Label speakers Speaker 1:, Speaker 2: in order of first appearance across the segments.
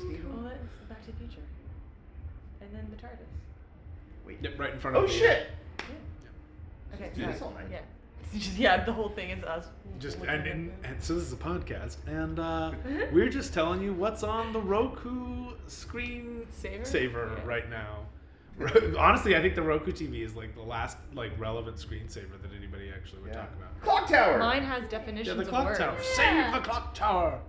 Speaker 1: It's the Back to the Future. And then the TARDIS.
Speaker 2: Wait.
Speaker 3: Yep, right in front of
Speaker 2: Oh
Speaker 3: you.
Speaker 2: shit!
Speaker 1: Okay,
Speaker 2: Do this
Speaker 1: sorry.
Speaker 2: all night.
Speaker 1: Yeah. It's just- yeah, the whole thing is us.
Speaker 3: Just
Speaker 1: looking
Speaker 3: and,
Speaker 1: at
Speaker 3: and,
Speaker 1: them.
Speaker 3: and so this is a podcast, and uh, we're just telling you what's on the Roku screen
Speaker 1: Saver?
Speaker 3: saver
Speaker 1: Yeah.
Speaker 3: right now. Honestly, I think the Roku TV is like the last like relevant screensaver that anybody actually would
Speaker 2: Yeah.
Speaker 3: talk about.
Speaker 2: Clock tower.
Speaker 1: Mine has
Speaker 3: Yeah,
Speaker 1: definitions
Speaker 3: the clock
Speaker 1: of
Speaker 3: tower.
Speaker 1: words.
Speaker 3: Save the clock tower.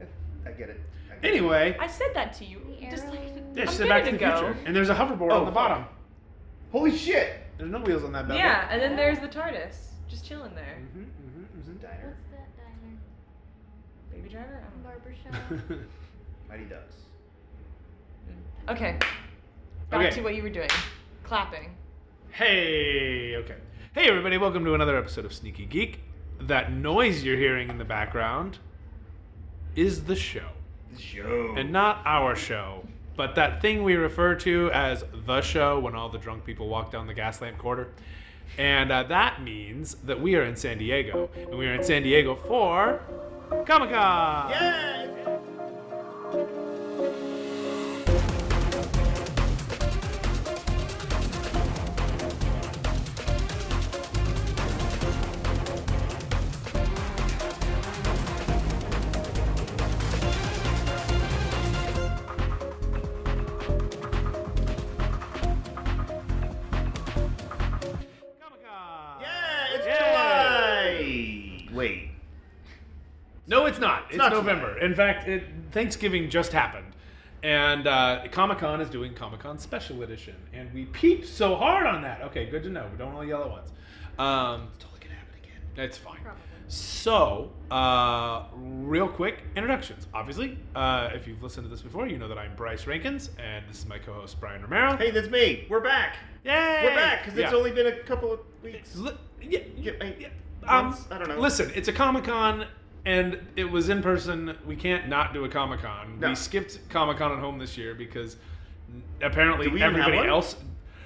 Speaker 2: I get it. I get it.
Speaker 3: Anyway,
Speaker 1: I said that to you
Speaker 4: The
Speaker 1: just like
Speaker 4: arrow.
Speaker 3: yeah,
Speaker 1: a
Speaker 3: she said Back to the
Speaker 1: minute ago.
Speaker 3: Future, and there's a hoverboard
Speaker 2: Oh,
Speaker 3: on the
Speaker 2: fuck.
Speaker 3: bottom.
Speaker 2: Holy shit!
Speaker 3: There's no wheels on that bad
Speaker 1: Yeah, and then there's the TARDIS, just chilling there.
Speaker 3: hmm
Speaker 2: There's a diner.
Speaker 4: What's that diner?
Speaker 3: Mm-hmm.
Speaker 1: Baby Driver. I don't know.
Speaker 4: Barber shop.
Speaker 2: Mighty Ducks.
Speaker 1: Okay. Back
Speaker 3: Okay.
Speaker 1: to what you were doing. Clapping.
Speaker 3: Hey, okay. Hey, everybody, welcome to another episode of Sneaky Geek. That noise you're hearing in the background is the show.
Speaker 2: Show.
Speaker 3: And not our show, but that thing we refer to as the show when all the drunk people walk down the gaslamp quarter. And uh, that means that we are in San Diego. And we are in San Diego for Comic Con!
Speaker 2: yeah.
Speaker 3: Comic Con!
Speaker 2: Yeah, it's July. Wait.
Speaker 3: No, it's not. It's,
Speaker 2: not
Speaker 3: November. In fact, it, Thanksgiving just happened. And uh, Comic Con is doing Comic Con Special Edition. And we peeped so hard on that. Okay, good to know. We don't all yell at once. Um, it's totally going to happen again. It's fine.
Speaker 1: Probably.
Speaker 3: So, uh, real quick introductions. Obviously, uh, if you've listened to this before, you know that I'm Bryce Rankins, and this is my co host, Brian Romero.
Speaker 2: Hey, that's me. We're back.
Speaker 3: Yay!
Speaker 2: We're back because it's
Speaker 3: Yeah.
Speaker 2: only been a couple of weeks.
Speaker 3: Li- yeah,
Speaker 2: Yeah, I-
Speaker 3: yeah. Um,
Speaker 2: once, I don't know.
Speaker 3: Listen, it's a Comic Con, and it was in person. We can't not do a Comic Con.
Speaker 2: No.
Speaker 3: We skipped Comic Con at home this year because n- apparently
Speaker 2: Do we even have
Speaker 3: everybody
Speaker 2: one?
Speaker 3: else.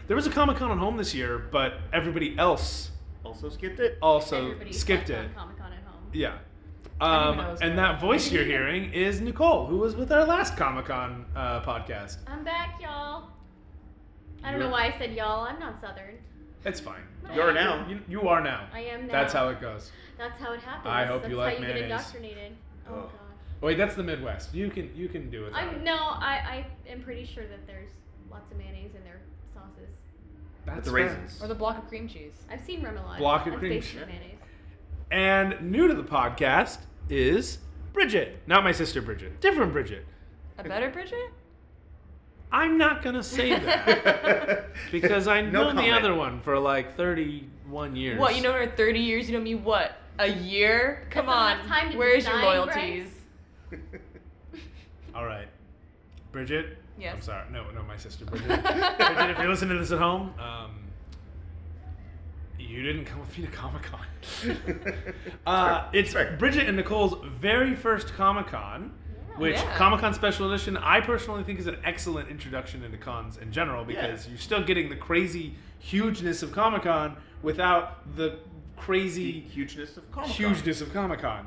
Speaker 3: There was a Comic Con at home this year, but everybody else
Speaker 2: Also skipped it.
Speaker 3: also
Speaker 4: Everybody
Speaker 3: skipped
Speaker 4: slept
Speaker 3: it.
Speaker 4: on Comic Con at home.
Speaker 3: Yeah.
Speaker 1: didn't
Speaker 3: Um,
Speaker 1: even know it was
Speaker 3: and
Speaker 1: going
Speaker 3: that
Speaker 1: on.
Speaker 3: voice you're hearing is Nicole, who was with our last Comic Con uh, podcast.
Speaker 4: I'm back, y'all. I don't
Speaker 3: You're-
Speaker 4: know why I said y'all. I'm not Southern.
Speaker 3: It's fine.
Speaker 2: You're now.
Speaker 3: You, you are now.
Speaker 4: I am now.
Speaker 3: That's how it goes.
Speaker 4: That's how it happens.
Speaker 3: I hope
Speaker 4: that's
Speaker 3: you
Speaker 4: how
Speaker 3: like
Speaker 4: you
Speaker 3: mayonnaise.
Speaker 4: get indoctrinated. Oh,
Speaker 2: Oh.
Speaker 4: gosh.
Speaker 3: Wait, that's the Midwest. You can you can do it.
Speaker 4: I'm no. I I am pretty sure that there's lots of mayonnaise in their sauces.
Speaker 3: That's
Speaker 2: the
Speaker 3: fair.
Speaker 2: raisins.
Speaker 1: Or the block of cream cheese.
Speaker 4: I've seen remoulade.
Speaker 3: Block of
Speaker 4: That's
Speaker 3: cream
Speaker 4: basically mayonnaise.
Speaker 3: And new to the podcast is Bridget. Not my sister Bridget. Different Bridget.
Speaker 1: A better Bridget?
Speaker 3: I'm not going to say that because I
Speaker 2: No
Speaker 3: know the
Speaker 2: comment.
Speaker 3: other one for like 31 years.
Speaker 1: What, you know her 30 years? You know me what? A year? Come
Speaker 4: That's
Speaker 1: on.
Speaker 4: enough time to
Speaker 1: Where's your
Speaker 4: decide,
Speaker 1: loyalties?
Speaker 4: Bryce.
Speaker 3: All right. Bridget?
Speaker 1: Yes.
Speaker 3: I'm sorry. No, no, my sister Bridget. Bridget, if you're listening to this at home, um, you didn't come with me to Comic Con. Uh, it's
Speaker 2: fair.
Speaker 3: Bridget and Nicole's very first Comic Con,
Speaker 4: Yeah.
Speaker 3: which
Speaker 1: Yeah.
Speaker 3: Comic Con Special Edition I personally think is an excellent introduction into cons in general because you're still getting the crazy hugeness of Comic Con without the
Speaker 2: the
Speaker 3: crazy
Speaker 2: hugeness of Comic
Speaker 3: hugeness of Comic Con.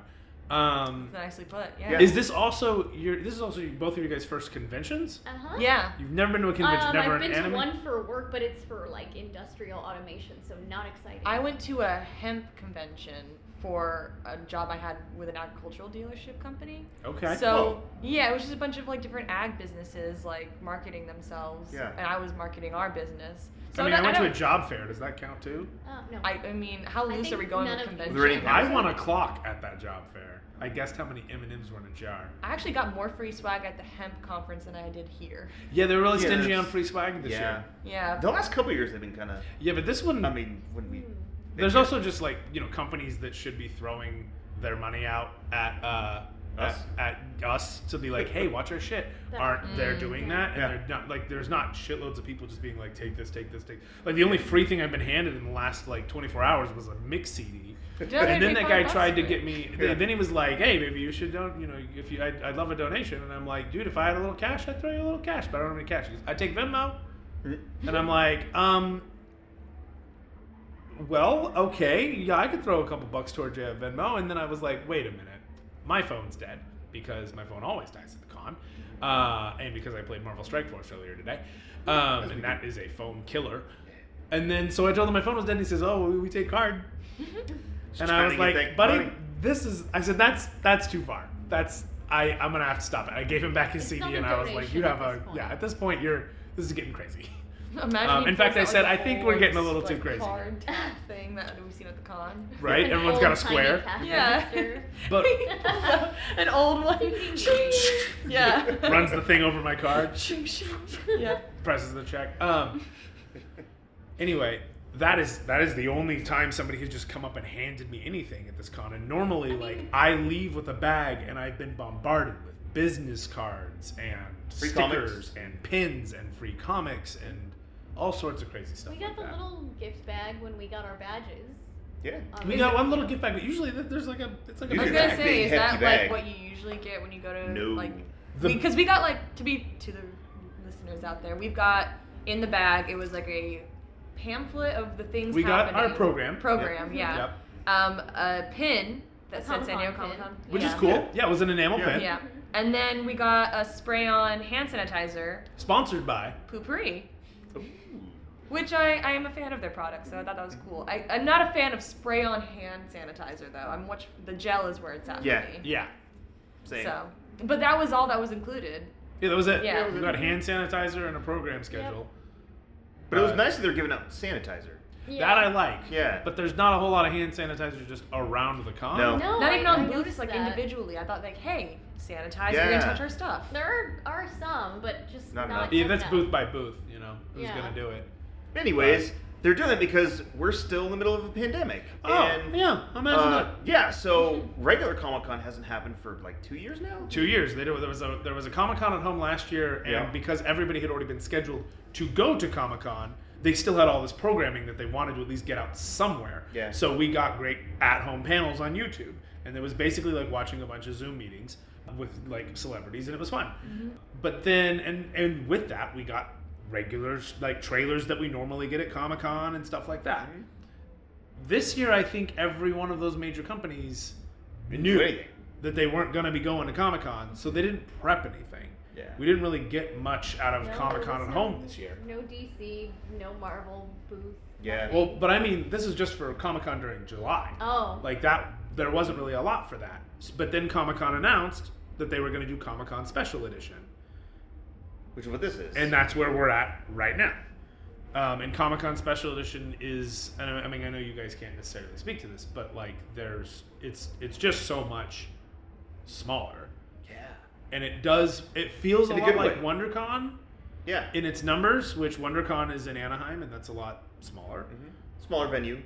Speaker 3: Um,
Speaker 1: Nicely put,
Speaker 2: Yeah.
Speaker 1: yeah.
Speaker 3: is this also your? This is also both of you guys' first conventions.
Speaker 4: Uh huh.
Speaker 1: Yeah.
Speaker 3: You've never been to a convention,
Speaker 4: um,
Speaker 3: never
Speaker 4: I've
Speaker 3: an
Speaker 4: been
Speaker 3: anime.
Speaker 4: to one for work, but it's for like industrial automation, so not exciting.
Speaker 1: I went to a hemp convention for a job I had with an agricultural dealership company.
Speaker 3: Okay.
Speaker 1: So yeah, it was just a bunch of like different ag businesses like marketing themselves.
Speaker 2: Yeah.
Speaker 1: And I was marketing our business. So
Speaker 3: I mean, I
Speaker 1: don't-
Speaker 3: went to a
Speaker 1: don't-
Speaker 3: job fair. Does that count too?
Speaker 4: Oh no.
Speaker 1: I, I mean, how
Speaker 4: I
Speaker 1: loose
Speaker 4: think
Speaker 1: are we going
Speaker 4: none
Speaker 1: with
Speaker 4: of you-
Speaker 1: convention?
Speaker 2: Was there any
Speaker 3: I
Speaker 2: Yeah.
Speaker 3: won a clock at that job fair. I guessed how many M and M's were in a jar.
Speaker 1: I actually got more free swag at the hemp conference than I did here.
Speaker 3: Yeah, they were really
Speaker 2: Yeah,
Speaker 3: stingy on
Speaker 2: that's-
Speaker 3: free swag this
Speaker 2: Yeah.
Speaker 3: year.
Speaker 1: Yeah.
Speaker 2: The last couple years, they've been kind of.
Speaker 3: Yeah, but this one.
Speaker 2: I mean, when we.
Speaker 4: Hmm.
Speaker 3: there's also just like you know companies that should be throwing their money out at uh,
Speaker 2: Us?
Speaker 3: At, at us to be like, hey, watch our shit.
Speaker 4: That-
Speaker 3: Aren't they're
Speaker 1: Mm,
Speaker 3: doing
Speaker 4: yeah.
Speaker 3: that? And
Speaker 2: Yeah.
Speaker 3: they're not like there's not shitloads of people just being like, take this, take this, take. Like the only free thing I've been handed in the last like 24 hours was a mix CD.
Speaker 1: Did I
Speaker 3: And
Speaker 1: pay
Speaker 3: then that
Speaker 1: five
Speaker 3: guy
Speaker 1: bucks
Speaker 3: tried
Speaker 1: for
Speaker 3: to
Speaker 1: it?
Speaker 3: get me.
Speaker 2: Yeah.
Speaker 3: Then he was like, "Hey, maybe you should don't. You know, if you, I'd, I'd love a donation." And I'm like, "Dude, if I had a little cash, I'd throw you a little cash, but I don't have any cash." He goes, "I take Venmo." And I'm like, um, well, okay, yeah, I could throw a couple bucks towards you at Venmo. And then I was like, wait a minute, my phone's dead because my phone always dies at the con. uh, and because I played Marvel Strike Force earlier today, um, and that is a phone killer. And then so I told him my phone was dead, and he says, "Oh, we, we take card." and I
Speaker 2: trying
Speaker 3: was
Speaker 2: to get
Speaker 3: like,
Speaker 2: that
Speaker 3: "Buddy,
Speaker 2: money."
Speaker 3: this is." I said, "That's that's too far. That's I I'm gonna have to stop it." I gave him back his
Speaker 5: It's
Speaker 3: CD,
Speaker 5: not a
Speaker 3: and I was like,
Speaker 5: donation
Speaker 3: "You
Speaker 5: at
Speaker 3: have a
Speaker 5: this point.
Speaker 3: yeah." At this point, you're this is getting crazy.
Speaker 1: Imagine
Speaker 3: Um,
Speaker 1: he
Speaker 3: in fact,
Speaker 1: pulls
Speaker 3: I
Speaker 1: out,
Speaker 3: said,
Speaker 1: like,
Speaker 3: I
Speaker 1: the
Speaker 3: think we're getting a
Speaker 1: old,
Speaker 3: little too
Speaker 1: like,
Speaker 3: crazy.
Speaker 1: Card tap thing that we've seen at the con.
Speaker 3: Right?
Speaker 4: An
Speaker 3: Everyone's got a
Speaker 4: old tiny
Speaker 3: square.
Speaker 4: cash
Speaker 1: Yeah.
Speaker 4: register.
Speaker 3: But
Speaker 1: He pulls out an old one. yeah.
Speaker 3: runs the thing over my card,
Speaker 1: yeah.
Speaker 3: presses the check. Um. Anyway, that is that is the only time somebody has just come up and handed me anything at this con. And normally,
Speaker 5: I
Speaker 3: like
Speaker 5: mean-
Speaker 3: I leave with a bag, and I've been bombarded with business cards and
Speaker 2: Free comics.
Speaker 3: stickers and pins and free comics and all sorts of crazy stuff.
Speaker 4: We got
Speaker 3: like
Speaker 4: the
Speaker 3: that.
Speaker 4: little gift bag when we got our badges.
Speaker 2: Yeah.
Speaker 4: Um,
Speaker 3: We got one little gift bag, but usually th- there's like a it's like a
Speaker 1: I was
Speaker 2: Usually
Speaker 1: gonna
Speaker 2: it's a
Speaker 1: say,
Speaker 2: big,
Speaker 1: is
Speaker 2: hefty
Speaker 1: that like
Speaker 2: bag.
Speaker 1: what you usually get when you go to
Speaker 2: No.
Speaker 1: like?
Speaker 3: The-
Speaker 1: Because we got like to be to the listeners out there, we've got in the bag. It was like a pamphlet of the things
Speaker 3: we got our
Speaker 1: happening.
Speaker 3: program,
Speaker 1: program, yeah.
Speaker 3: Yep.
Speaker 1: Um, a pin that
Speaker 4: A
Speaker 1: said San Diego
Speaker 4: Comic-Con
Speaker 1: Comic Con,
Speaker 4: pin.
Speaker 3: which is
Speaker 4: Yeah.
Speaker 3: cool. Yeah.
Speaker 2: Yeah.
Speaker 3: it was an enamel
Speaker 2: Yeah.
Speaker 3: pen
Speaker 1: Yeah, and then we got a spray-on hand sanitizer,
Speaker 3: sponsored by
Speaker 1: Poopery. Which I, I am a fan of their products, so I thought that was cool. I, I'm not a fan of spray on hand sanitizer though. I'm much the gel is where it's at
Speaker 2: Yeah.
Speaker 1: for me.
Speaker 3: yeah.
Speaker 2: Same.
Speaker 1: So but that was all that was included.
Speaker 3: Yeah, that was it.
Speaker 1: Yeah.
Speaker 3: We got hand sanitizer and a program schedule.
Speaker 2: But it was
Speaker 3: Uh,
Speaker 2: nice that they were giving out sanitizer.
Speaker 4: yeah.
Speaker 3: That I like.
Speaker 2: Yeah.
Speaker 3: But there's not a whole lot of hand sanitizer just around the con.
Speaker 2: No.
Speaker 4: No,
Speaker 1: not
Speaker 4: Oh, I-
Speaker 1: even
Speaker 4: I
Speaker 1: on booths,
Speaker 4: noticed
Speaker 1: like
Speaker 4: that.
Speaker 1: individually. I thought like, hey, sanitize we
Speaker 2: Yeah.
Speaker 1: and touch our stuff.
Speaker 4: There are, are some, but just
Speaker 2: Not
Speaker 4: not.
Speaker 2: enough.
Speaker 3: Yeah, that's
Speaker 4: enough.
Speaker 3: booth by booth, you know. Who's
Speaker 4: Yeah.
Speaker 3: gonna do it?
Speaker 2: Anyways, they're doing it because we're still in the middle of a pandemic.
Speaker 3: Oh
Speaker 2: and,
Speaker 3: yeah, imagine
Speaker 2: uh,
Speaker 3: that.
Speaker 2: yeah, so regular Comic Con hasn't happened for like two years now.
Speaker 3: Two years. They did, there was a there was a Comic Con at home last year, and
Speaker 2: Yeah.
Speaker 3: because everybody had already been scheduled to go to Comic Con, they still had all this programming that they wanted to at least get out somewhere.
Speaker 2: Yeah.
Speaker 3: So we got great at home panels on YouTube, and it was basically like watching a bunch of Zoom meetings with like celebrities, and it was fun. But then, and and with that, we got regulars like trailers that we normally get at Comic Con and stuff like that.
Speaker 2: Mm-hmm.
Speaker 3: This year, I think every one of those major companies
Speaker 2: Didn't
Speaker 3: knew
Speaker 2: do anything.
Speaker 3: that they weren't going to be going to Comic Con, so they didn't prep anything.
Speaker 2: Yeah.
Speaker 3: We didn't really get much out of
Speaker 4: No,
Speaker 3: Comic Con
Speaker 4: there's
Speaker 3: at
Speaker 4: no-
Speaker 3: home this year.
Speaker 4: No DC, no Marvel booth.
Speaker 2: Yeah.
Speaker 3: Well, but I mean, this is just for Comic Con during July.
Speaker 4: Oh.
Speaker 3: Like that, there wasn't really a lot for that. S- But then Comic Con announced that they were going to do Comic Con Special Edition,
Speaker 2: Which is what this is.
Speaker 3: and that's where we're at right now. Um, and Comic Con Special Edition is, and I I mean, I know you guys can't necessarily speak to this, but like, there's, it's, it's just so much smaller,
Speaker 2: yeah.
Speaker 3: and it does, it feels
Speaker 2: In a
Speaker 3: a lot
Speaker 2: good
Speaker 3: like
Speaker 2: way.
Speaker 3: WonderCon,
Speaker 2: Yeah.
Speaker 3: in its numbers, which WonderCon is in Anaheim, and that's a lot smaller.
Speaker 2: Mm-hmm. Smaller venue.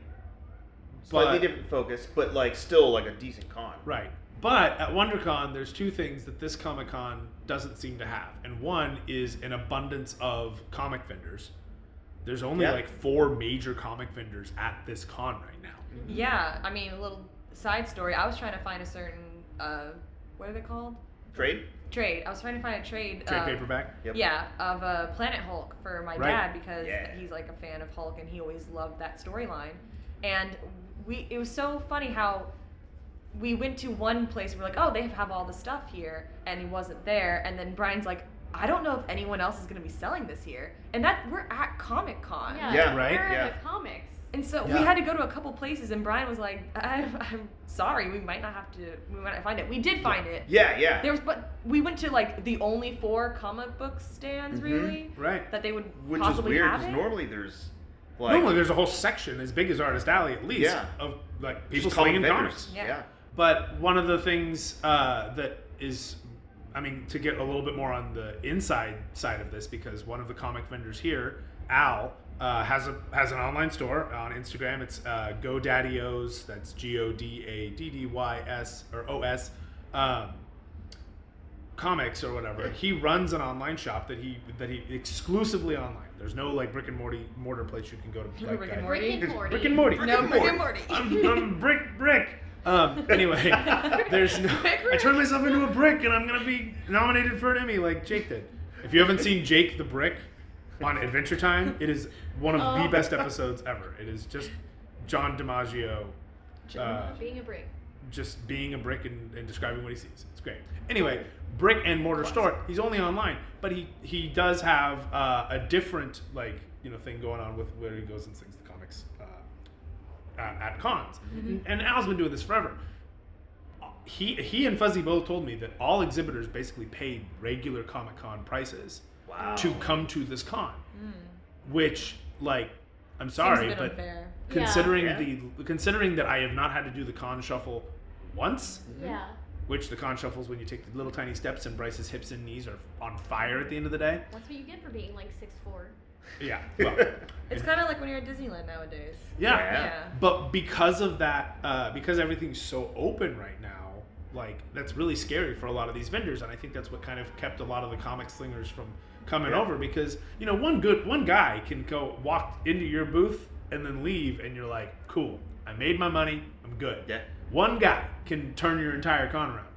Speaker 2: Slightly
Speaker 3: But-
Speaker 2: different focus, but like still like a decent con.
Speaker 3: Right. But at WonderCon, there's two things that this Comic Con doesn't seem to have. And one is an abundance of comic vendors. There's only
Speaker 2: Yeah.
Speaker 3: like four major comic vendors at this con right now.
Speaker 1: Yeah. I mean a little side story. I was trying to find a certain uh what are they called?
Speaker 2: Trade?
Speaker 1: Trade. I was trying to find a trade
Speaker 3: Trade
Speaker 1: uh,
Speaker 3: paperback.
Speaker 2: Yep.
Speaker 1: Yeah, of uh, Planet Hulk for my
Speaker 3: Right.
Speaker 1: dad because
Speaker 2: Yeah.
Speaker 1: he's like a fan of Hulk and he always loved that storyline. And we it was so funny how we went to one place and we're like, oh, they have all the stuff here, and he wasn't there. And then Brian's like, I don't know if anyone else is going to be selling this here, and that we're at Comic Con.
Speaker 4: Yeah.
Speaker 2: Yeah,
Speaker 3: right?
Speaker 4: Where are
Speaker 2: Yeah.
Speaker 4: the comics?
Speaker 1: And so
Speaker 3: Yeah.
Speaker 1: we had to go to a couple places, and Brian was like, I, "I'm sorry, we might not have to. We might not find it. We did find it.
Speaker 2: Yeah, yeah.
Speaker 1: There was, but we went to like the only four comic book stands,
Speaker 2: Mhm.
Speaker 1: really
Speaker 3: Right.
Speaker 1: that they would
Speaker 2: Which is
Speaker 1: possibly
Speaker 2: weird
Speaker 1: have it.
Speaker 2: normally there's like
Speaker 3: Normally, there's a whole section as big as Artist Alley, at least,
Speaker 2: Yeah.
Speaker 3: of like
Speaker 2: just
Speaker 3: people
Speaker 2: comic
Speaker 3: slinging
Speaker 2: vendors.
Speaker 3: comics.
Speaker 1: Yeah.
Speaker 2: yeah.
Speaker 3: But one of the things uh, that is, I mean, to get a little bit more on the inside side of this, because one of the comic vendors here, Al, uh, has a has an online store on Instagram. It's uh, GoDaddyOs. That's G O D A D D Y S or O S. Um, comics or whatever he runs an online shop that he that he exclusively online there's no like brick and morty mortar place you can go to like,
Speaker 1: Rick and
Speaker 3: uh,
Speaker 1: Morty.
Speaker 4: Rick and Morty.
Speaker 3: brick and morty
Speaker 2: Brick and Morty.
Speaker 1: Morty.
Speaker 3: I'm, I'm brick brick. Um, anyway, there's no. I turned myself into a brick, and I'm gonna be nominated for an Emmy like Jake did. If you haven't seen Jake the Brick on Adventure Time, it is one of the
Speaker 4: Oh.
Speaker 3: best episodes ever. It is just John DiMaggio. Uh, mm-hmm.
Speaker 4: Being a brick.
Speaker 3: just being a brick and, and describing what he sees. It's great. Anyway, brick and mortar store. He's only online, but he he does have uh, a different like you know thing going on with where he goes and sings the comics uh, at, at cons.
Speaker 1: Mm-hmm.
Speaker 3: And Al's been doing this forever. He he and Fuzzy both told me that all exhibitors basically paid regular Comic Con prices
Speaker 2: Wow.
Speaker 3: to come to this con, which like I'm
Speaker 1: Mm. Seems
Speaker 3: sorry,
Speaker 1: a bit
Speaker 3: but
Speaker 1: unfair.
Speaker 3: considering
Speaker 2: Yeah.
Speaker 3: the considering that I have not had to do the con shuffle once,
Speaker 4: Yeah.
Speaker 3: which the con shuffles when you take the little tiny steps and Bryce's hips and knees are on fire at the end of the day.
Speaker 4: That's what you get for being like six four.
Speaker 3: Yeah, well,
Speaker 1: It's kind of like when you're at Disneyland nowadays.
Speaker 3: yeah.
Speaker 1: Yeah.
Speaker 3: But because of that, uh, because everything's so open right now, like that's really scary for a lot of these vendors, and I think that's what kind of kept a lot of the comic slingers from coming
Speaker 2: Yeah.
Speaker 3: over because you know one good one guy can go walk into your booth and then leave, and you're like, cool, I made my money, I'm good.
Speaker 2: Yeah.
Speaker 3: One guy can turn your entire con around.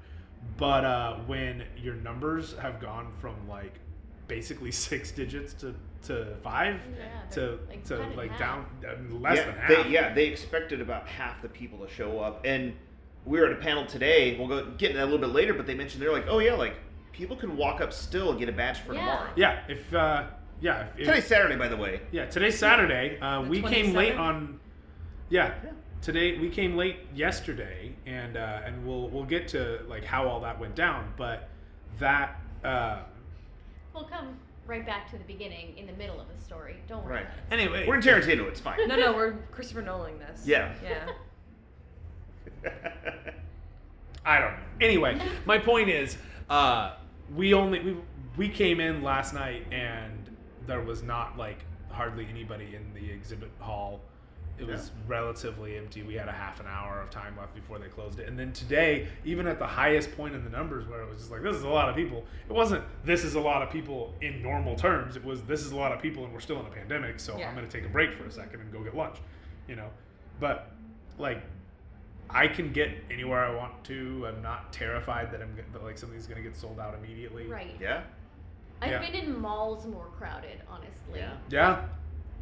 Speaker 3: But uh, when your numbers have gone from like basically six digits to, to five
Speaker 4: Yeah,
Speaker 3: to
Speaker 4: they're, like,
Speaker 3: to
Speaker 4: cut in
Speaker 3: like
Speaker 4: half.
Speaker 3: down I mean, uh, less
Speaker 2: yeah,
Speaker 3: than half.
Speaker 2: They, yeah, they expected about half the people to show up, and we were at a panel today. We'll go get into that a little bit later, but they mentioned they're like, oh yeah, like people can walk up still and get a badge for
Speaker 4: Yeah.
Speaker 2: tomorrow.
Speaker 3: Yeah, if uh, yeah, if, if-
Speaker 2: Today's Saturday, by the way.
Speaker 3: yeah, today's Saturday. Uh,
Speaker 1: The
Speaker 3: we came late
Speaker 1: 27th?
Speaker 3: on. Yeah, today we came late yesterday, and uh, and we'll we'll get to like how all that went down, but that uh,
Speaker 4: We'll come right back to the beginning in the middle of the story. Don't worry.
Speaker 2: Right.
Speaker 4: about
Speaker 3: anyway
Speaker 2: We're in Tarantino. It's fine.
Speaker 1: No, no, we're Christopher Nolan this.
Speaker 2: Yeah.
Speaker 1: Yeah.
Speaker 3: I don't know. Anyway, my point is, uh, we only we we came in last night and there was not like hardly anybody in the exhibit hall. It was relatively empty. We had a half an hour of time left before they closed it. And then today, even at the highest point in the numbers where it was just like, this is a lot of people, it wasn't, this is a lot of people in normal terms. It was, this is a lot of people and we're still in a pandemic, so
Speaker 1: Yeah.
Speaker 3: I'm going to take a break for a second and go get lunch, you know? But like, I can get anywhere I want to. I'm not terrified that I'm gonna- that like something's gonna get sold out immediately.
Speaker 4: it. Right.
Speaker 2: yeah.
Speaker 4: I've
Speaker 3: Yeah.
Speaker 4: been in malls more crowded, honestly.
Speaker 2: Yeah.
Speaker 3: Yeah.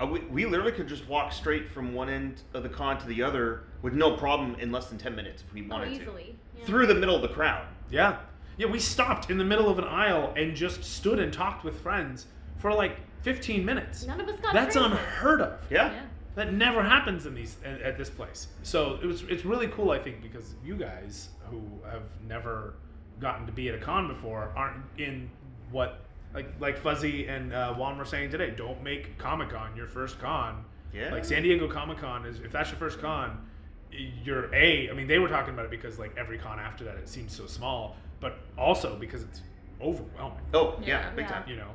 Speaker 2: Uh, we, we literally could just walk straight from one end of the con to the other with no problem in less than 10 minutes if we
Speaker 4: Oh,
Speaker 2: wanted to.
Speaker 4: easily. Yeah.
Speaker 2: Through the middle of the crowd.
Speaker 3: Yeah. Yeah. We stopped in the middle of an aisle and just stood and talked with friends for like 15 minutes.
Speaker 4: None of us got
Speaker 3: That's
Speaker 4: crazy.
Speaker 3: unheard of.
Speaker 2: Yeah.
Speaker 1: Yeah.
Speaker 3: That never happens in these at, at this place. So it was it's really cool, I think, because you guys who have never gotten to be at a con before aren't in what like like Fuzzy and uh, Juan were saying today. Don't make Comic Con your first con.
Speaker 2: Yeah.
Speaker 3: Like San Diego Comic Con is if that's your first con, you're a. I mean, they were talking about it because like every con after that it seems so small, but also because it's overwhelming.
Speaker 2: Oh, yeah,
Speaker 1: Yeah.
Speaker 2: big
Speaker 4: Yeah.
Speaker 2: time.
Speaker 3: You know.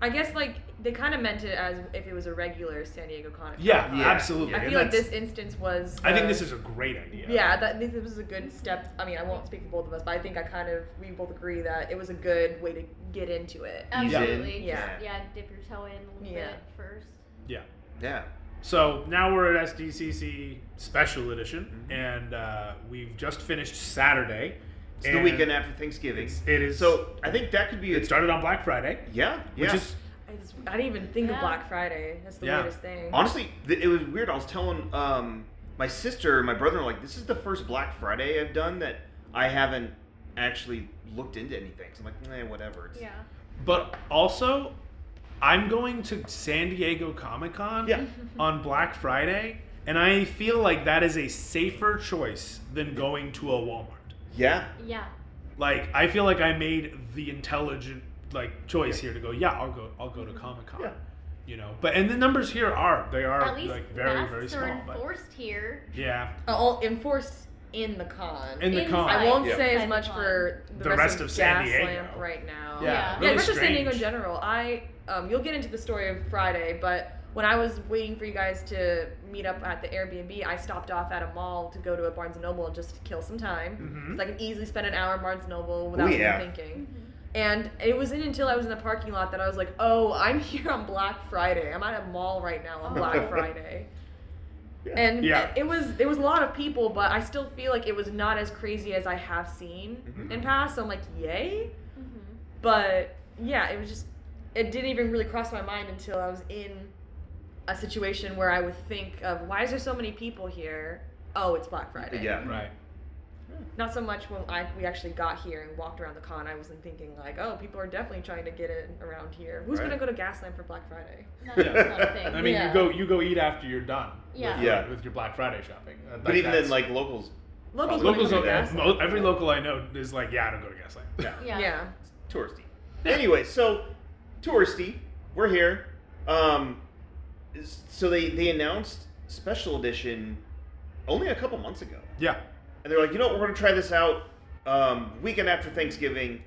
Speaker 1: I guess like they kind of meant it as if it was a regular San Diego Comic. Con.
Speaker 3: Yeah,
Speaker 2: Yeah.
Speaker 3: absolutely.
Speaker 2: Yeah.
Speaker 1: I
Speaker 3: And
Speaker 1: feel like
Speaker 3: that's-
Speaker 1: this instance was.
Speaker 3: I think
Speaker 1: the-
Speaker 3: this is a great idea.
Speaker 1: Yeah, that this was a good step. I mean, I won't speak for both of us, but I think I kind of we both agree that it was a good way to get into it.
Speaker 2: Ease in.
Speaker 4: Absolutely.
Speaker 1: Yeah.
Speaker 4: Just, yeah. Dip your toe in a little
Speaker 1: Yeah.
Speaker 4: bit first.
Speaker 3: Yeah.
Speaker 2: Yeah.
Speaker 3: So now we're at SDCC Special Edition,
Speaker 2: Mhm.
Speaker 3: and uh, we've just finished Saturday.
Speaker 2: It's the weekend after Thanksgiving.
Speaker 3: It's, it is
Speaker 2: So I think that could be a
Speaker 3: It started on Black Friday,
Speaker 2: Yeah, yeah.
Speaker 3: which is
Speaker 1: I, just, I didn't even think
Speaker 4: Yeah.
Speaker 1: of Black Friday. That's the
Speaker 3: Yeah.
Speaker 1: weirdest thing.
Speaker 2: honestly, th- it was weird. I was telling um, my sister and my brother, like, this is the first Black Friday I've done that I haven't actually looked into anything. So I'm like, eh, whatever. It's,
Speaker 4: Yeah.
Speaker 3: but also I'm going to San Diego Comic Con
Speaker 2: Yeah.
Speaker 3: on Black Friday, and I feel like that is a safer choice than going to a Walmart.
Speaker 2: yeah,
Speaker 4: Yeah.
Speaker 3: Like I feel like I made the intelligent like choice here to go. Yeah, I'll go. I'll go to Comic Con.
Speaker 2: Mm-hmm. Yeah.
Speaker 3: You know, but and the numbers here are they are
Speaker 4: At least
Speaker 3: like very very
Speaker 4: masks
Speaker 3: small.
Speaker 4: are
Speaker 3: but-
Speaker 4: enforced here.
Speaker 3: Yeah,
Speaker 1: Uh, all enforced in the con.
Speaker 3: in the con.
Speaker 1: I won't
Speaker 2: Yeah.
Speaker 1: say
Speaker 4: Inside
Speaker 1: as
Speaker 4: the
Speaker 1: much
Speaker 4: con.
Speaker 1: for the,
Speaker 3: The rest of San
Speaker 1: Gas
Speaker 3: Diego.
Speaker 1: Lamp right now.
Speaker 3: yeah,
Speaker 4: Yeah.
Speaker 1: yeah,
Speaker 3: really
Speaker 1: rest of San Diego in
Speaker 3: strange.
Speaker 1: general. I um, you'll get into the story of Friday, but when I was waiting for you guys to meet up at the Airbnb, I stopped off at a mall to go to a Barnes and Noble just to kill some time.
Speaker 3: Mhm.
Speaker 1: Because I can easily spend an hour in Barnes and
Speaker 3: Oh,
Speaker 1: Noble without
Speaker 2: yeah.
Speaker 1: even thinking. And it wasn't until I was in the parking lot that I was like, "Oh, I'm here on Black Friday. I'm at a mall right now on
Speaker 4: Oh.
Speaker 1: Black Friday."
Speaker 2: Yeah.
Speaker 1: And
Speaker 3: Yeah.
Speaker 1: it was it was a lot of people, but I still feel like it was not as crazy as I have seen
Speaker 2: Mhm.
Speaker 1: in past. So I'm like, "Yay!"
Speaker 4: Mm-hmm.
Speaker 1: But yeah, it was just it didn't even really cross my mind until I was in a situation where I would think of why is there so many people here? Oh, it's Black Friday.
Speaker 2: yeah.
Speaker 3: Right.
Speaker 1: Not so much when I we actually got here and walked around the con. I wasn't thinking like, oh, people are definitely trying to get it around here. Who's
Speaker 2: Right.
Speaker 1: gonna go to Gaslamp for Black Friday?
Speaker 4: That's
Speaker 2: Yeah.
Speaker 4: not a thing.
Speaker 3: I mean,
Speaker 1: Yeah.
Speaker 3: you go you go eat after you're done.
Speaker 4: Yeah.
Speaker 3: With,
Speaker 2: Yeah.
Speaker 3: with your Black Friday shopping. Uh,
Speaker 2: But even
Speaker 3: that's-
Speaker 2: then, like locals,
Speaker 1: Locals,
Speaker 3: locals,
Speaker 1: wanna
Speaker 3: don't,
Speaker 1: go to Gaslamp.
Speaker 3: mo- every local I know is like, yeah, I don't go to Gaslight. Yeah.
Speaker 4: yeah.
Speaker 1: yeah.
Speaker 2: it's touristy. Anyway, so touristy, we're here. Um, s- so they they announced special edition only a couple months ago.
Speaker 3: yeah.
Speaker 2: and they're like, you know, what, we're gonna try this out um, weekend after Thanksgiving.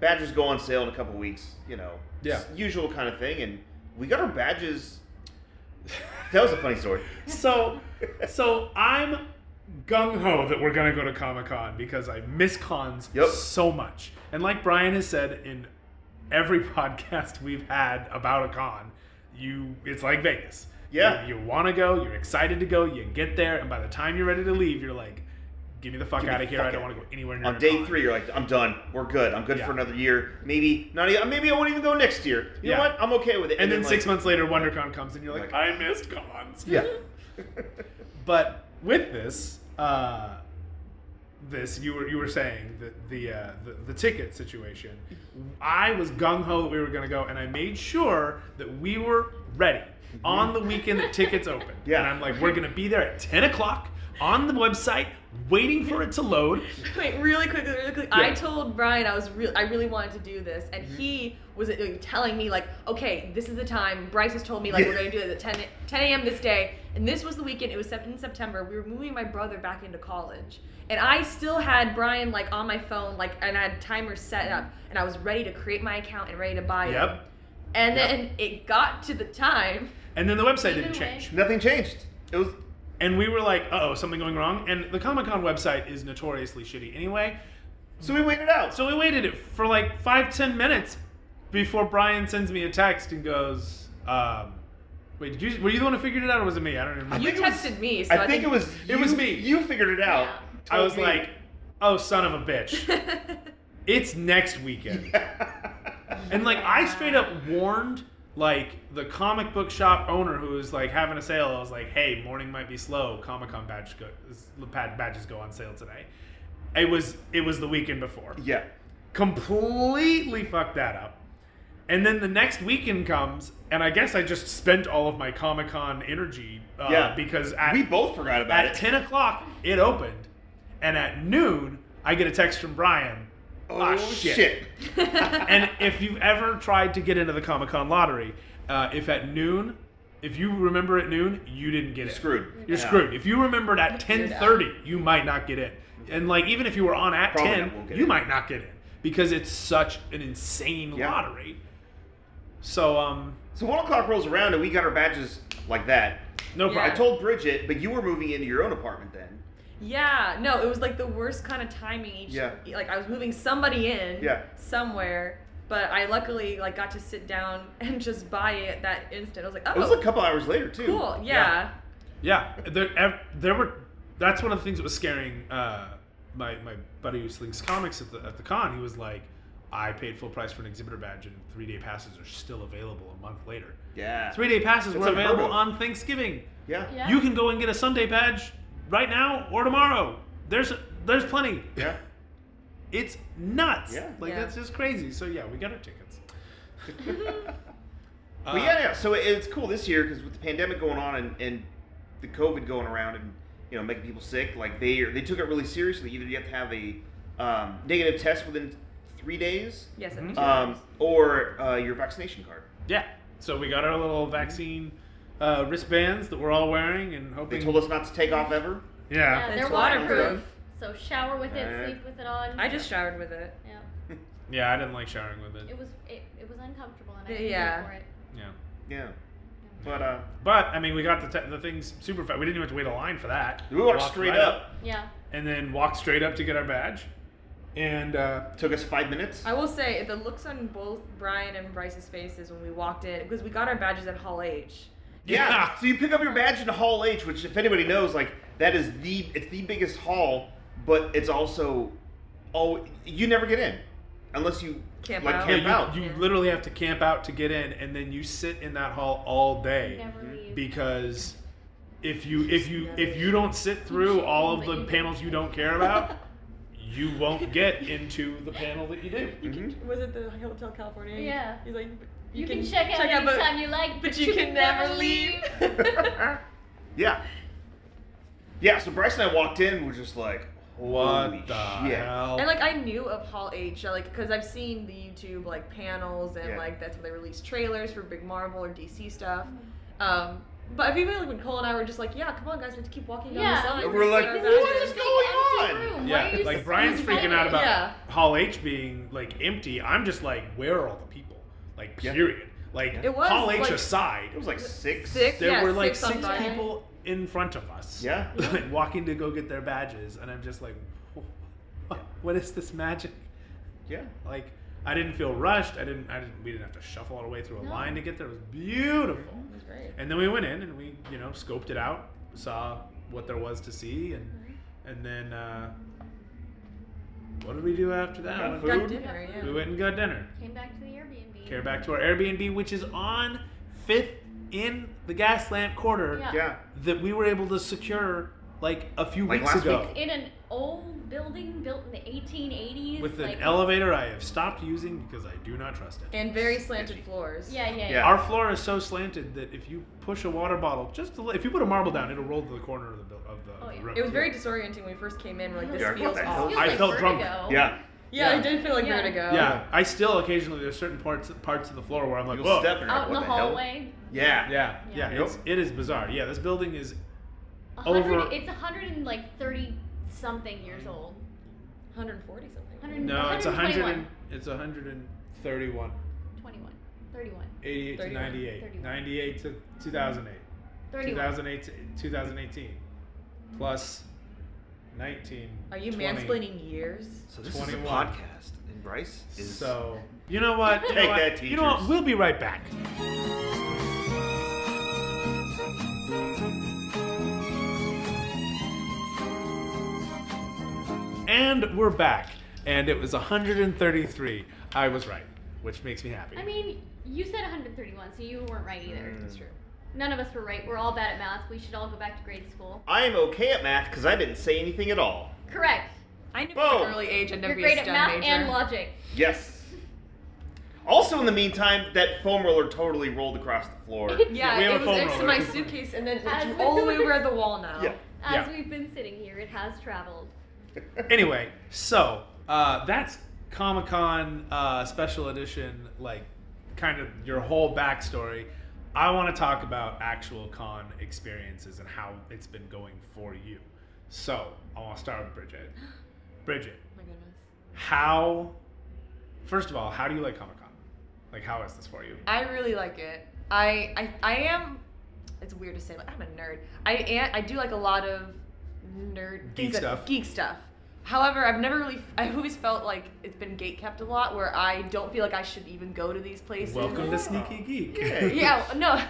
Speaker 2: Badges go on sale in a couple weeks, you know,
Speaker 3: Yeah.
Speaker 2: s- usual kind of thing. And we got our badges. That was a funny story.
Speaker 3: So, so I'm gung ho that we're gonna go to Comic Con because I miss cons
Speaker 2: Yep.
Speaker 3: so much. And like Brian has said in every podcast we've had about a con, you it's like Vegas.
Speaker 2: Yeah.
Speaker 3: you, you want to go, you're excited to go, you get there, and by the time you're ready to leave, you're like, "Give me the fuck
Speaker 2: Give me
Speaker 3: out
Speaker 2: the
Speaker 3: of here!
Speaker 2: fuck
Speaker 3: I don't
Speaker 2: outta
Speaker 3: want to go
Speaker 2: here."
Speaker 3: anywhere near
Speaker 2: On
Speaker 3: a
Speaker 2: day
Speaker 3: con."
Speaker 2: three, you're like, I'm done. We're good. I'm good
Speaker 3: Yeah.
Speaker 2: for another year. Maybe not. Even, maybe I won't even go next year. You
Speaker 3: Yeah.
Speaker 2: know what? I'm okay with it.
Speaker 3: And, then
Speaker 2: like-
Speaker 3: six months later, WonderCon comes, and you're like,
Speaker 2: Like-
Speaker 3: "I missed cons."
Speaker 2: Yeah.
Speaker 3: But with this, uh, this you were you were saying that the, uh, the the ticket situation, I was gung ho that we were going to go, and I made sure that we were ready on the weekend that tickets open.
Speaker 2: Yeah.
Speaker 3: and I'm like, we're going to be there at ten o'clock on the website, waiting for it to load.
Speaker 1: Wait, really quickly, really quickly.
Speaker 3: Yeah.
Speaker 1: I
Speaker 3: Mm-hmm.
Speaker 1: told Brian I was real. I really wanted to do this, and he was uh, telling me like, okay, this is the time. Bryce has told me like we're going to do it at 10, 10 a.m. this day, and this was the weekend. It was sep- in September. We were moving my brother back into college, and I still had Brian like on my phone, like, and I had timers set up, and I was ready to create my account and ready to buy it.
Speaker 3: Mm-hmm. Yep.
Speaker 1: And
Speaker 3: Yep.
Speaker 1: then it got to the time.
Speaker 3: And then the website
Speaker 4: Either
Speaker 3: didn't
Speaker 4: way.
Speaker 3: change.
Speaker 2: Nothing changed. It was.
Speaker 3: And we were like, oh, something going wrong. And the Comic Con website is notoriously shitty anyway.
Speaker 2: So we waited out. So
Speaker 3: So we waited it for like five, ten minutes before Brian sends me a text and goes, um, "Wait, did you? Were you the one who figured it out, or was it me? I don't even
Speaker 2: I
Speaker 1: You
Speaker 3: remember."
Speaker 2: think it was-
Speaker 1: texted me, so
Speaker 2: I, think, it was.
Speaker 3: it was
Speaker 2: you-
Speaker 3: me.
Speaker 2: You figured it out.
Speaker 3: I was
Speaker 2: Told me.
Speaker 3: like, "Oh, son of a bitch! It's next weekend." And like, I straight up warned like the comic book shop owner who was like having a sale. I was like, "Hey, morning might be slow. Comic Con badges go pad- badges go on sale today." It was it was the weekend before.
Speaker 2: yeah.
Speaker 3: completely fucked that up. And then the next weekend comes, and I guess I just spent all of my Comic Con energy uh,
Speaker 2: Yeah.
Speaker 3: because at,
Speaker 2: we both forgot about
Speaker 3: at
Speaker 2: it.
Speaker 3: 10 o'clock it opened, and at noon I get a text from Brian.
Speaker 2: Oh,
Speaker 3: "Ah, and if you've ever tried to get into the Comic Con lottery, uh, if at noon, if you remember at noon, you didn't get
Speaker 2: You're
Speaker 3: it.
Speaker 2: screwed.
Speaker 3: You're
Speaker 2: Yeah.
Speaker 3: screwed. If you remembered at
Speaker 1: You're
Speaker 3: ten
Speaker 1: down.
Speaker 3: thirty, you might not get in. And like even if you were on at
Speaker 2: Probably not
Speaker 3: ten,
Speaker 2: won't get
Speaker 3: you
Speaker 2: in.
Speaker 3: might not get in because it's such an insane
Speaker 2: Yeah.
Speaker 3: lottery. So um,
Speaker 2: So one o'clock rolls around and we got our badges like that.
Speaker 3: no
Speaker 1: Yeah.
Speaker 2: I
Speaker 3: problem.
Speaker 2: told Bridget, but you were moving into your own apartment then.
Speaker 1: Yeah, no, it was like the worst kind of timing. Each,
Speaker 2: Yeah.
Speaker 1: Like I was moving somebody in.
Speaker 2: Yeah.
Speaker 1: Somewhere, but I luckily like got to sit down and just buy it that instant. I was like, oh,
Speaker 2: It was a couple hours later too.
Speaker 1: cool. Yeah.
Speaker 3: Yeah. Yeah, there, ev- there were. That's one of the things that was scaring uh, my my buddy who slings comics at the at the con. He was like, "I paid full price for an exhibitor badge, and three day passes are still available a month later.
Speaker 2: Yeah.
Speaker 3: Three day passes
Speaker 2: That's
Speaker 3: were
Speaker 2: unheard
Speaker 3: available
Speaker 2: of.
Speaker 3: on Thanksgiving.
Speaker 2: Yeah.
Speaker 4: Yeah.
Speaker 3: You can go and get a Sunday badge right now or tomorrow. There's there's plenty.
Speaker 2: Yeah.
Speaker 3: It's nuts.
Speaker 2: Yeah.
Speaker 3: Like
Speaker 1: Yeah.
Speaker 3: that's just crazy. So yeah, we got our tickets. Uh,
Speaker 2: But yeah, yeah. So it, it's cool this year because with the pandemic going on and, and the COVID going around and you know making people sick, like they they took it really seriously. Either you have to have a um, negative test within three days,
Speaker 1: Yes.
Speaker 3: Mhm.
Speaker 1: it
Speaker 2: um,
Speaker 1: was.
Speaker 2: or uh, your vaccination card.
Speaker 3: Yeah. So we got our little vaccine uh, wristbands that we're all wearing and hoping.
Speaker 2: They told us not to take off ever.
Speaker 4: Yeah,
Speaker 3: Yeah.
Speaker 1: It's
Speaker 4: they're waterproof.
Speaker 1: waterproof.
Speaker 4: So shower with it,
Speaker 2: Alright.
Speaker 4: sleep with it on.
Speaker 1: I just showered with it.
Speaker 4: Yeah.
Speaker 3: Yeah, I didn't like showering with it.
Speaker 4: It was it, it was uncomfortable and I
Speaker 1: Yeah.
Speaker 4: didn't yeah. for it.
Speaker 3: Yeah.
Speaker 2: Yeah. But uh,
Speaker 3: But I mean, we got the, te- the things super fast. We didn't even have to wait a line for that.
Speaker 2: we walked
Speaker 3: Walked
Speaker 2: straight
Speaker 3: right
Speaker 2: up.
Speaker 4: Yeah.
Speaker 3: and then walked straight up to get our badge. And uh,
Speaker 2: Took us five minutes.
Speaker 1: I will say the looks on both Brian and Bryce's faces when we walked in because we got our badges at Hall H.
Speaker 2: Yeah.
Speaker 3: Yeah.
Speaker 2: So you pick up your badge in Hall H, which, if anybody knows, like that is the it's the biggest hall, but it's also oh you never get in unless you
Speaker 1: Camp
Speaker 2: like
Speaker 1: out.
Speaker 2: camp
Speaker 3: yeah,
Speaker 2: out.
Speaker 3: you, you
Speaker 1: Yeah.
Speaker 3: literally have to camp out to get in, and then you sit in that hall all day
Speaker 4: Never leave.
Speaker 3: because if you if you if you don't sit through all of the panels you don't care about, you won't get into the panel that you do.
Speaker 1: You can, was it the Hotel California?
Speaker 4: Yeah.
Speaker 1: He's like,
Speaker 4: You, can, check out
Speaker 1: but-
Speaker 4: anytime you like,
Speaker 1: but, you, can, never leave.
Speaker 2: Mm-hmm. Yeah. Yeah, so Bryce and I walked in, we're just like,
Speaker 3: What
Speaker 2: holy
Speaker 3: the
Speaker 2: shit.
Speaker 3: hell?
Speaker 1: and like I knew of Hall H, like because I've seen the YouTube like panels and
Speaker 2: Yeah.
Speaker 1: like that's when they release trailers for big Marvel or DC stuff. Um, but I feel like when Cole and I were just like, yeah, come on guys, we have to keep walking down
Speaker 4: Yeah.
Speaker 1: the sign.
Speaker 2: And we're like,
Speaker 1: Let's
Speaker 4: This
Speaker 1: get our
Speaker 2: what
Speaker 1: badges."
Speaker 2: is going
Speaker 4: empty
Speaker 2: on?
Speaker 4: room. Why are
Speaker 3: yeah,
Speaker 4: you
Speaker 3: like
Speaker 4: so
Speaker 3: Brian's
Speaker 4: excited?
Speaker 3: freaking out about
Speaker 1: Yeah.
Speaker 3: Hall H being like empty. I'm just like, where are all the people? Like,
Speaker 2: Yeah.
Speaker 3: period. Like,
Speaker 1: It was,
Speaker 3: Hall H
Speaker 1: like-
Speaker 3: aside,
Speaker 2: It was like six.
Speaker 1: Six.
Speaker 3: there
Speaker 1: yeah,
Speaker 3: were like
Speaker 1: six
Speaker 3: six,
Speaker 1: on Friday.
Speaker 3: people in front of us.
Speaker 2: Yeah.
Speaker 3: like walking to go get their badges, and I'm just like, what is this magic?
Speaker 2: Yeah.
Speaker 3: Like, I didn't feel rushed. I didn't. I didn't. We didn't have to shuffle our way through a
Speaker 4: No.
Speaker 3: line to get there. It was beautiful.
Speaker 1: It was great.
Speaker 3: And then we went in and we, you know, scoped it out, saw what there was to see, and and then uh, what did we do after that?
Speaker 2: Got
Speaker 3: We went-
Speaker 1: Got dinner, yeah.
Speaker 3: We went and got dinner.
Speaker 4: Came back to the Airbnb.
Speaker 3: Came back to our Airbnb, which is on Fifth in the Gaslamp Quarter
Speaker 4: Yeah.
Speaker 2: Yeah.
Speaker 3: that we were able to secure like a few
Speaker 2: Like
Speaker 3: weeks
Speaker 2: last
Speaker 3: ago
Speaker 4: In an old building built in the 1880s.
Speaker 3: with
Speaker 4: like,
Speaker 3: an elevator I have stopped using because I do not trust it.
Speaker 1: And very slanted floors.
Speaker 4: Yeah, yeah,
Speaker 2: Yeah.
Speaker 4: yeah.
Speaker 3: Our floor is so slanted that if you push a water bottle, just a li- if you put a marble down, it'll roll to the corner of the buil- of the,
Speaker 4: Oh, yeah.
Speaker 3: the room.
Speaker 1: It was very disorienting when we first came in. We're like, this
Speaker 2: Yeah, what
Speaker 1: feels
Speaker 2: the hell?
Speaker 1: off.
Speaker 4: Feels
Speaker 1: Yeah,
Speaker 3: I
Speaker 4: like
Speaker 3: felt drunk.
Speaker 4: vertigo.
Speaker 2: Yeah.
Speaker 1: I did feel like
Speaker 4: Yeah.
Speaker 1: vertigo.
Speaker 3: Yeah, I still occasionally there's certain parts parts of the floor where I'm like,
Speaker 2: You'll
Speaker 3: whoa.
Speaker 2: step and you're like,
Speaker 4: Out in
Speaker 2: what
Speaker 4: the,
Speaker 2: the hell?
Speaker 4: hallway.
Speaker 2: Yeah.
Speaker 3: Yeah,
Speaker 4: Yeah.
Speaker 3: yeah,
Speaker 2: Yep.
Speaker 3: it's it is bizarre. Yeah, this building is
Speaker 4: A hundred-
Speaker 3: Over-
Speaker 4: It's 130 something years old.
Speaker 1: 140 something.
Speaker 4: Hundred-
Speaker 3: no, it's a hundred
Speaker 4: 121.
Speaker 3: and it's a hundred and thirty-one,
Speaker 4: 21, 31,
Speaker 3: 88 to
Speaker 1: 31,
Speaker 3: 98,
Speaker 4: 31.
Speaker 3: 98 to 2008,
Speaker 4: 31.
Speaker 3: 2008 to 2018, plus 19.
Speaker 1: Are you
Speaker 3: 20.
Speaker 1: mansplaining years?
Speaker 2: So this is a
Speaker 3: 21.
Speaker 2: podcast, and Bryce is.
Speaker 3: So you know what? You know
Speaker 2: Take
Speaker 3: what?
Speaker 2: that,
Speaker 3: You know what?
Speaker 2: teachers.
Speaker 3: We'll be right back. And we're back, and it was 133. I was right, which makes me happy.
Speaker 4: I mean, you said 131, so you weren't right either.
Speaker 2: Mm.
Speaker 1: That's true.
Speaker 4: None of us were right. We're all bad at math. We should all go back to grade school.
Speaker 2: I am okay at math because I didn't say anything at all.
Speaker 4: Correct.
Speaker 1: I knew
Speaker 2: Whoa.
Speaker 1: from an early age I'd never
Speaker 4: You're
Speaker 1: be a
Speaker 4: great at
Speaker 1: STEM
Speaker 4: math
Speaker 1: major.
Speaker 4: and logic.
Speaker 2: Yes. Also, in the meantime, that foam roller totally rolled across the floor.
Speaker 1: Yeah,
Speaker 3: we have a
Speaker 1: it was
Speaker 3: foam
Speaker 1: next to
Speaker 3: roller.
Speaker 1: my suitcase, and then
Speaker 4: As
Speaker 1: it's
Speaker 4: we-
Speaker 1: all the way over the wall now. Oh
Speaker 2: Yeah.
Speaker 4: As
Speaker 3: Yeah.
Speaker 4: we've been sitting here, it has traveled.
Speaker 3: anyway, so uh, that's Comic Con uh, special edition, like kind of your whole backstory. I want to talk about actual con experiences and how it's been going for you. So I want to start with Bridget. Bridget,
Speaker 1: Oh my goodness.
Speaker 3: how? First of all, how do you like Comic Con? Like, how is this for you?
Speaker 1: I really like it. I I, I am. It's weird to say. Like I'm a nerd. I am, I do like a lot of nerd
Speaker 3: Geek
Speaker 1: things that-
Speaker 3: stuff.
Speaker 1: Geek stuff. However, I've never really. I've always felt like it's been gate kept a lot, where I don't feel like I should even go to these places.
Speaker 3: Welcome to Sneaky Geek.
Speaker 2: Yeah.
Speaker 1: Yeah. No.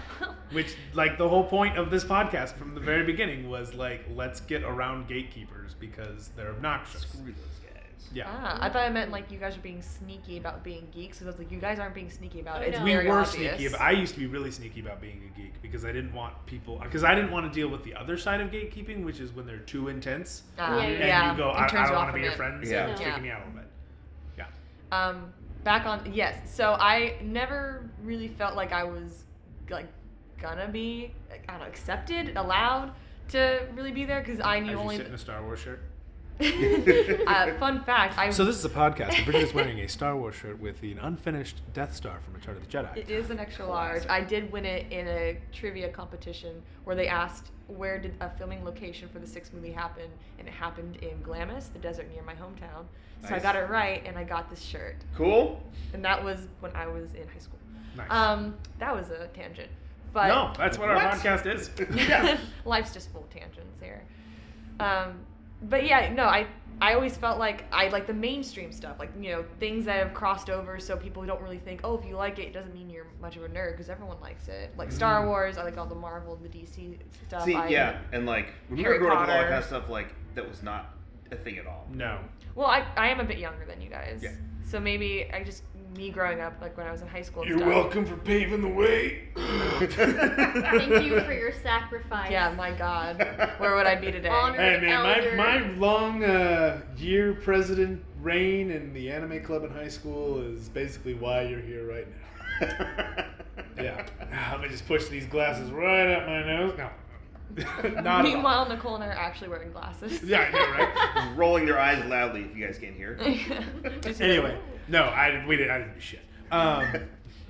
Speaker 3: Which, like, the whole point of this podcast from the very beginning was like, let's get around gatekeepers because they're obnoxious.
Speaker 2: Screw those guys.
Speaker 3: Yeah.
Speaker 1: ah, I thought I meant like you guys are being sneaky about being geeks, because I was like, you guys aren't being sneaky about it.
Speaker 4: Oh,
Speaker 1: It's
Speaker 4: no.
Speaker 3: we
Speaker 1: very
Speaker 3: were
Speaker 1: obvious.
Speaker 3: sneaky. But I used to be really sneaky about being a geek because I didn't want people because I didn't want to deal with the other side of gatekeeping, which is when they're too intense
Speaker 1: Ah,
Speaker 4: Yeah,
Speaker 3: and
Speaker 1: yeah.
Speaker 3: you go,
Speaker 1: It
Speaker 3: I, I
Speaker 1: turns
Speaker 3: don't
Speaker 1: you
Speaker 3: want
Speaker 1: off
Speaker 3: to be
Speaker 1: a
Speaker 3: your
Speaker 1: bit.
Speaker 3: friend, so
Speaker 2: Yeah.
Speaker 3: it's
Speaker 1: Yeah.
Speaker 3: kicking me out a little bit.
Speaker 1: um back on yes so i never really felt like i was like gonna be like, i don't know accepted allowed to really be there because i
Speaker 3: As
Speaker 1: knew
Speaker 3: you
Speaker 1: only
Speaker 3: sit in a Star Wars shirt.
Speaker 1: uh, fun fact i
Speaker 3: So this is a podcast. Bridget is wearing a Star Wars shirt with the unfinished Death Star from Return of the Jedi.
Speaker 1: it is an extra large i did win it in a trivia competition where they asked where did a filming location for the sixth movie happen and it happened in glamis the desert near my hometown so i
Speaker 2: Nice.
Speaker 1: got it right and i got this shirt
Speaker 2: Cool.
Speaker 1: and that was when i was in high school
Speaker 3: Nice.
Speaker 1: um that was a tangent but
Speaker 3: no, that's what, our
Speaker 2: What?
Speaker 3: podcast is.
Speaker 2: Yeah.
Speaker 1: Life's just full of tangents here. Um, but yeah, no, I I always felt like I like the mainstream stuff, like you know things that have crossed over, so people don't really think, oh, if you like it, it doesn't mean you're much of a nerd because everyone likes it. Like
Speaker 3: Mm-hmm.
Speaker 1: Star Wars, I like all the Marvel, the DC stuff.
Speaker 2: See,
Speaker 1: I,
Speaker 2: yeah, and like when we were
Speaker 1: Harry
Speaker 2: growing up, with all that
Speaker 1: Potter.
Speaker 2: kind of stuff like that was not a thing at all.
Speaker 3: No.
Speaker 1: Well, I, I am a bit younger than you guys.
Speaker 2: Yeah.
Speaker 1: So maybe I just me growing up like when I was in high school. and
Speaker 3: You're
Speaker 1: stuff.
Speaker 3: welcome for paving the way.
Speaker 4: Thank you for your sacrifice.
Speaker 1: Yeah, my God, where would I be today?
Speaker 4: Honor-
Speaker 3: Hey man, my,
Speaker 4: Elder.
Speaker 3: my long uh, year president reign in the anime club in high school is basically why you're here right now. Yeah, I'm gonna just push these glasses right up my nose. No, not at all.
Speaker 1: Meanwhile, Nicole and I are actually wearing glasses.
Speaker 3: Yeah, I know, right?
Speaker 2: Rolling their eyes loudly if you guys can't hear.
Speaker 1: Just-
Speaker 3: anyway, no, I we didn't. I didn't do shit. Um,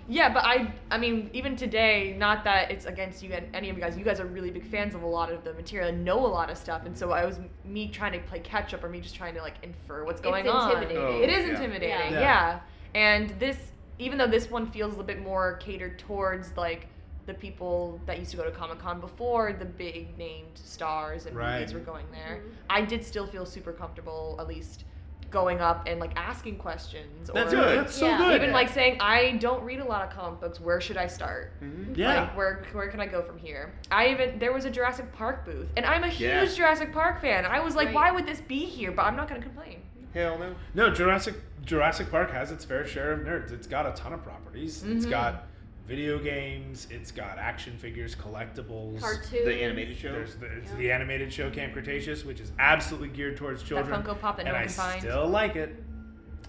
Speaker 1: Yeah, but I I mean even today, not that it's against you and any of you guys. You guys are really big fans of a lot of the material and know a lot of stuff, and so I was me trying to play catch up or me just trying to like infer what's going
Speaker 4: it's
Speaker 1: on.
Speaker 4: intimidating.
Speaker 2: Oh.
Speaker 1: It is
Speaker 2: yeah.
Speaker 1: intimidating,
Speaker 4: Yeah.
Speaker 1: yeah. And this, even though this one feels a bit more catered towards like the people that used to go to Comic Con before the big named stars and
Speaker 3: Right.
Speaker 1: movies were going there,
Speaker 4: Mm-hmm.
Speaker 1: I did still feel super comfortable at least going up and like asking questions
Speaker 3: that's
Speaker 1: or
Speaker 2: good.
Speaker 3: That's so
Speaker 4: Yeah.
Speaker 3: good.
Speaker 1: even like saying I don't read a lot of comic books. Where should I start?
Speaker 2: Mhm.
Speaker 3: yeah.
Speaker 1: Like where where can I go from here? I even there was a Jurassic Park booth, and I'm a huge
Speaker 2: Yeah.
Speaker 1: Jurassic Park fan. I was like,
Speaker 4: Right.
Speaker 1: why would this be here? But I'm not gonna complain.
Speaker 2: Hell no.
Speaker 3: No, Jurassic Jurassic Park has its fair share of nerds. It's got a ton of properties. It's
Speaker 1: Mhm.
Speaker 3: got video games. It's got action figures, collectibles.
Speaker 4: Cartoons.
Speaker 2: The animated show.
Speaker 3: There's the, it's the animated show Camp Cretaceous, which is absolutely geared towards children.
Speaker 1: Funko Pop that no
Speaker 3: and
Speaker 1: one
Speaker 3: I
Speaker 1: can find.
Speaker 3: still like it.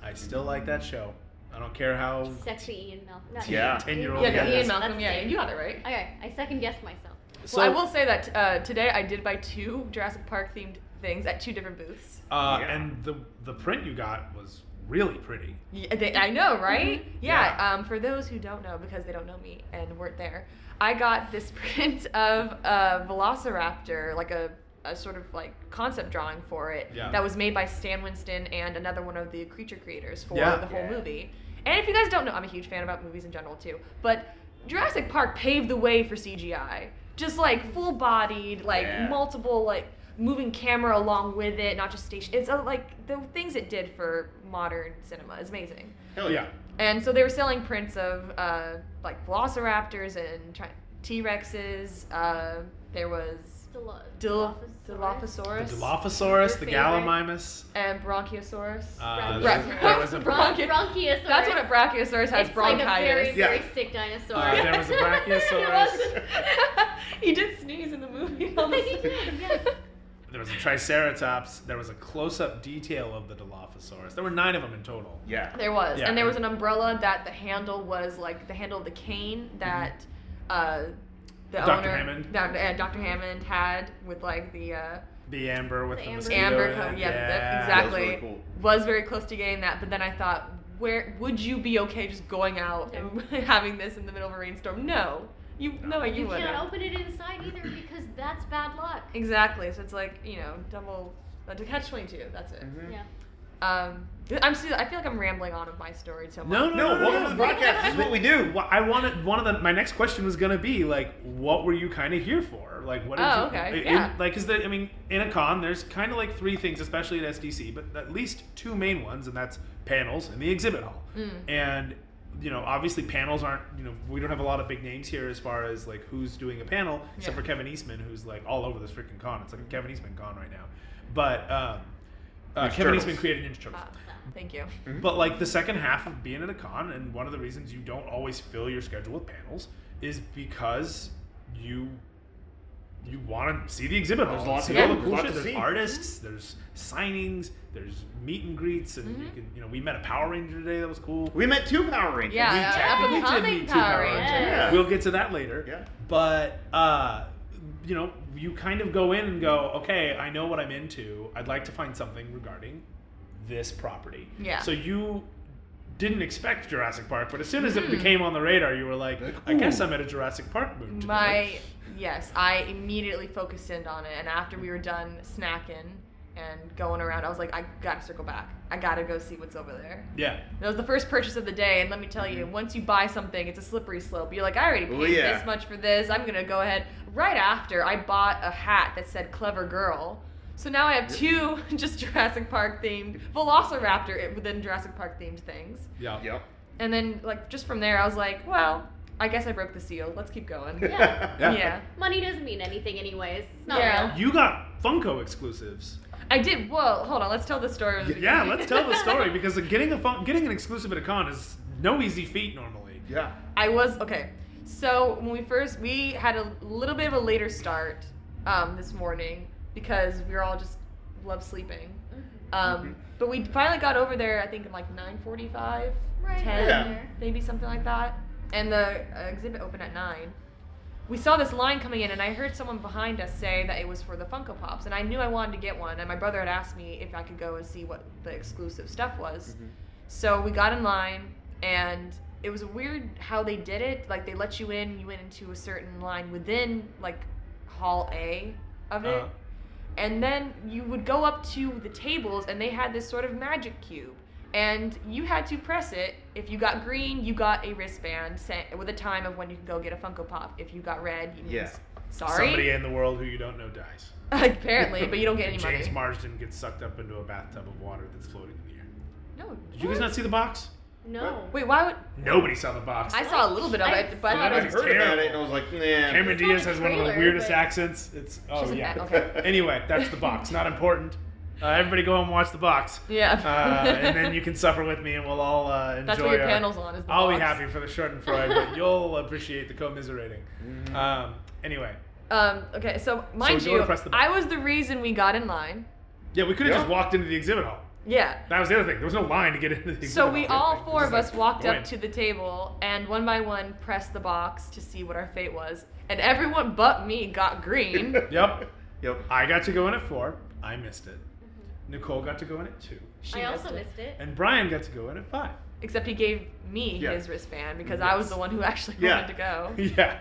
Speaker 3: I still like that show. I don't care how.
Speaker 4: Sexy Ian Malcolm. not
Speaker 2: Yeah.
Speaker 4: Ian-
Speaker 3: 10-year-old
Speaker 1: Yeah,
Speaker 3: Yeah,
Speaker 1: the
Speaker 3: that's-
Speaker 1: Ian Malcolm.
Speaker 4: that's
Speaker 1: Yeah,
Speaker 4: Ian.
Speaker 1: you got it right.
Speaker 4: Okay, I second guessed myself.
Speaker 3: So,
Speaker 1: well, I will say that uh, today I did buy two Jurassic Park themed things at two different booths.
Speaker 3: uh,
Speaker 2: Yeah.
Speaker 3: and the the print you got was really pretty.
Speaker 1: Yeah, uh, they, I know, right? Yeah.
Speaker 3: Mm-hmm. Yeah.
Speaker 1: Um, for those who don't know, because they don't know me and weren't there, I got this print of a Velociraptor, like a, a sort of like concept drawing for it
Speaker 3: Yeah.
Speaker 1: that was made by Stan Winston and another one of the creature creators for
Speaker 3: Yeah.
Speaker 1: the whole
Speaker 2: Yeah.
Speaker 1: movie. And if you guys don't know, I'm a huge fan about movies in general too. But Jurassic Park paved the way for CGI, just like full bodied, like
Speaker 2: Yeah.
Speaker 1: multiple like moving camera along with it, not just station. It's uh, like the things it did for modern cinema is amazing.
Speaker 2: Hell Oh, yeah.
Speaker 1: And so they were selling prints of uh, like velociraptors and T Rexes. Uh, there was
Speaker 4: Dilo-
Speaker 1: Dil-
Speaker 4: Dilophosaurus.
Speaker 3: The
Speaker 1: Dilophosaurus
Speaker 3: Dilophosaurus, the
Speaker 4: favorite?
Speaker 3: Gallimimus.
Speaker 1: and Bronchiosaurus.
Speaker 3: Uh,
Speaker 4: Bronchi-
Speaker 3: there, there was a
Speaker 1: Bron- Bronchi-
Speaker 4: Bronchiosaurus.
Speaker 1: That's what a Brachiosaurus has
Speaker 4: it's
Speaker 1: bronchitis.
Speaker 4: Like a very, very
Speaker 2: Yeah.
Speaker 4: sick dinosaur.
Speaker 3: Uh, there was a
Speaker 1: It
Speaker 3: Brachiosaurus.
Speaker 1: wasn't. he did sneeze in the movie. on the-
Speaker 4: Yeah.
Speaker 3: There was a Triceratops. There was a close-up detail of the Dilophosaurus. There were nine of them in total.
Speaker 2: Yeah.
Speaker 1: There was,
Speaker 3: Yeah.
Speaker 1: and there was an umbrella that the handle was like the handle of the cane that uh, the
Speaker 3: Dr.
Speaker 1: owner,
Speaker 3: Mm-hmm. Hammond.
Speaker 1: that, uh, Dr. Hammond, had with like the uh,
Speaker 3: The amber with the,
Speaker 4: The amber.
Speaker 3: mosquito.
Speaker 1: amber.
Speaker 3: in
Speaker 1: Co-
Speaker 3: it.
Speaker 1: yeah, that,
Speaker 3: Yeah.
Speaker 1: exactly.
Speaker 2: really cool.
Speaker 1: Was very close to getting that, but then I thought, where would you be okay just going out and having this in the middle of a rainstorm? No, you no, you,
Speaker 4: You
Speaker 1: wouldn't.
Speaker 4: can't open it inside either because that's bad luck.
Speaker 1: Exactly. So it's like you know, double uh, to catch twenty two. That's it.
Speaker 2: Mhm.
Speaker 4: Yeah.
Speaker 1: Um, I'm still, I feel like I'm rambling on of my story so much.
Speaker 3: No, no,
Speaker 2: No,
Speaker 3: no, no,
Speaker 2: welcome
Speaker 3: no.
Speaker 2: to the podcast. This is what we do.
Speaker 3: Well, I wanted one of the my next question was gonna be like, what were you kind of here for? Like, what? Did
Speaker 1: Oh,
Speaker 3: you,
Speaker 1: okay,
Speaker 3: it- it-
Speaker 1: yeah.
Speaker 3: like, is that I mean, in a con, there's kind of like three things, especially at SDC, but at least two main ones, and that's panels and the exhibit hall. And you know, obviously, panels aren't. You know, we don't have a lot of big names here as far as like who's doing a panel, except
Speaker 1: Yeah.
Speaker 3: for Kevin Eastman, who's like all over this freaking con. It's like a Kevin Eastman con right now. But um, uh,
Speaker 2: Ninja
Speaker 3: Kevin
Speaker 2: Turtles.
Speaker 3: Eastman created Ninja Turtles.
Speaker 1: Ah, thank you.
Speaker 2: Mm-hmm.
Speaker 3: But like the second half of being at a con, and one of the reasons you don't always fill your schedule with panels is because you you want to see the exhibit.
Speaker 2: There's
Speaker 3: hall,
Speaker 2: lots
Speaker 3: see
Speaker 1: to do,
Speaker 3: all the
Speaker 2: there's
Speaker 3: cool
Speaker 2: lots
Speaker 3: shit.
Speaker 2: to
Speaker 3: There's
Speaker 2: see. Mm-hmm.
Speaker 3: artists, there's signings, there's meet and greets, and
Speaker 2: Mm-hmm.
Speaker 3: you can you know we met a Power Ranger today that was cool.
Speaker 2: We met two Power Rangers.
Speaker 1: Yeah, uh,
Speaker 3: We
Speaker 1: up and
Speaker 3: technically did
Speaker 1: coming
Speaker 3: need two Power
Speaker 1: Power
Speaker 3: Rangers.
Speaker 1: Rangers.
Speaker 2: Yeah.
Speaker 3: We'll get to that later.
Speaker 2: Yeah.
Speaker 3: But uh, you know, you kind of go in and go, okay, I know what I'm into. I'd like to find something regarding this property.
Speaker 1: Yeah.
Speaker 3: So you didn't expect Jurassic Park, but as soon as
Speaker 1: Hmm.
Speaker 3: it became on the radar, you were like, I guess
Speaker 2: ooh.
Speaker 3: I'm at a Jurassic Park mood. Today.
Speaker 1: My yes, I immediately focused in on it, and after we were done snacking and going around, I was like, I gotta circle back. I gotta go see what's over there.
Speaker 3: yeah.
Speaker 1: That was the first purchase of the day, and let me tell you,
Speaker 3: Mm-hmm.
Speaker 1: once you buy something, it's a slippery slope. You're like, I already paid
Speaker 2: Oh, yeah.
Speaker 1: this much for this. I'm gonna go ahead. Right after, I bought a hat that said "Clever Girl," so now I have two just Jurassic Park themed Velociraptor within Jurassic Park themed things.
Speaker 3: Yeah.
Speaker 2: Yep.
Speaker 1: And then, like, just from there, I was like, well, I guess I broke the seal. Let's keep going.
Speaker 4: Yeah.
Speaker 3: Yeah.
Speaker 1: yeah.
Speaker 4: Money doesn't mean anything, anyways. It's not
Speaker 1: Yeah.
Speaker 4: real.
Speaker 3: You got Funko exclusives.
Speaker 1: I did. Whoa, hold on. Let's tell the story. of the
Speaker 3: Yeah,
Speaker 1: beginning.
Speaker 3: let's tell the story because getting a phone, getting an exclusive at a con is no easy feat normally.
Speaker 2: Yeah.
Speaker 1: I was okay. So when we first we had a little bit of a later start um, this morning because we were all just love sleeping.
Speaker 4: Mm-hmm.
Speaker 1: Um,
Speaker 2: Mhm.
Speaker 1: But we finally got over there. I think in like 9:45,
Speaker 4: Right
Speaker 1: 10,
Speaker 2: Yeah.
Speaker 4: there.
Speaker 1: maybe something like that. And the uh, exhibit opened at nine. We saw this line coming in, and I heard someone behind us say that it was for the Funko Pops, and I knew I wanted to get one. And my brother had asked me if I could go and see what the exclusive stuff was.
Speaker 2: Mhm.
Speaker 1: So we got in line, and it was weird how they did it. Like they let you in, you went into a certain line within like Hall A of it,
Speaker 3: Uh-huh.
Speaker 1: and then you would go up to the tables, and they had this sort of magic cube, and you had to press it. If you got green, you got a wristband sa- with a time of when you can go get a Funko Pop. If you got red, you
Speaker 2: Yeah.
Speaker 1: s- sorry,
Speaker 3: Somebody in the world who you don't know dies.
Speaker 1: apparently, but you don't get any
Speaker 3: And James
Speaker 1: money.
Speaker 3: Marsden gets sucked up into a bathtub of water that's floating in the air.
Speaker 1: no,
Speaker 3: Did you guys not see the box?
Speaker 4: No.
Speaker 1: wait, why would
Speaker 3: Nobody saw the box.
Speaker 1: I saw a little bit of
Speaker 4: I
Speaker 1: it, but I
Speaker 4: saw
Speaker 1: thought
Speaker 2: I
Speaker 1: it
Speaker 2: heard
Speaker 1: was
Speaker 3: It's
Speaker 2: about
Speaker 3: terrible.
Speaker 2: it and I was like, nah.
Speaker 3: Cameron
Speaker 4: I saw
Speaker 3: Diaz
Speaker 4: the
Speaker 3: has one of the
Speaker 4: trailer,
Speaker 3: weirdest
Speaker 4: but-
Speaker 3: accents. It's oh
Speaker 1: She's like
Speaker 3: yeah.
Speaker 1: that, okay.
Speaker 3: Anyway, that's the box. Not important. Uh, everybody go and watch the box.
Speaker 1: yeah.
Speaker 3: Uh, and then you can suffer with me, and we'll all uh, enjoy.
Speaker 1: That's what your
Speaker 3: our-
Speaker 1: panel's on. Is the
Speaker 3: I'll be
Speaker 1: box.
Speaker 3: happy for the Schadenfreude, but you'll appreciate the commiserating. Um, anyway,
Speaker 1: Um, okay, so mind
Speaker 3: you
Speaker 1: you,
Speaker 3: wanna press the
Speaker 1: I
Speaker 3: button.
Speaker 1: was the reason we got in line.
Speaker 3: yeah, we could have just
Speaker 2: Yeah.
Speaker 3: walked into the exhibit hall.
Speaker 1: Yeah.
Speaker 3: That was the other thing. There was no line to get into the exhibit
Speaker 1: So we
Speaker 3: hall.
Speaker 1: all four
Speaker 3: Just
Speaker 1: of
Speaker 3: like,
Speaker 1: us walked
Speaker 3: go in.
Speaker 1: up to the table and one by one pressed the box to see what our fate was, and everyone but me got green.
Speaker 3: Yep.
Speaker 2: Yep.
Speaker 3: I got to go in at four. I missed it. Nicole got to go in at two,
Speaker 1: She
Speaker 4: I also
Speaker 1: missed it.
Speaker 4: missed it.
Speaker 3: and Brian got to go in at five.
Speaker 1: Except he gave me
Speaker 2: Yeah.
Speaker 1: his wristband because I was
Speaker 3: Yes.
Speaker 1: the one who actually
Speaker 2: Yeah.
Speaker 1: wanted to go.
Speaker 3: yeah.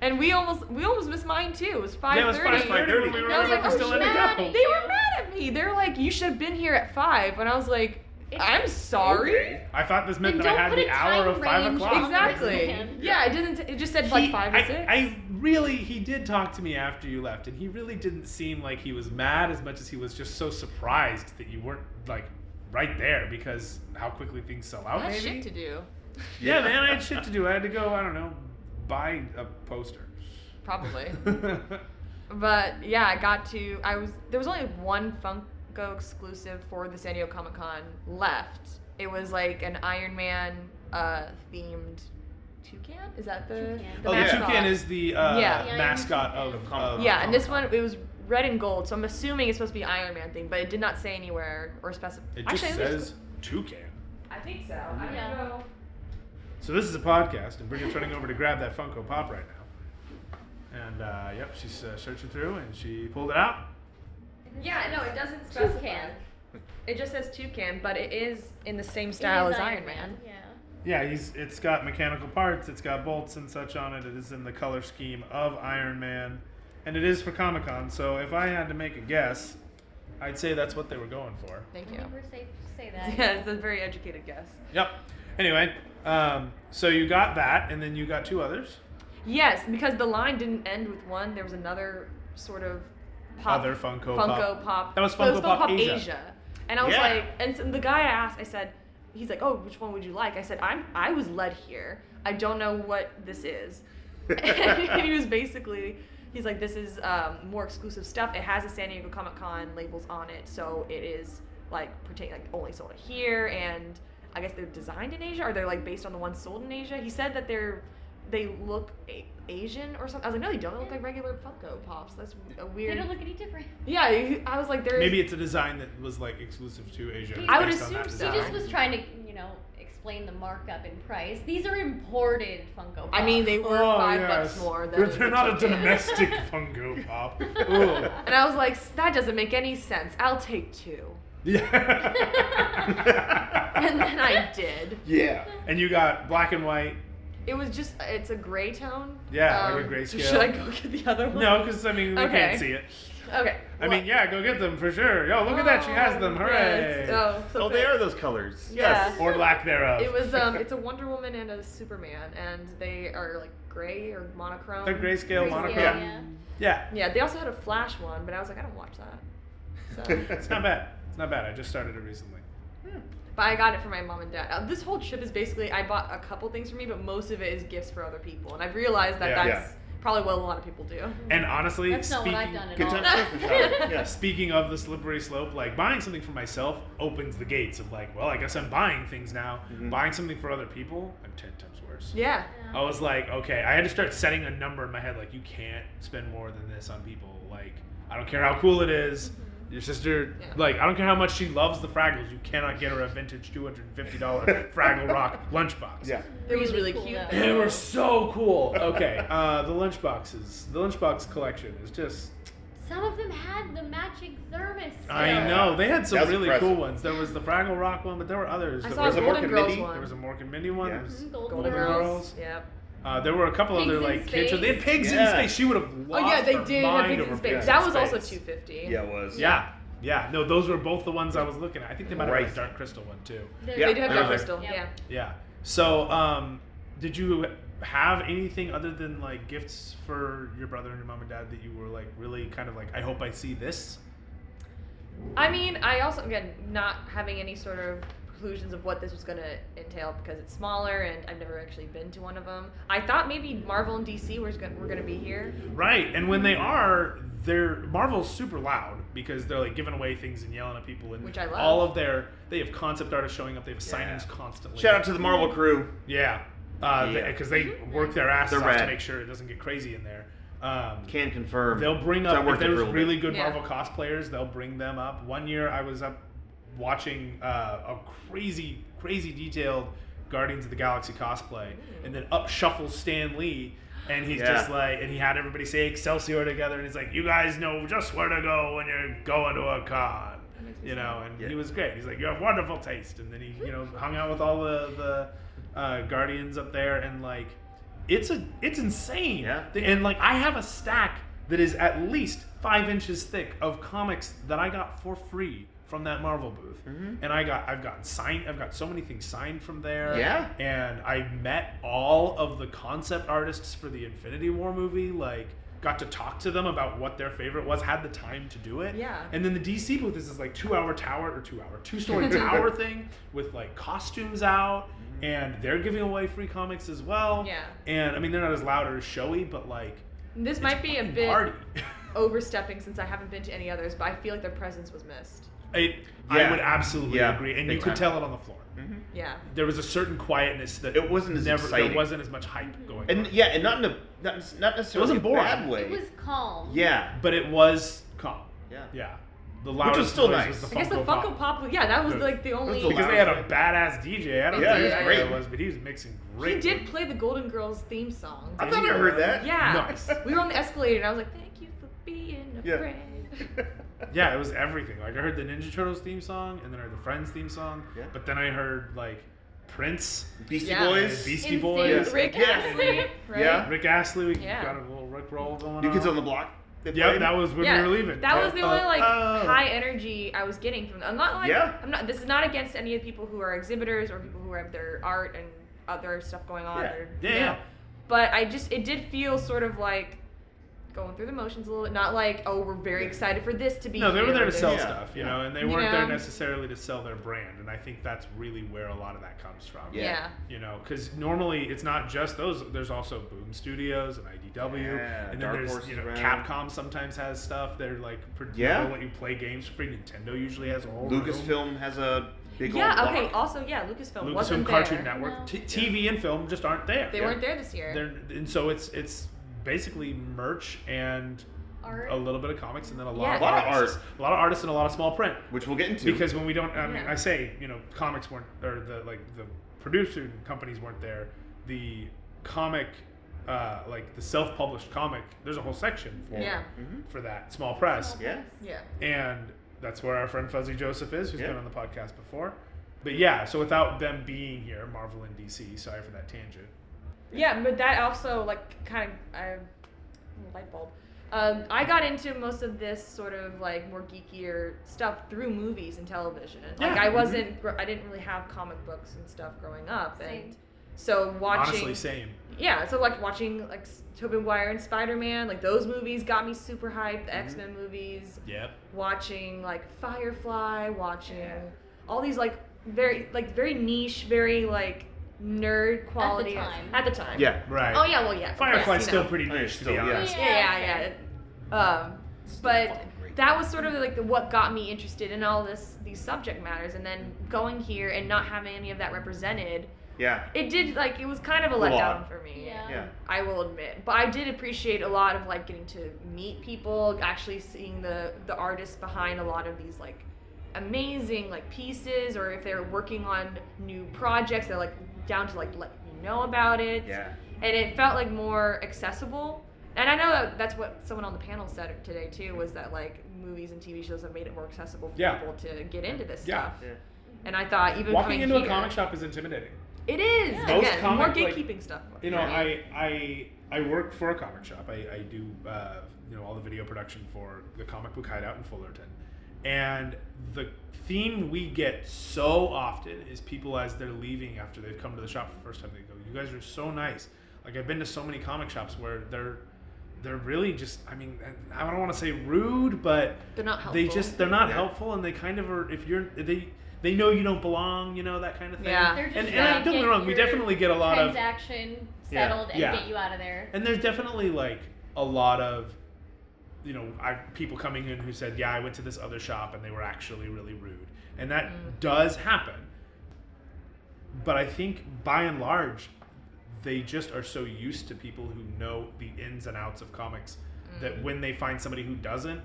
Speaker 1: And we almost we almost missed mine too. It was five
Speaker 3: Yeah, it was
Speaker 1: thirty.
Speaker 3: 5:30 when we were
Speaker 1: I was like,
Speaker 3: we
Speaker 1: oh,
Speaker 3: still
Speaker 1: shit.
Speaker 3: let it go.
Speaker 4: Shit.
Speaker 1: They were mad at me. They were like, you should have been here at five. And I was like,
Speaker 4: It's-
Speaker 1: I'm sorry.
Speaker 2: Okay.
Speaker 3: I thought this meant
Speaker 4: Then
Speaker 3: that I
Speaker 4: don't
Speaker 3: had
Speaker 4: put
Speaker 3: the
Speaker 4: a
Speaker 3: hour
Speaker 4: time
Speaker 3: of five
Speaker 4: range
Speaker 3: o'clock.
Speaker 4: on the
Speaker 1: Exactly.
Speaker 4: wristband.
Speaker 1: Yeah, it didn't. It just said
Speaker 3: He-
Speaker 1: like five or
Speaker 3: I,
Speaker 1: six.
Speaker 3: I really, he did talk to me after you left, and he really didn't seem like he was mad as much as he was just so surprised that you weren't like right there because how quickly things sell
Speaker 1: I
Speaker 3: out.
Speaker 1: had
Speaker 3: maybe?
Speaker 1: shit to do.
Speaker 3: Yeah, man, I had shit to do. I had to go. I don't know, buy a poster.
Speaker 1: Probably. but yeah, I got to. I was there was only one Funko exclusive for the San Diego Comic Con left. It was like an Iron Man uh, themed toucan. Is that the
Speaker 4: Toucan.
Speaker 1: the
Speaker 3: oh, the
Speaker 2: yeah.
Speaker 1: mascot?
Speaker 3: toucan is the uh,
Speaker 1: Yeah.
Speaker 4: Yeah,
Speaker 3: mascot
Speaker 4: yeah.
Speaker 3: of,
Speaker 2: Of Comic-Con.
Speaker 3: of
Speaker 1: Yeah, and this
Speaker 3: Comic-Con.
Speaker 1: one it was red and gold, so I'm assuming it's supposed to be Iron Man thing, but it did not say anywhere or specify.
Speaker 3: It just
Speaker 1: Actually, let me
Speaker 3: says toucan.
Speaker 1: I think so. I don't
Speaker 4: Yeah.
Speaker 1: know.
Speaker 3: So this is a podcast, and Bridget's running over to grab that Funko Pop right now. And uh, yep, she's uh, searching through, and she pulled it out.
Speaker 1: Yeah, no, it doesn't specify.
Speaker 4: Toucan.
Speaker 1: It just says toucan, but it is in the same style
Speaker 4: It is
Speaker 1: as Iron Man.
Speaker 4: Yeah.
Speaker 3: Yeah, he's it's got mechanical parts, it's got bolts and such on it. It is in the color scheme of Iron Man, and it is for Comic Con. So if I had to make a guess, I'd say that's what they were going for.
Speaker 1: Thank
Speaker 4: I
Speaker 1: you.
Speaker 4: think we're safe to say that.
Speaker 1: Yeah, it's a very educated guess.
Speaker 3: Yep. Anyway, um, so you got that, and then you got two others.
Speaker 1: Yes, because the line didn't end with one. There was another sort of pop,
Speaker 3: Other Funko Pop.
Speaker 1: Funko Pop.
Speaker 3: That was
Speaker 1: but it
Speaker 3: Funko Pop Asia.
Speaker 1: And I was
Speaker 2: Yeah.
Speaker 1: like, and so the guy I asked, I said, he's like, oh, which one would you like? I said, I'm, I was led here. I don't know what this is. and he was basically he's like this is um, more exclusive stuff it has a san diego comic-con labels on it so it is like pertain like only sold here and i guess they're designed in asia or they're like based on the ones sold in asia he said that they're they look a- asian or something i was like no they don't They look like regular funko pops that's a
Speaker 4: They
Speaker 1: weird
Speaker 4: don't look any different.
Speaker 1: yeah he- i was like there's
Speaker 3: Maybe it's a design that was like exclusive to Asia.
Speaker 4: I
Speaker 1: would
Speaker 3: based on
Speaker 1: assume
Speaker 3: that
Speaker 1: so.
Speaker 4: He
Speaker 1: Yeah.
Speaker 4: just was trying to, you know, explain the markup in price. These are imported Funko Pops.
Speaker 1: i mean they were
Speaker 3: Oh,
Speaker 1: five
Speaker 3: yes.
Speaker 1: bucks more than
Speaker 3: They're, they're not a
Speaker 1: Toucan.
Speaker 3: domestic Funko Pop. Ooh.
Speaker 1: and i was like that doesn't make any sense i'll take two
Speaker 3: Yeah.
Speaker 1: and then i did
Speaker 2: Yeah.
Speaker 3: And you got black and white.
Speaker 1: It was just it's a gray tone.
Speaker 3: Yeah, like a gray
Speaker 1: so
Speaker 3: scale.
Speaker 1: Should I go get the other one?
Speaker 3: No, because I mean we
Speaker 1: Okay.
Speaker 3: can't see it.
Speaker 1: Okay.
Speaker 3: I mean,
Speaker 1: well-
Speaker 3: yeah, go get them for sure. Yo, look at that, she has them.
Speaker 1: Oh,
Speaker 3: Hooray!
Speaker 1: yes. Oh, so
Speaker 2: Oh, they are those colors.
Speaker 1: Yeah.
Speaker 2: Yes.
Speaker 3: Or lack thereof.
Speaker 1: It was um, it's a Wonder Woman and a Superman, and they are like gray or monochrome.
Speaker 3: They're grayscale,
Speaker 1: Grayscale,
Speaker 3: monochrome. Yeah.
Speaker 4: Yeah.
Speaker 1: Yeah, they also had a Flash one, but I was like, I don't watch that. So,
Speaker 3: it's not bad. It's not bad. I just started it recently.
Speaker 1: but I got it for my mom and dad. Uh, this whole trip is basically I bought a couple things for me, but most of it is gifts for other people, and I've realized that
Speaker 3: Yeah.
Speaker 1: that's Probably what a lot of people do.
Speaker 3: And honestly,
Speaker 4: That's not
Speaker 3: speaking,
Speaker 4: what I've done at
Speaker 2: Good
Speaker 4: all.
Speaker 2: time Christmas shopping. Yeah.
Speaker 3: speaking of the slippery slope, like buying something for myself opens the gates of like, well, I guess I'm buying things now.
Speaker 2: Mhm.
Speaker 3: Buying something for other people, I'm ten times worse.
Speaker 1: Yeah.
Speaker 4: Yeah.
Speaker 3: I was like, okay, I had to start setting a number in my head, like you can't spend more than this on people. Like, I don't care how cool it is.
Speaker 4: Mm-hmm.
Speaker 3: Your sister,
Speaker 1: Yeah.
Speaker 3: like, I don't care how much she loves the Fraggles, you cannot get her a vintage two hundred and fifty dollar Fraggle Rock lunchbox.
Speaker 2: Yeah.
Speaker 1: It was really cute.
Speaker 4: though.
Speaker 3: They were so cool. Okay, uh, the lunchboxes, the lunchbox collection is just.
Speaker 4: Some of them had the matching thermos.
Speaker 3: I
Speaker 4: still.
Speaker 3: know they had some
Speaker 2: That's
Speaker 3: really
Speaker 2: impressive.
Speaker 3: cool ones. There was the Fraggle Rock one, but there were others.
Speaker 1: I
Speaker 3: There
Speaker 1: saw a
Speaker 3: was,
Speaker 2: a
Speaker 1: Golden
Speaker 2: Mork and
Speaker 1: Girls
Speaker 2: Mindy.
Speaker 1: one. Mm-hmm,
Speaker 3: there was a Mork and Mindy one.
Speaker 2: Yeah.
Speaker 3: There was
Speaker 4: Mhm, Golden,
Speaker 1: Golden
Speaker 4: Girls.
Speaker 3: Girls.
Speaker 1: Yeah.
Speaker 3: Uh, there were a couple
Speaker 4: Pigs
Speaker 3: other
Speaker 4: in
Speaker 3: like kids.
Speaker 4: Space.
Speaker 3: They had pigs
Speaker 2: Yeah.
Speaker 3: in space. She would have
Speaker 1: Oh
Speaker 3: lost.
Speaker 1: yeah, they
Speaker 3: her
Speaker 1: did have
Speaker 3: mind
Speaker 1: Pigs
Speaker 3: over
Speaker 1: in Space.
Speaker 3: Pigs
Speaker 1: That
Speaker 3: in
Speaker 1: was also
Speaker 3: Space.
Speaker 1: two fifty.
Speaker 2: Yeah, it was.
Speaker 3: Yeah, yeah. No, those were both the ones I was looking at. I think they might have had
Speaker 2: Right.
Speaker 3: a Dark Crystal one too.
Speaker 4: They're-
Speaker 2: Yeah,
Speaker 1: They do have
Speaker 2: I
Speaker 1: Dark
Speaker 2: was
Speaker 1: Crystal.
Speaker 4: there.
Speaker 1: Yeah.
Speaker 3: Yeah. So, um, did you have anything other than like gifts for your brother and your mom and dad that you were like really kind of like, I hope I see this?
Speaker 1: I mean, I also again not having any sort of conclusions of what this was going to entail because it's smaller and I've never actually been to one of them. I thought maybe Marvel and DC was going were going to be here.
Speaker 3: Right. And when they are, they're Marvel's super loud because they're like giving away things and yelling at people and
Speaker 1: Which I love.
Speaker 3: all of their they have concept artists showing up. They have
Speaker 2: Yeah.
Speaker 3: signings constantly.
Speaker 2: Shout out to the Marvel crew.
Speaker 3: yeah. Uh,
Speaker 2: Yeah.
Speaker 3: because they
Speaker 1: Mm-hmm.
Speaker 3: work their ass
Speaker 2: They're
Speaker 3: off to
Speaker 2: rad.
Speaker 3: make sure it doesn't get crazy in there. Um,
Speaker 2: Can confirm.
Speaker 3: They'll bring
Speaker 2: So I
Speaker 3: up if
Speaker 2: worked there
Speaker 3: there's
Speaker 2: for a little
Speaker 3: really
Speaker 2: bit.
Speaker 3: good
Speaker 1: Yeah.
Speaker 3: Marvel cosplayers, they'll bring them up. One year I was up watching uh, a crazy, crazy detailed Guardians of the Galaxy cosplay, and then up shuffles Stan Lee, and he's
Speaker 2: Yeah.
Speaker 3: just like, and he had everybody say Excelsior together, and he's like, "You guys know just where to go when you're going to a con." You know, and
Speaker 2: Yeah.
Speaker 3: he was great. He's like, "You have wonderful taste," and then he, you know, hung out with all the the uh, guardians up there, and like, it's a it's insane.
Speaker 2: Yeah.
Speaker 3: The- And like I have a stack that is at least five inches thick of comics that I got for free from that Marvel booth.
Speaker 2: Mm-hmm.
Speaker 3: And I got I've gotten signed I've got so many things signed from there.
Speaker 2: Yeah.
Speaker 3: And I met all of the concept artists for the Infinity War movie, like got to talk to them about what their favorite was, had the time to do it.
Speaker 1: Yeah.
Speaker 3: And then the DC booth is this like two hour tower or two hour, two story tower thing with like costumes out
Speaker 2: Mm-hmm.
Speaker 3: and they're giving away free comics as well.
Speaker 1: Yeah.
Speaker 3: And I mean, they're not as loud or as showy, but like
Speaker 1: This might be a
Speaker 3: fucking
Speaker 1: bit
Speaker 3: party.
Speaker 1: overstepping since I haven't been to any others, but I feel like their presence was missed.
Speaker 3: it, I
Speaker 2: Yeah.
Speaker 3: would absolutely
Speaker 2: Yeah.
Speaker 3: agree, and
Speaker 2: Big
Speaker 3: you could
Speaker 2: time.
Speaker 3: tell it on the floor.
Speaker 1: Yeah.
Speaker 3: There was a certain quietness that
Speaker 2: Mm-hmm. It wasn't as
Speaker 3: never. There
Speaker 2: exciting.
Speaker 3: wasn't as much hype
Speaker 1: Mm-hmm.
Speaker 3: going.
Speaker 2: And
Speaker 3: on.
Speaker 2: yeah, and not in a not, not necessarily
Speaker 3: It wasn't
Speaker 2: in a
Speaker 3: boring.
Speaker 2: bad way.
Speaker 4: It was calm.
Speaker 2: yeah.
Speaker 3: but it was calm.
Speaker 2: Yeah.
Speaker 3: Yeah, the loudest
Speaker 2: still
Speaker 3: noise
Speaker 2: nice.
Speaker 3: was the
Speaker 1: I guess the
Speaker 3: Funko
Speaker 1: Funko
Speaker 3: Pop.
Speaker 1: Pop, yeah, that was
Speaker 3: Good.
Speaker 1: like the only.
Speaker 2: the
Speaker 3: because they had a badass DJ. I don't
Speaker 1: Yeah,
Speaker 3: know
Speaker 1: he
Speaker 3: who
Speaker 1: was
Speaker 3: that
Speaker 1: great.
Speaker 3: guy was, but he was mixing
Speaker 1: he
Speaker 3: great.
Speaker 1: did play the Golden Girls theme song.
Speaker 2: I thought I heard that.
Speaker 1: Yeah.
Speaker 3: Nice.
Speaker 1: We were on the escalator and I was like, thank you for being a
Speaker 2: Yeah.
Speaker 1: friend.
Speaker 3: Yeah, it was everything. Like I heard the Ninja Turtles theme song, and then I heard the Friends theme song.
Speaker 2: Yeah.
Speaker 3: But then I heard like Prince,
Speaker 2: Beastie
Speaker 1: Yeah.
Speaker 2: Boys.
Speaker 3: Beastie
Speaker 4: Insane
Speaker 3: Boys.
Speaker 1: Rick
Speaker 2: Yeah.
Speaker 1: Astley, right?
Speaker 2: Yeah.
Speaker 3: Rick Astley. We
Speaker 1: Yeah.
Speaker 3: got a little Rick roll going
Speaker 2: New
Speaker 3: on.
Speaker 2: Kids on the Block. They
Speaker 3: Yeah,
Speaker 2: played.
Speaker 3: that was when
Speaker 1: yeah,
Speaker 3: we were leaving.
Speaker 1: That was the only like
Speaker 3: oh.
Speaker 1: high energy I was getting from. I'm not like
Speaker 2: Yeah.
Speaker 1: I'm not. This is not against any of the people who are exhibitors or people who have their art and other stuff going on.
Speaker 2: Yeah.
Speaker 1: or-
Speaker 3: Yeah,
Speaker 1: you know.
Speaker 3: yeah.
Speaker 1: But I just it did feel sort of like going through the motions a little bit. Not like oh we're very
Speaker 2: Yeah.
Speaker 1: excited for this to be.
Speaker 3: No, they were
Speaker 1: here
Speaker 3: there
Speaker 1: or
Speaker 3: to
Speaker 1: this-
Speaker 3: sell
Speaker 2: Yeah.
Speaker 3: stuff, you
Speaker 2: Yeah.
Speaker 3: know, and they
Speaker 1: You
Speaker 3: weren't
Speaker 1: know?
Speaker 3: there necessarily to sell their brand. And I think that's really where a lot of that comes from.
Speaker 1: Yeah.
Speaker 2: Yeah.
Speaker 3: You know, because normally it's not just those. There's also Boom Studios and IDW,
Speaker 2: Yeah,
Speaker 3: and then
Speaker 2: Dark
Speaker 3: there's
Speaker 2: Horse is
Speaker 3: you know
Speaker 2: around.
Speaker 3: Capcom sometimes has stuff. They're like pro-
Speaker 2: Yeah.
Speaker 3: they'll let you play games for free. Nintendo usually has a whole room.
Speaker 2: Lucasfilm has a big
Speaker 1: Yeah.
Speaker 2: old
Speaker 1: Okay.
Speaker 2: block.
Speaker 1: Also, yeah, Lucasfilm
Speaker 3: Lucasfilm
Speaker 1: wasn't
Speaker 3: Cartoon
Speaker 1: there.
Speaker 3: Network,
Speaker 4: No.
Speaker 3: T- TV and film just aren't there.
Speaker 1: They
Speaker 2: Yeah.
Speaker 1: weren't there this year.
Speaker 3: They're, and so it's it's basically merch and
Speaker 4: Art.
Speaker 3: a little bit of comics and then a lot,
Speaker 1: Yeah.
Speaker 3: of,
Speaker 1: A lot
Speaker 2: of
Speaker 3: artists, a lot of artists and a lot of small print.
Speaker 2: Which we'll get into.
Speaker 3: Because when we don't, I mean,
Speaker 1: Yeah.
Speaker 3: I say you know, comics weren't or the like the producer companies weren't there. The comic, uh, like the self-published comic, there's a whole section for
Speaker 1: Yeah.
Speaker 2: Mm-hmm.
Speaker 3: for that small press,
Speaker 2: Yeah.
Speaker 1: Yeah.
Speaker 3: and that's where our friend Fuzzy Joseph is, who's
Speaker 2: Yeah.
Speaker 3: been on the podcast before. But yeah, so without them being here, Marvel and DC. Sorry for that tangent.
Speaker 1: Yeah, but that also like kind of I, light bulb. Um, I got into most of this sort of like more geekier stuff through movies and television. Like
Speaker 3: Yeah. mhm.
Speaker 1: I wasn't, gr- I didn't really have comic books and stuff growing up, and
Speaker 4: Same.
Speaker 1: so watching,
Speaker 3: Honestly, same.
Speaker 1: yeah, so like watching like S- Tobey Maguire and Spider Man, like those movies got me super hyped. The
Speaker 3: Mm-hmm.
Speaker 1: X Men movies,
Speaker 3: Yep.
Speaker 1: watching like Firefly, watching
Speaker 2: Yeah.
Speaker 1: all these like very like very niche, very like nerd quality
Speaker 4: time.
Speaker 1: at the time.
Speaker 2: Yeah.
Speaker 3: Right.
Speaker 1: Oh yeah, well yeah.
Speaker 5: Firefly's
Speaker 1: yes, you know.
Speaker 5: still pretty
Speaker 2: Oh, yeah,
Speaker 5: niche, to
Speaker 2: still,
Speaker 5: be
Speaker 2: yeah.
Speaker 5: honest.
Speaker 1: Yeah, yeah, yeah. Um, but
Speaker 2: fucking great.
Speaker 1: that was sort of like the what got me interested in all this these subject matters, and then going here and not having any of that represented,
Speaker 2: Yeah.
Speaker 1: it did like it was kind of a
Speaker 2: Little
Speaker 1: letdown
Speaker 2: odd.
Speaker 1: for me.
Speaker 4: Yeah.
Speaker 2: Yeah.
Speaker 1: I will admit, but I did appreciate a lot of like getting to meet people, actually seeing the the artists behind a lot of these like amazing like pieces, or if they're working on new projects, they're like down to like let you know about it
Speaker 2: Yeah.
Speaker 1: and it felt like more accessible. And I know that that's what someone on the panel said today too was that like movies and TV shows have made it more accessible for
Speaker 3: Yeah.
Speaker 1: people to get into this
Speaker 3: Yeah.
Speaker 1: stuff.
Speaker 2: Yeah.
Speaker 1: And I thought even
Speaker 3: Walking
Speaker 1: coming
Speaker 3: into a
Speaker 1: here-
Speaker 3: comic shop is intimidating.
Speaker 1: it is
Speaker 3: Most
Speaker 1: again more
Speaker 3: comic, like,
Speaker 1: gatekeeping stuff.
Speaker 3: You know,
Speaker 1: for me.
Speaker 3: I I I work for a comic shop. I, I do uh, you know all the video production for the Comic Book Hideout in Fullerton, and the theme we get so often is people as they're leaving after they've come to the shop for the first time. They go, "You guys are so nice." Like I've been to so many comic shops where they're they're really just. I mean, I don't want to say rude, but
Speaker 1: they're not helpful.
Speaker 3: they just they're not
Speaker 2: Yeah.
Speaker 3: helpful, and they kind of are. If you're they they know you don't belong, you know that kind of thing.
Speaker 1: Yeah.
Speaker 4: They're just
Speaker 3: And, and
Speaker 4: trying
Speaker 3: I- don't
Speaker 4: to
Speaker 3: get me
Speaker 4: get
Speaker 3: wrong, we
Speaker 4: your
Speaker 3: definitely get a lot of
Speaker 4: transaction
Speaker 2: Yeah.
Speaker 4: settled and
Speaker 3: Yeah.
Speaker 4: get you out of there.
Speaker 3: and there's definitely like a lot of, you know, I, people coming in who said, yeah, I went to this other shop and they were actually really rude. And that
Speaker 1: Mm.
Speaker 3: does happen. But I think by and large, they just are so used to people who know the ins and outs of comics
Speaker 1: Mm.
Speaker 3: that when they find somebody who doesn't,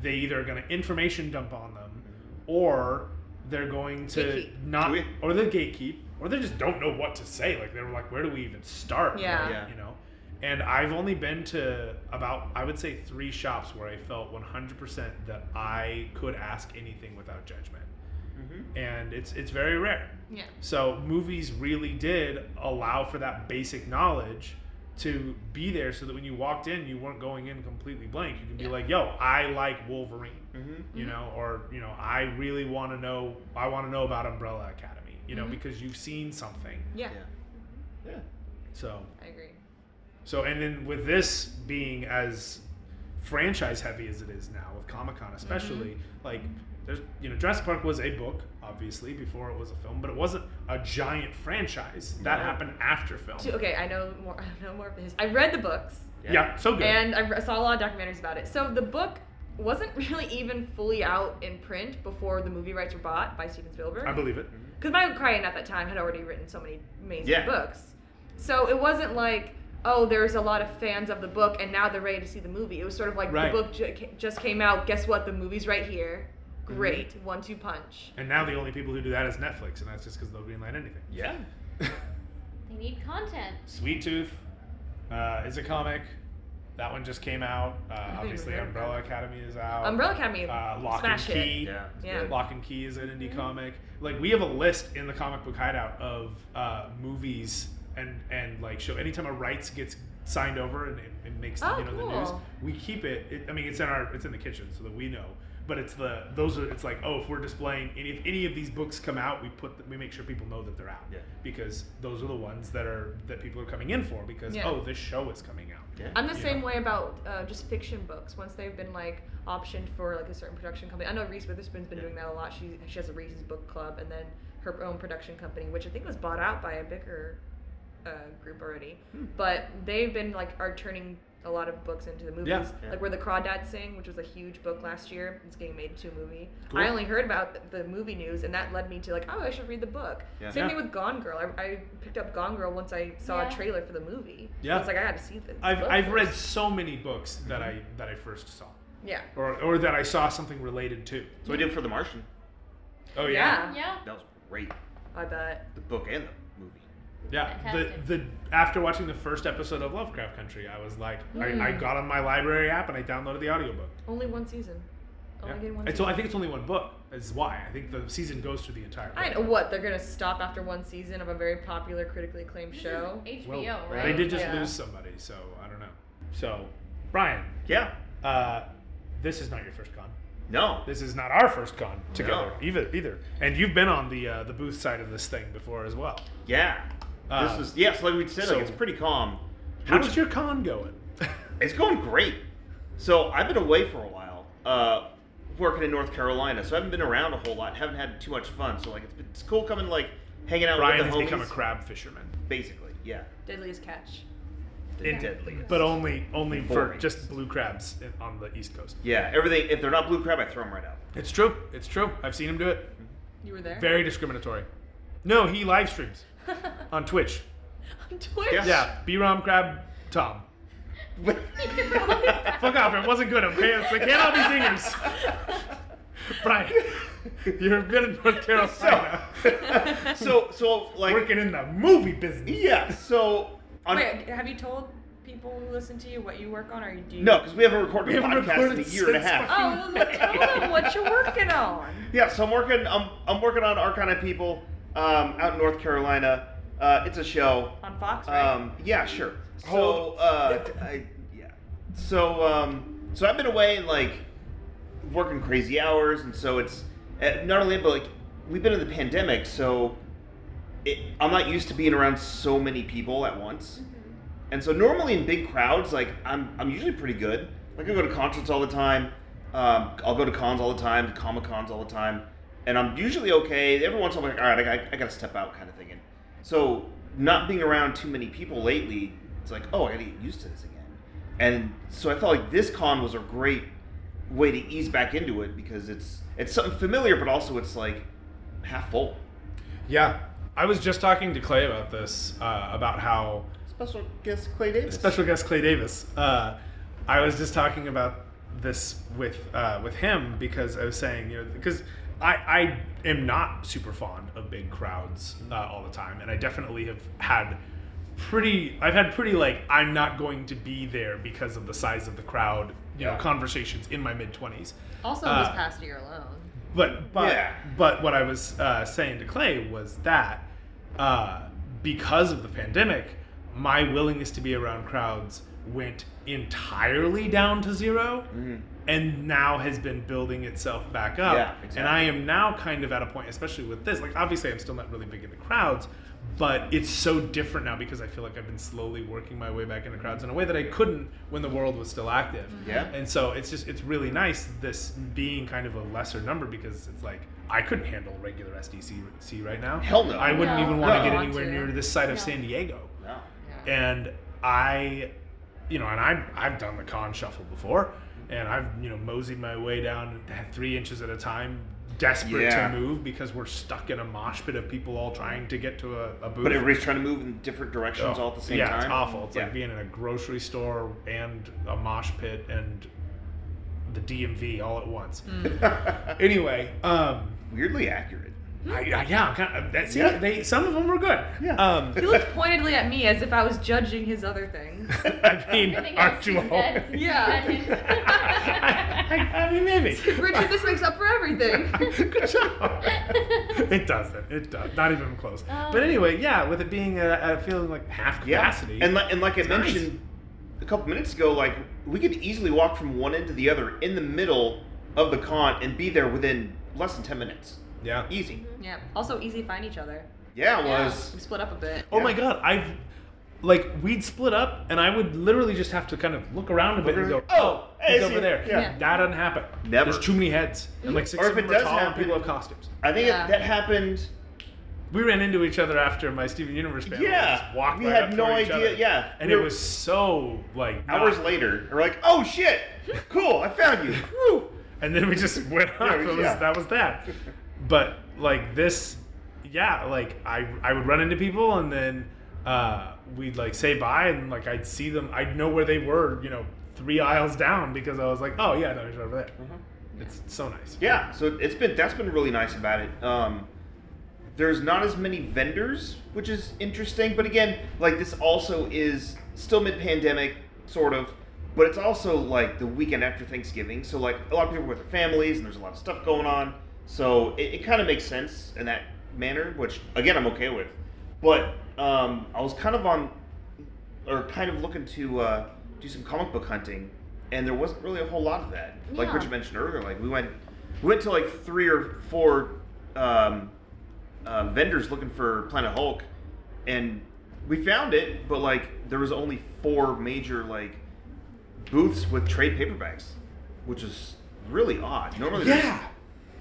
Speaker 3: they either are going to information dump on them or they're going to
Speaker 1: Gatekeep.
Speaker 3: not,
Speaker 2: Do it.
Speaker 3: or they gatekeep, or they just don't know what to say. Like, they're like, where do we even start?
Speaker 1: Yeah.
Speaker 2: Yeah.
Speaker 3: You know? And I've only been to about, I would say, three shops where I felt 100% that I could ask anything without judgment.
Speaker 2: Mhm.
Speaker 3: And it's, it's very rare.
Speaker 1: yeah.
Speaker 3: So movies really did allow for that basic knowledge to be there so that when you walked in, you weren't going in completely blank. You can be
Speaker 1: Yeah.
Speaker 3: like, yo, I like Wolverine
Speaker 2: Mhm.
Speaker 3: you
Speaker 1: Mhm.
Speaker 3: know, or you know, I really want to know, I want to know about Umbrella Academy, you know,
Speaker 1: Mhm.
Speaker 3: because you've seen something.
Speaker 1: yeah,
Speaker 2: Yeah. Yeah.
Speaker 3: So,
Speaker 1: I agree.
Speaker 3: so, and then with this being as franchise heavy as it is now, with Comic Con especially,
Speaker 2: Mm-hmm.
Speaker 3: like there's, you know, Jurassic Park was a book, obviously, before it was a film, but it wasn't a giant franchise. That
Speaker 2: No.
Speaker 3: happened after film.
Speaker 1: Too, okay, I know more. I know more of the history. I read the books.
Speaker 3: yeah. so Oh, good.
Speaker 1: And I re- saw a lot of documentaries about it. So the book wasn't really even fully out in print before the movie rights were bought by Steven Spielberg.
Speaker 3: I believe
Speaker 2: Mm-hmm.
Speaker 3: it.
Speaker 1: Because Michael Crichton at that time had already written so many amazing
Speaker 2: Yeah.
Speaker 1: books. So it wasn't like, oh, there's a lot of fans of the book and now they're ready to see the movie. It was sort of like
Speaker 3: Right.
Speaker 1: the book ju- ca- just came out. Guess what? The movie's right here.
Speaker 3: Mm-hmm.
Speaker 1: Great. One two punch.
Speaker 3: And now the only people who do that is Netflix, and that's just because they'll greenlight anything.
Speaker 2: Yeah.
Speaker 4: They need content.
Speaker 3: Sweet Tooth uh, is a comic. That one just came out. Uh,
Speaker 1: even
Speaker 3: obviously,
Speaker 1: heard of
Speaker 3: Umbrella Academy is out.
Speaker 1: Umbrella Academy,
Speaker 3: Uh, Lock
Speaker 1: smash
Speaker 3: and
Speaker 1: hit.
Speaker 3: Key.
Speaker 2: Yeah. it's
Speaker 1: Yeah. Mm-hmm.
Speaker 2: good.
Speaker 3: Lock and Key is an indie
Speaker 4: Mhm.
Speaker 3: comic. Like we have a list in the comic book hideout of uh, movies and and like show. Anytime a rights gets signed over and it, it makes
Speaker 1: Oh,
Speaker 3: you know the news,
Speaker 1: cool.
Speaker 3: we keep it, it. I mean, it's in our it's in the kitchen so that we know. But it's the those are it's like oh if we're displaying any if any of these books come out we put the, we make sure people know that they're out
Speaker 2: Yeah.
Speaker 3: because those are the ones that are that people are coming in for because
Speaker 1: Yeah.
Speaker 3: oh this show is coming out
Speaker 2: Yeah.
Speaker 1: I'm the
Speaker 3: Yeah.
Speaker 1: same way about uh, just fiction books. Once they've been like optioned for like a certain production company, I know Reese Witherspoon's been
Speaker 2: Yeah.
Speaker 1: doing that a lot. She she has a Reese's book club and then her own production company, which I think was bought out by a bigger uh, group already.
Speaker 3: Hmm.
Speaker 1: But they've been like are turning a lot of books into the movies,
Speaker 3: Yeah.
Speaker 2: Yeah.
Speaker 1: like where the Crawdads Sing, which was a huge book last year, it's getting made into a movie.
Speaker 3: Cool.
Speaker 1: I only heard about the the movie news, and that led me to like, oh, I should read the book.
Speaker 2: Yeah.
Speaker 1: Same
Speaker 3: Yeah.
Speaker 1: thing with Gone Girl. I, I picked up Gone Girl once I saw
Speaker 4: Yeah.
Speaker 1: a trailer for the movie.
Speaker 3: Yeah.
Speaker 1: I was like, I got to see this.
Speaker 3: I've
Speaker 1: book
Speaker 3: I've read
Speaker 1: first.
Speaker 3: so many books that I that I first saw
Speaker 1: Yeah.
Speaker 3: or or that I saw something related to
Speaker 2: So we did for The Martian.
Speaker 3: oh
Speaker 1: Yeah.
Speaker 4: Yeah.
Speaker 2: That was great.
Speaker 1: I bet.
Speaker 2: The book and the movie.
Speaker 3: Yeah,
Speaker 4: Fantastic.
Speaker 3: the the after watching the first episode of Lovecraft Country, I was like, I, I
Speaker 1: Mm.
Speaker 3: got on my library app and I downloaded the audiobook.
Speaker 1: Only one season. Only
Speaker 3: Yeah.
Speaker 1: getting one
Speaker 3: It's,
Speaker 1: season.
Speaker 3: I think it's only one book. Is why I think the season goes through the entire.
Speaker 1: I
Speaker 3: book.
Speaker 1: know what they're gonna stop after one season of a very popular, critically acclaimed
Speaker 4: This is
Speaker 1: show.
Speaker 3: Well,
Speaker 4: HBO, right?
Speaker 3: They did just
Speaker 1: Yeah.
Speaker 3: lose somebody, so I don't know. So, Brian,
Speaker 2: Yeah.
Speaker 3: uh, this is not your first con.
Speaker 2: No.
Speaker 3: This is not our first con together either. Either, and you've been on the uh, the booth side of this thing before as well.
Speaker 2: Yeah.
Speaker 3: Uh,
Speaker 2: this was yes, like we said,
Speaker 3: so-
Speaker 2: like it's pretty calm.
Speaker 3: How's
Speaker 2: Which-
Speaker 3: your con going?
Speaker 2: It's going great. So I've been away for a while, uh, working in North Carolina. So I haven't been around a whole lot. Haven't had too much fun. So like it's, been, it's cool coming like hanging out
Speaker 3: Brian
Speaker 2: with
Speaker 3: has
Speaker 2: the homies.
Speaker 3: become a crab fisherman,
Speaker 2: Basically, yeah.
Speaker 1: Deadliest catch.
Speaker 2: The
Speaker 4: Yeah.
Speaker 2: deadliest.
Speaker 3: but only only for
Speaker 2: Boring.
Speaker 3: just blue crabs in- on the East Coast.
Speaker 2: yeah, everything. If they're not blue crab, I throw them right out.
Speaker 3: It's true. It's true. I've seen him do it.
Speaker 1: You were there.
Speaker 3: Very discriminatory. No, he live streams on Twitch.
Speaker 1: On Twitch.
Speaker 2: Yeah.
Speaker 3: Yeah, B-Rom Crab Tom. Fuck off, it wasn't good. Okay, It's- they can't all be singers. Brian, you're a bit in North Carolina,
Speaker 2: so so like
Speaker 3: working in the movie business.
Speaker 2: yeah. So on,
Speaker 1: Wait, have you told people who listen to you what you work on, or do you?
Speaker 2: no, because we haven't recorded
Speaker 3: We
Speaker 2: a
Speaker 3: haven't
Speaker 2: podcast
Speaker 3: recorded
Speaker 2: in a year and a
Speaker 3: since
Speaker 2: half.
Speaker 1: Oh, well, tell them what you're working on.
Speaker 2: Yeah, so I'm working. I'm, I'm working on our kind of people um, out in North Carolina. Uh, it's a show.
Speaker 1: On Fox, right?
Speaker 2: Um, yeah, sure. So,
Speaker 3: Hold-
Speaker 2: uh, I, yeah. So, um, so I've been away and like working crazy hours, and so it's uh, not only but like we've been in the pandemic, so it, I'm not used to being around so many people at once.
Speaker 4: Mm-hmm.
Speaker 2: And so normally in big crowds, like I'm, I'm usually pretty good. Like I go to concerts all the time. Um, I'll go to cons all the time, comic cons all the time, and I'm usually okay. Every once in a while, I'm like, all right, I, got- I got to step out, kind of thing. And so not being around too many people lately, it's like, oh, I got to get used to this again. And so I felt like this con was a great way to ease back into it because it's it's something familiar, but also it's like half full.
Speaker 3: Yeah. I was just talking to Clay about this, uh, about how
Speaker 2: Special guest Clay Davis.
Speaker 3: special guest Clay Davis. Uh, I was just talking about this with uh, with him because I was saying, you know, because I, I am not super fond of big crowds uh, all the time, and I definitely have had pretty I've had pretty like I'm not going to be there because of the size of the crowd, you know,
Speaker 2: Yeah.
Speaker 3: conversations in my mid twenties.
Speaker 1: Also,
Speaker 3: Uh,
Speaker 1: this past year alone.
Speaker 3: But but
Speaker 2: Yeah.
Speaker 3: but what I was uh, saying to Clay was that uh, because of the pandemic, my willingness to be around crowds went entirely down to 0
Speaker 2: Hmm. Mm.
Speaker 3: and now has been building itself back up.
Speaker 2: Yeah, exactly.
Speaker 3: And I am now kind of at a point, especially with this. Like obviously, I'm still not really big into crowds. But it's so different now because I feel like I've been slowly working my way back into crowds in a way that I couldn't when the world was still active.
Speaker 2: Mm-hmm. Yeah.
Speaker 3: And so it's just it's really nice this being kind of a lesser number because it's like I couldn't handle regular SDCC right now.
Speaker 2: Hell no.
Speaker 3: I wouldn't
Speaker 4: No.
Speaker 3: even want
Speaker 2: No.
Speaker 3: to get
Speaker 1: Want
Speaker 3: anywhere
Speaker 1: to.
Speaker 3: near this side of
Speaker 4: No.
Speaker 3: San Diego.
Speaker 2: No.
Speaker 1: Yeah.
Speaker 3: And I, you know, and I I've done the con shuffle before, and I've you know moseyed my way down three inches at a time, desperate
Speaker 2: Yeah.
Speaker 3: to move because we're stuck in a mosh pit of people all trying to get to a, a booth.
Speaker 2: But everybody's trying to move in different directions
Speaker 3: Oh,
Speaker 2: all at the same
Speaker 3: yeah,
Speaker 2: time.
Speaker 3: it's awful. It's
Speaker 2: Yeah.
Speaker 3: like being in a grocery store and a mosh pit and the DMV all at once.
Speaker 2: Mm.
Speaker 3: anyway, um,
Speaker 2: Weirdly accurate.
Speaker 3: I, I, yeah, I'm kind of, that's
Speaker 2: Yeah.
Speaker 3: They, some of them were good.
Speaker 2: Yeah.
Speaker 3: Um,
Speaker 1: He looked pointedly at me as if I was judging his other things.
Speaker 3: I mean,
Speaker 4: I think I
Speaker 3: aren't
Speaker 4: see
Speaker 3: you all?
Speaker 4: that.
Speaker 3: I, I mean, maybe.
Speaker 1: Richard, this makes up for everything.
Speaker 3: Good job. it doesn't. It does. Not even close.
Speaker 4: Um,
Speaker 3: but anyway, yeah, with it being a, a feeling like half capacity.
Speaker 2: And, like and like I
Speaker 3: nice.
Speaker 2: mentioned a couple minutes ago, like we could easily walk from one end to the other in the middle of the con and be there within less than 10 minutes.
Speaker 3: yeah.
Speaker 2: Easy.
Speaker 1: yeah. Also, easy to find each other.
Speaker 2: Yeah, it
Speaker 4: Yeah.
Speaker 2: was.
Speaker 1: We split up a bit.
Speaker 3: Oh my
Speaker 2: Yeah.
Speaker 3: god, I've like we'd split up and I would literally just have to kind of look around a bit and go,
Speaker 2: Look around.
Speaker 3: "Oh,
Speaker 2: Oh,
Speaker 3: he's
Speaker 2: I see.
Speaker 3: over there."
Speaker 2: Yeah.
Speaker 1: Yeah.
Speaker 3: That doesn't happen.
Speaker 2: Never.
Speaker 3: There's too many heads, and like six
Speaker 2: Or if
Speaker 3: of them
Speaker 2: it
Speaker 3: are
Speaker 2: does
Speaker 3: tall
Speaker 2: happen-
Speaker 3: and people have costumes.
Speaker 2: I think
Speaker 1: Yeah.
Speaker 2: it, that happened.
Speaker 3: We ran into each other after my Steven Universe band.
Speaker 2: Yeah.
Speaker 3: just walked
Speaker 2: We
Speaker 3: right
Speaker 2: had
Speaker 3: up
Speaker 2: no
Speaker 3: toward each
Speaker 2: idea-
Speaker 3: other.
Speaker 2: yeah.
Speaker 3: and
Speaker 2: We
Speaker 3: it
Speaker 2: were-
Speaker 3: was so like not-
Speaker 2: Hours later, we're like, oh shit, cool, I found you. Woo!
Speaker 3: and then we just went off.
Speaker 2: we-
Speaker 3: It was-
Speaker 2: yeah.
Speaker 3: That was that. But like this, yeah, like I I would run into people and then uh, we'd like say bye and like I'd see them. I'd know where they were, you know, three aisles down because I was like, oh yeah, no, he's over there. It's so nice.
Speaker 2: Mm-hmm. Yeah, so it's been that's been really nice about it. Um, there's not as many vendors, which is interesting. But again, like this also is still mid-pandemic, sort of. But it's also like the weekend after Thanksgiving, so like a lot of people with their families, and there's a lot of stuff going on. So it, it kind of makes sense in that manner, which again I'm okay with. But um, I was kind of on, or kind of looking to uh, do some comic book hunting, and there wasn't really a whole lot of that. Like
Speaker 4: Yeah.
Speaker 2: Richard mentioned earlier, like we went, we went to like three or four um, uh, vendors looking for Planet Hulk, and we found it, but like there was only four major like booths with trade paperbacks, which is really odd. Normally, there's
Speaker 3: Yeah.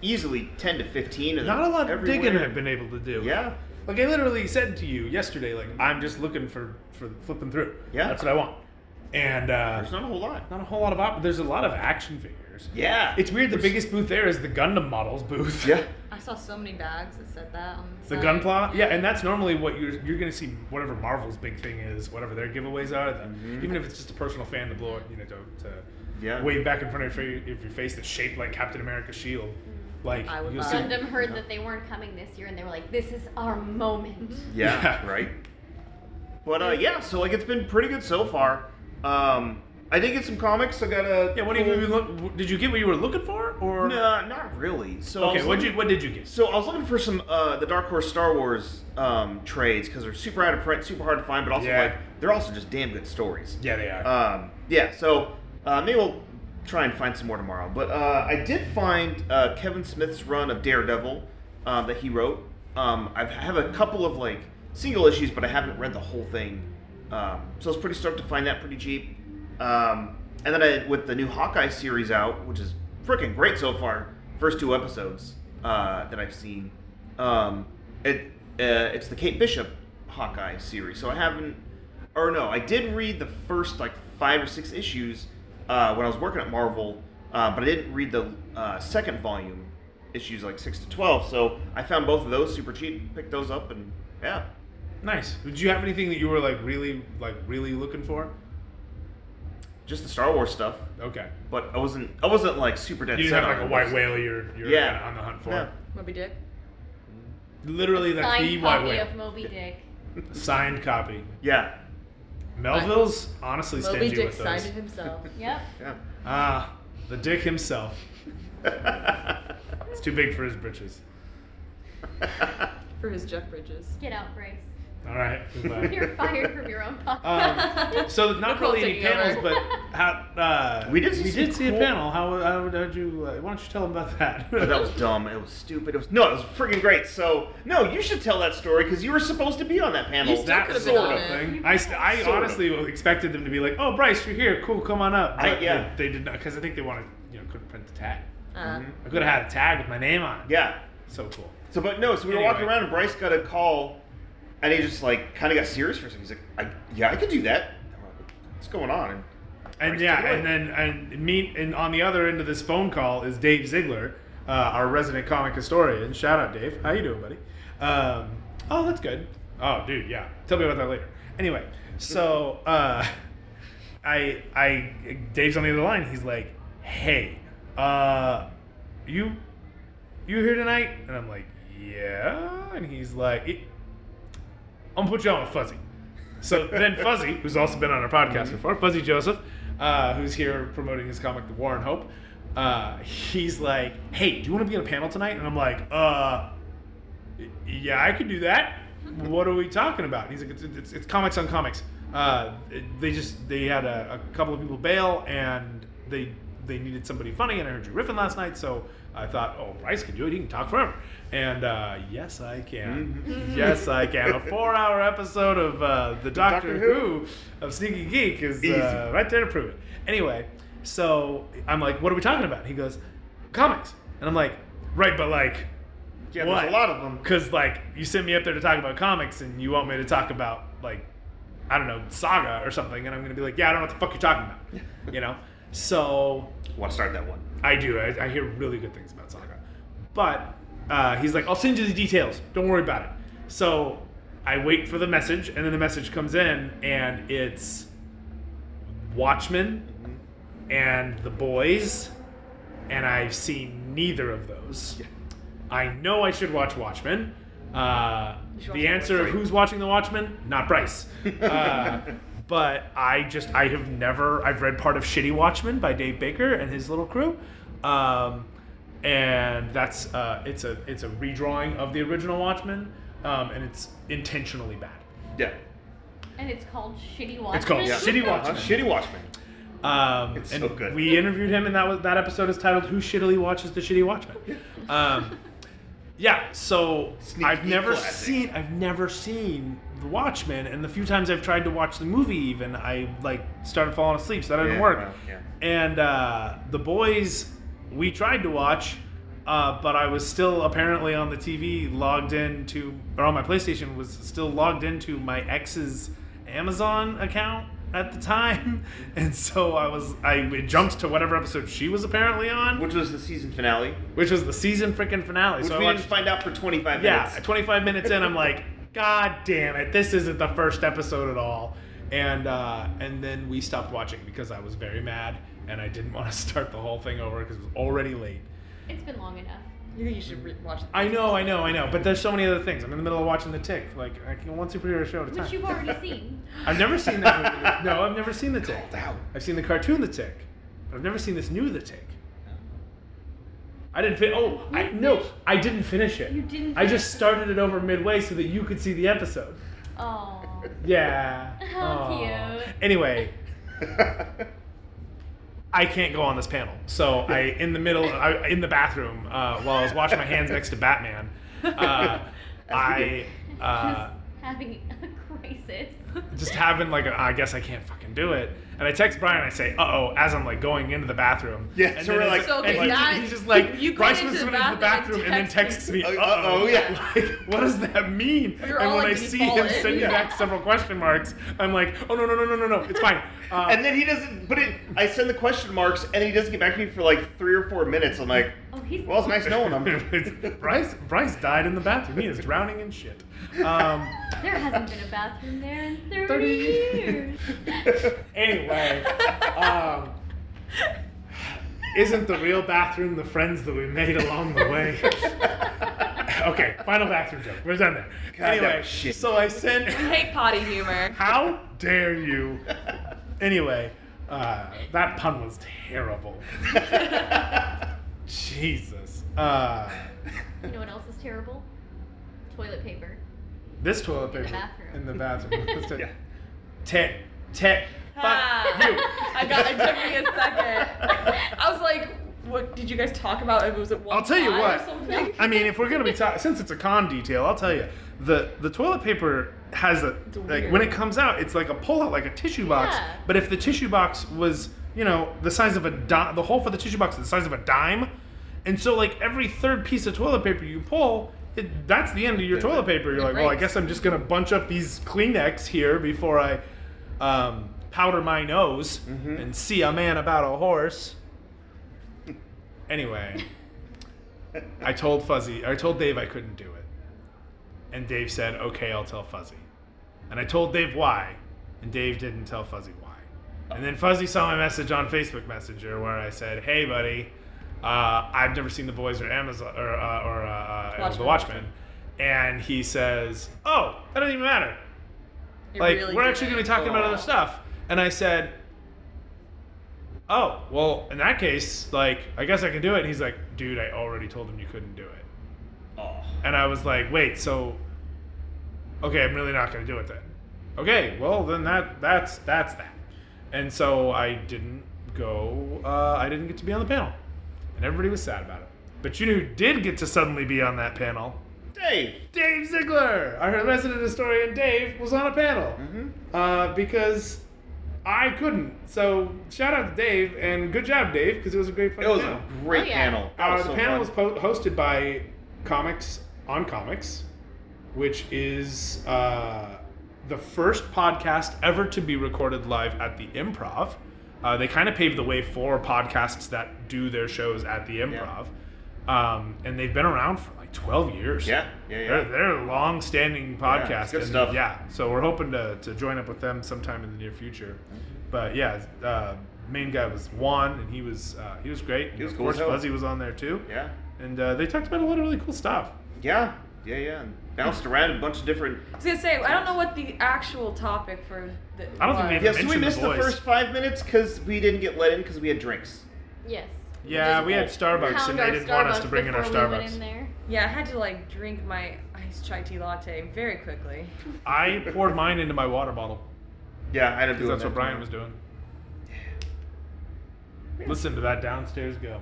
Speaker 2: easily ten to fifteen. Of
Speaker 3: Not a
Speaker 2: them
Speaker 3: lot of digging
Speaker 2: everywhere.
Speaker 3: I've been able to do.
Speaker 2: Yeah,
Speaker 3: Like I literally said to you yesterday, like I'm just looking for for flipping through.
Speaker 2: Yeah.
Speaker 3: that's what I want. And uh,
Speaker 2: There's not a whole lot.
Speaker 3: not a whole lot of op- there's a lot of action figures.
Speaker 2: Yeah.
Speaker 3: It's weird. The biggest booth there is the Gundam models booth.
Speaker 2: yeah.
Speaker 1: I saw so many bags that said that on the
Speaker 3: The
Speaker 1: side.
Speaker 3: Gunpla, yeah, and that's normally what you're you're gonna see. Whatever Marvel's big thing is, whatever their giveaways are, the-
Speaker 2: Mhm.
Speaker 3: even if it's just a personal fan to blow it, you know, to, to
Speaker 2: Yeah.
Speaker 3: wave back in front of your, fa- of your face that's shaped like Captain America's shield, like
Speaker 1: I would
Speaker 3: you'll
Speaker 1: buy
Speaker 3: see.
Speaker 1: it.
Speaker 4: Gundam heard that they weren't coming this year, and they were like, "This is our moment."
Speaker 3: Mm-hmm.
Speaker 2: Yeah,
Speaker 3: Yeah.
Speaker 2: right. But uh, yeah, so like it's been pretty good so far. Um, I did get some comics. I got a
Speaker 3: Yeah, what have you been look? Did you get what you were looking for, or
Speaker 2: No, not really. So I
Speaker 3: Okay,
Speaker 2: was
Speaker 3: what
Speaker 2: looking-
Speaker 3: did you what did you get?
Speaker 2: So I was looking for some uh, the Dark Horse Star Wars um, trades because they're super out of print, super hard to find, but also
Speaker 3: Yeah.
Speaker 2: like they're also just damn good stories.
Speaker 3: Yeah, they are.
Speaker 2: Um, yeah. So uh, maybe we'll try and find some more tomorrow. But uh, I did find uh, Kevin Smith's run of Daredevil uh, that he wrote. Um, I've, I have a couple of like single issues, but I haven't read the whole thing. Um, so I was pretty stoked to find that pretty cheap. Um, and then I, with the new Hawkeye series out, which is freaking great so far, first two episodes uh, that I've seen. Um, it uh, it's the Kate Bishop Hawkeye series, so I haven't or no, I did read the first like five or six issues uh, when I was working at Marvel, uh, but I didn't read the uh, second volume issues like six to twelve. So I found both of those super cheap, picked those up, and yeah,
Speaker 3: nice. Did you have anything that you were like really like really looking for?
Speaker 2: just the Star Wars stuff.
Speaker 3: Okay,
Speaker 2: But I wasn't, I wasn't like super dead
Speaker 3: you didn't
Speaker 2: set
Speaker 3: have like
Speaker 2: on
Speaker 3: a
Speaker 2: it.
Speaker 3: white whale you're you're
Speaker 2: Yeah.
Speaker 3: kinda on the hunt for.
Speaker 2: No.
Speaker 1: Moby Dick.
Speaker 3: Literally, that's the
Speaker 4: Signed
Speaker 3: white
Speaker 4: copy
Speaker 3: whale.
Speaker 4: of Moby Dick.
Speaker 3: signed copy.
Speaker 2: Yeah,
Speaker 3: Melville's honestly
Speaker 1: Moby
Speaker 3: stingy
Speaker 1: Dick
Speaker 3: with
Speaker 1: signed
Speaker 3: those.
Speaker 1: it himself.
Speaker 4: Yep.
Speaker 3: Ah, the dick himself.
Speaker 2: yeah.
Speaker 3: It's too big for his britches.
Speaker 1: for his Jeff Bridges.
Speaker 4: Get out, Bryce.
Speaker 3: All right, goodbye.
Speaker 4: You're fired from your own podcast.
Speaker 3: Um, so not
Speaker 1: Nicole's
Speaker 3: really any
Speaker 1: taking
Speaker 3: panels,
Speaker 1: over.
Speaker 3: but how uh,
Speaker 2: We did see some
Speaker 3: see a
Speaker 2: cool-
Speaker 3: panel. How how would you? Uh, why don't you tell them about that?
Speaker 2: But that was dumb. It was stupid. It was no. It was freaking great. So no, you should tell that story because you were supposed to be on that panel.
Speaker 1: You still
Speaker 3: that
Speaker 1: could've
Speaker 3: sort
Speaker 1: been on
Speaker 3: of
Speaker 1: it.
Speaker 3: thing. I, st- I
Speaker 2: Sort of.
Speaker 3: honestly expected them to be like, "Oh, Bryce, you're here. Cool, come on up."
Speaker 2: I-
Speaker 3: But
Speaker 2: yeah.
Speaker 3: they, they did not because I think they wanted you know couldn't print the tag.
Speaker 1: Uh,
Speaker 3: I could have had a tag with my name on it.
Speaker 2: yeah.
Speaker 3: so cool.
Speaker 2: So, but no, so we were walking
Speaker 3: Anyway.
Speaker 2: around and Bryce got a call and he just like kind of got serious for a second. He's like, I, yeah, I could do that. And we're like, What's going on? And
Speaker 3: And
Speaker 2: Bryce
Speaker 3: yeah,
Speaker 2: did it.
Speaker 3: and then and me and on the other end of this phone call is Dave Ziegler, uh, our resident comic historian. Shout out, Dave. How you doing, buddy? Um, oh, that's good. Oh, dude, yeah. Tell me about that later. Anyway, so uh, I I Dave's on the other line. He's like, hey, uh, you you here tonight? And I'm like, yeah. And he's like, "It- I'm gonna put you on with Fuzzy. So then Fuzzy, who's also been on our podcast before, Fuzzy Joseph, uh, who's here promoting his comic, The War and Hope, uh, he's like, hey, do you want to be on a panel tonight? And I'm like, uh, y- yeah, I could do that. What are we talking about? He's like, it's, it's, it's comics on comics. Uh, it- they just they had a, a couple of people bail and they they needed somebody funny and I heard you riffing last night, so I thought, oh, Bryce can do it. He can talk forever. And uh, yes, I can.
Speaker 2: Mm-hmm.
Speaker 3: yes, I can. A four-hour episode of uh, the Doctor,
Speaker 2: Doctor
Speaker 3: Who.
Speaker 2: Who.
Speaker 3: of Sneaky Geek is
Speaker 2: Easy.
Speaker 3: uh, right there to prove it. Anyway, so I'm like, what are we talking about? He goes, comics, and I'm like, right, but like,
Speaker 2: yeah,
Speaker 3: what?
Speaker 2: there's a lot of them.
Speaker 3: Because like you sent me up there to talk about comics, and you want me to talk about like I don't know Saga or something, and I'm gonna be like, yeah, I don't know what the fuck you're talking about, you know. So
Speaker 2: Want to start that one?
Speaker 3: I do. I, I hear really good things about Saga, but uh, he's like, I'll send you the details. Don't worry about it. So I wait for the message, and then the message comes in, and it's Watchmen
Speaker 2: Mm-hmm.
Speaker 3: and The Boys, and I've seen neither of those. I know I should watch Watchmen. Uh,
Speaker 1: should watch
Speaker 3: the
Speaker 1: The
Speaker 3: answer of
Speaker 2: Watchmen.
Speaker 3: who's watching The Watchmen, not Bryce. Uh, but I just, I have never, I've read part of Shitty Watchmen by Dave Baker and his little crew. Um, and that's, uh, it's a, it's a redrawing of the original Watchmen, um, and it's intentionally bad.
Speaker 2: Yeah.
Speaker 4: and it's called Shitty Watchmen.
Speaker 3: It's called
Speaker 2: Yeah.
Speaker 3: Shitty
Speaker 2: Uh-huh.
Speaker 3: Watchmen.
Speaker 2: Shitty Watchmen.
Speaker 3: Um,
Speaker 2: It's
Speaker 3: and
Speaker 2: so good.
Speaker 3: We interviewed him, and that was that episode is titled "Who Shittily Watches the Shitty Watchmen." Um, yeah, so
Speaker 2: Sneaky
Speaker 3: I've never
Speaker 2: classic.
Speaker 3: seen I've never seen the Watchmen, and the few times I've tried to watch the movie, even I like started falling asleep, so that didn't
Speaker 2: Yeah,
Speaker 3: work.
Speaker 2: well, yeah.
Speaker 3: And uh, the boys we tried to watch, Uh, but I was still apparently on the TV logged into, or on my PlayStation was still logged into my ex's Amazon account at the time, and so I was I it jumped to whatever episode she was apparently on,
Speaker 2: which was the season finale,
Speaker 3: which was the season freaking finale.
Speaker 2: which
Speaker 3: so I
Speaker 2: we
Speaker 3: watched-
Speaker 2: didn't find out for 25
Speaker 3: yeah,
Speaker 2: minutes.
Speaker 3: 25 minutes in, I'm like, God damn it, this isn't the first episode at all. And uh, and then we stopped watching because I was very mad and I didn't want to start the whole thing over because it was already late.
Speaker 4: It's been long enough.
Speaker 1: You, you should re- watch.
Speaker 3: I know, I know, I know, but there's so many other things. I'm in the middle of watching The Tick, like I can one superhero show at a time.
Speaker 4: Which you've already seen.
Speaker 3: I've never seen that movie. No, I've never seen The Tick.
Speaker 2: Called out.
Speaker 3: I've seen the cartoon The Tick, but I've never seen this new The Tick. I didn't fin- Oh, I,
Speaker 4: You
Speaker 3: no,
Speaker 4: finished-
Speaker 3: I didn't finish it.
Speaker 4: You didn't
Speaker 3: I just
Speaker 4: finish it.
Speaker 3: started it over midway so that you could see the episode.
Speaker 4: Oh.
Speaker 3: Yeah.
Speaker 4: How
Speaker 3: Aw.
Speaker 4: cute.
Speaker 3: Anyway,
Speaker 2: Yeah.
Speaker 3: I can't go on this panel, so I in the middle, I, in the bathroom, uh, while I was washing my hands next to Batman, uh,
Speaker 2: As we
Speaker 3: I
Speaker 2: do.
Speaker 3: uh,
Speaker 4: Just having a crisis.
Speaker 3: just having like, a, I guess I can't fucking do it, and I text Brian, I say, "Uh oh," as I'm like going into the bathroom.
Speaker 2: Yeah,
Speaker 3: And
Speaker 2: so
Speaker 3: then
Speaker 2: we're
Speaker 3: it's-
Speaker 2: like- So,
Speaker 3: and
Speaker 2: okay,
Speaker 3: he-
Speaker 1: that-
Speaker 3: he's just like,
Speaker 1: you go
Speaker 3: Bryce
Speaker 1: into
Speaker 3: was
Speaker 1: the
Speaker 3: went into the
Speaker 1: bathroom
Speaker 3: bathroom
Speaker 1: and
Speaker 3: and then
Speaker 1: text
Speaker 3: texts me,
Speaker 2: Uh,
Speaker 3: "Uh
Speaker 2: uh-oh,
Speaker 3: oh,"
Speaker 2: yeah.
Speaker 3: Like, what does that mean?
Speaker 1: We were
Speaker 3: and
Speaker 1: all,
Speaker 3: when
Speaker 1: like,
Speaker 3: I see him
Speaker 1: defaulted.
Speaker 3: sending back several question marks, I'm like, "Oh no, no, no, no, no, no, it's fine." Uh,
Speaker 2: and then he doesn't. But it, I send the question marks, and then he doesn't get back to me for like three or four minutes. I'm like,
Speaker 4: Oh, he's.
Speaker 2: well, it's nice knowing him.
Speaker 3: Bryce Bryce died in the bathroom. He is drowning in shit. Um,
Speaker 4: There hasn't been a bathroom there in 30,
Speaker 3: 30.
Speaker 4: years.
Speaker 3: anyway, um, isn't the real bathroom the friends that we made along the way? okay, final bathroom joke. We're done there.
Speaker 2: God, that
Speaker 3: anyway,
Speaker 2: was shit.
Speaker 3: so I sent.
Speaker 1: I hate potty humor.
Speaker 3: How dare you? Anyway, uh, that pun was terrible. Jesus. Uh,
Speaker 4: You know what else is terrible? Toilet paper.
Speaker 3: this toilet paper
Speaker 4: the bathroom.
Speaker 3: in the bathroom. Let's take-
Speaker 2: yeah.
Speaker 3: Tet, tet, fuck
Speaker 1: Ah.
Speaker 3: you.
Speaker 1: I got. It took me a second. I was like, "What did you guys talk about? If it was at one
Speaker 3: I'll tell you
Speaker 1: time
Speaker 3: what.
Speaker 1: Or something?
Speaker 3: I mean, if we're gonna be ta- since it's a con detail, I'll tell you the the toilet paper has a
Speaker 1: It's
Speaker 3: like
Speaker 1: weird.
Speaker 3: when it comes out, it's like a pull out like a tissue box.
Speaker 4: Yeah.
Speaker 3: But if the tissue box was you know the size of a di- the hole for the tissue box is the size of a dime, and so like every third piece of toilet paper you pull. It, that's the end of your
Speaker 2: Yeah.
Speaker 3: toilet paper. You're
Speaker 1: It
Speaker 3: like, well, I
Speaker 1: breaks.
Speaker 3: guess I'm just gonna bunch up these Kleenex here before I um, powder my nose
Speaker 2: Mhm.
Speaker 3: and see a man about a horse. Anyway. I told Fuzzy, I told Dave I couldn't do it. And Dave said, okay, I'll tell Fuzzy. And I told Dave why, and Dave didn't tell Fuzzy why. And then Fuzzy saw my message on Facebook Messenger where I said, hey, buddy, uh, I've never seen The Boys or Amazon or, uh, or uh, uh, The
Speaker 1: Watchmen.
Speaker 3: Watchmen. And he says, oh, that doesn't even matter.
Speaker 1: It
Speaker 3: Like,
Speaker 1: really
Speaker 3: we're actually going
Speaker 1: didn't
Speaker 3: to be talking about
Speaker 1: go
Speaker 3: other
Speaker 1: well.
Speaker 3: stuff. And I said, Oh, well, in that case, like, I guess I can do it. And he's like, Dude, I already told him you couldn't do it.
Speaker 2: Oh.
Speaker 3: And I was like, Wait, so, okay, I'm really not going to do it then. Okay, well, then that that's that's that. And so I didn't go, uh, I didn't get to be on the panel. And everybody was sad about it. But you know who did get to suddenly be on that panel?
Speaker 2: Dave.
Speaker 3: Dave Ziegler, our resident historian Dave, was on a panel
Speaker 2: Mm-hmm.
Speaker 3: uh, because I couldn't. So shout out to Dave and good job, Dave, because it was a great fucking
Speaker 2: It was
Speaker 3: panel.
Speaker 2: a great
Speaker 4: Oh, yeah.
Speaker 2: panel. That
Speaker 3: Uh,
Speaker 2: was
Speaker 3: the
Speaker 2: so
Speaker 3: panel
Speaker 2: fun.
Speaker 3: was po- hosted by Comics on Comics, which is uh, the first podcast ever to be recorded live at the Improv. Uh, they kind of paved the way for podcasts that do their shows at the Improv, um, and they've been around for like twelve years.
Speaker 2: Yeah, yeah, yeah.
Speaker 3: They're, they're a long-standing podcast.
Speaker 2: it's good
Speaker 3: and,
Speaker 2: stuff.
Speaker 3: Yeah, so we're hoping to, to join up with them sometime in the near future. But yeah, uh, main guy was Juan, and he was uh, he was great. And
Speaker 2: was
Speaker 3: of
Speaker 2: cool as
Speaker 3: course,
Speaker 2: hell.
Speaker 3: Fuzzy was on there too.
Speaker 2: yeah,
Speaker 3: And uh, they talked about a lot of really cool stuff.
Speaker 2: yeah, yeah, yeah. And
Speaker 3: Hmm.
Speaker 2: bounced around a bunch of different.
Speaker 1: I was gonna say, I don't know what the actual topic for. The,
Speaker 3: I don't think
Speaker 1: was.
Speaker 3: they've-
Speaker 2: Yeah, so we
Speaker 3: mentioned the
Speaker 2: missed the,
Speaker 3: boys.
Speaker 2: first five minutes because we didn't get let in because we had drinks.
Speaker 4: Yes.
Speaker 3: Yeah,
Speaker 2: Just
Speaker 3: we had Starbucks,
Speaker 4: Pound
Speaker 3: and they
Speaker 4: our
Speaker 3: didn't want us
Speaker 4: Starbucks
Speaker 3: to bring in our
Speaker 4: before we went in
Speaker 3: Starbucks.
Speaker 4: there.
Speaker 1: Yeah, I had to like drink my iced chai tea latte very quickly.
Speaker 3: I poured mine into my water bottle
Speaker 2: Yeah, I had to do
Speaker 3: because that's
Speaker 2: that.
Speaker 3: what Brian was doing. Listen to that downstairs go.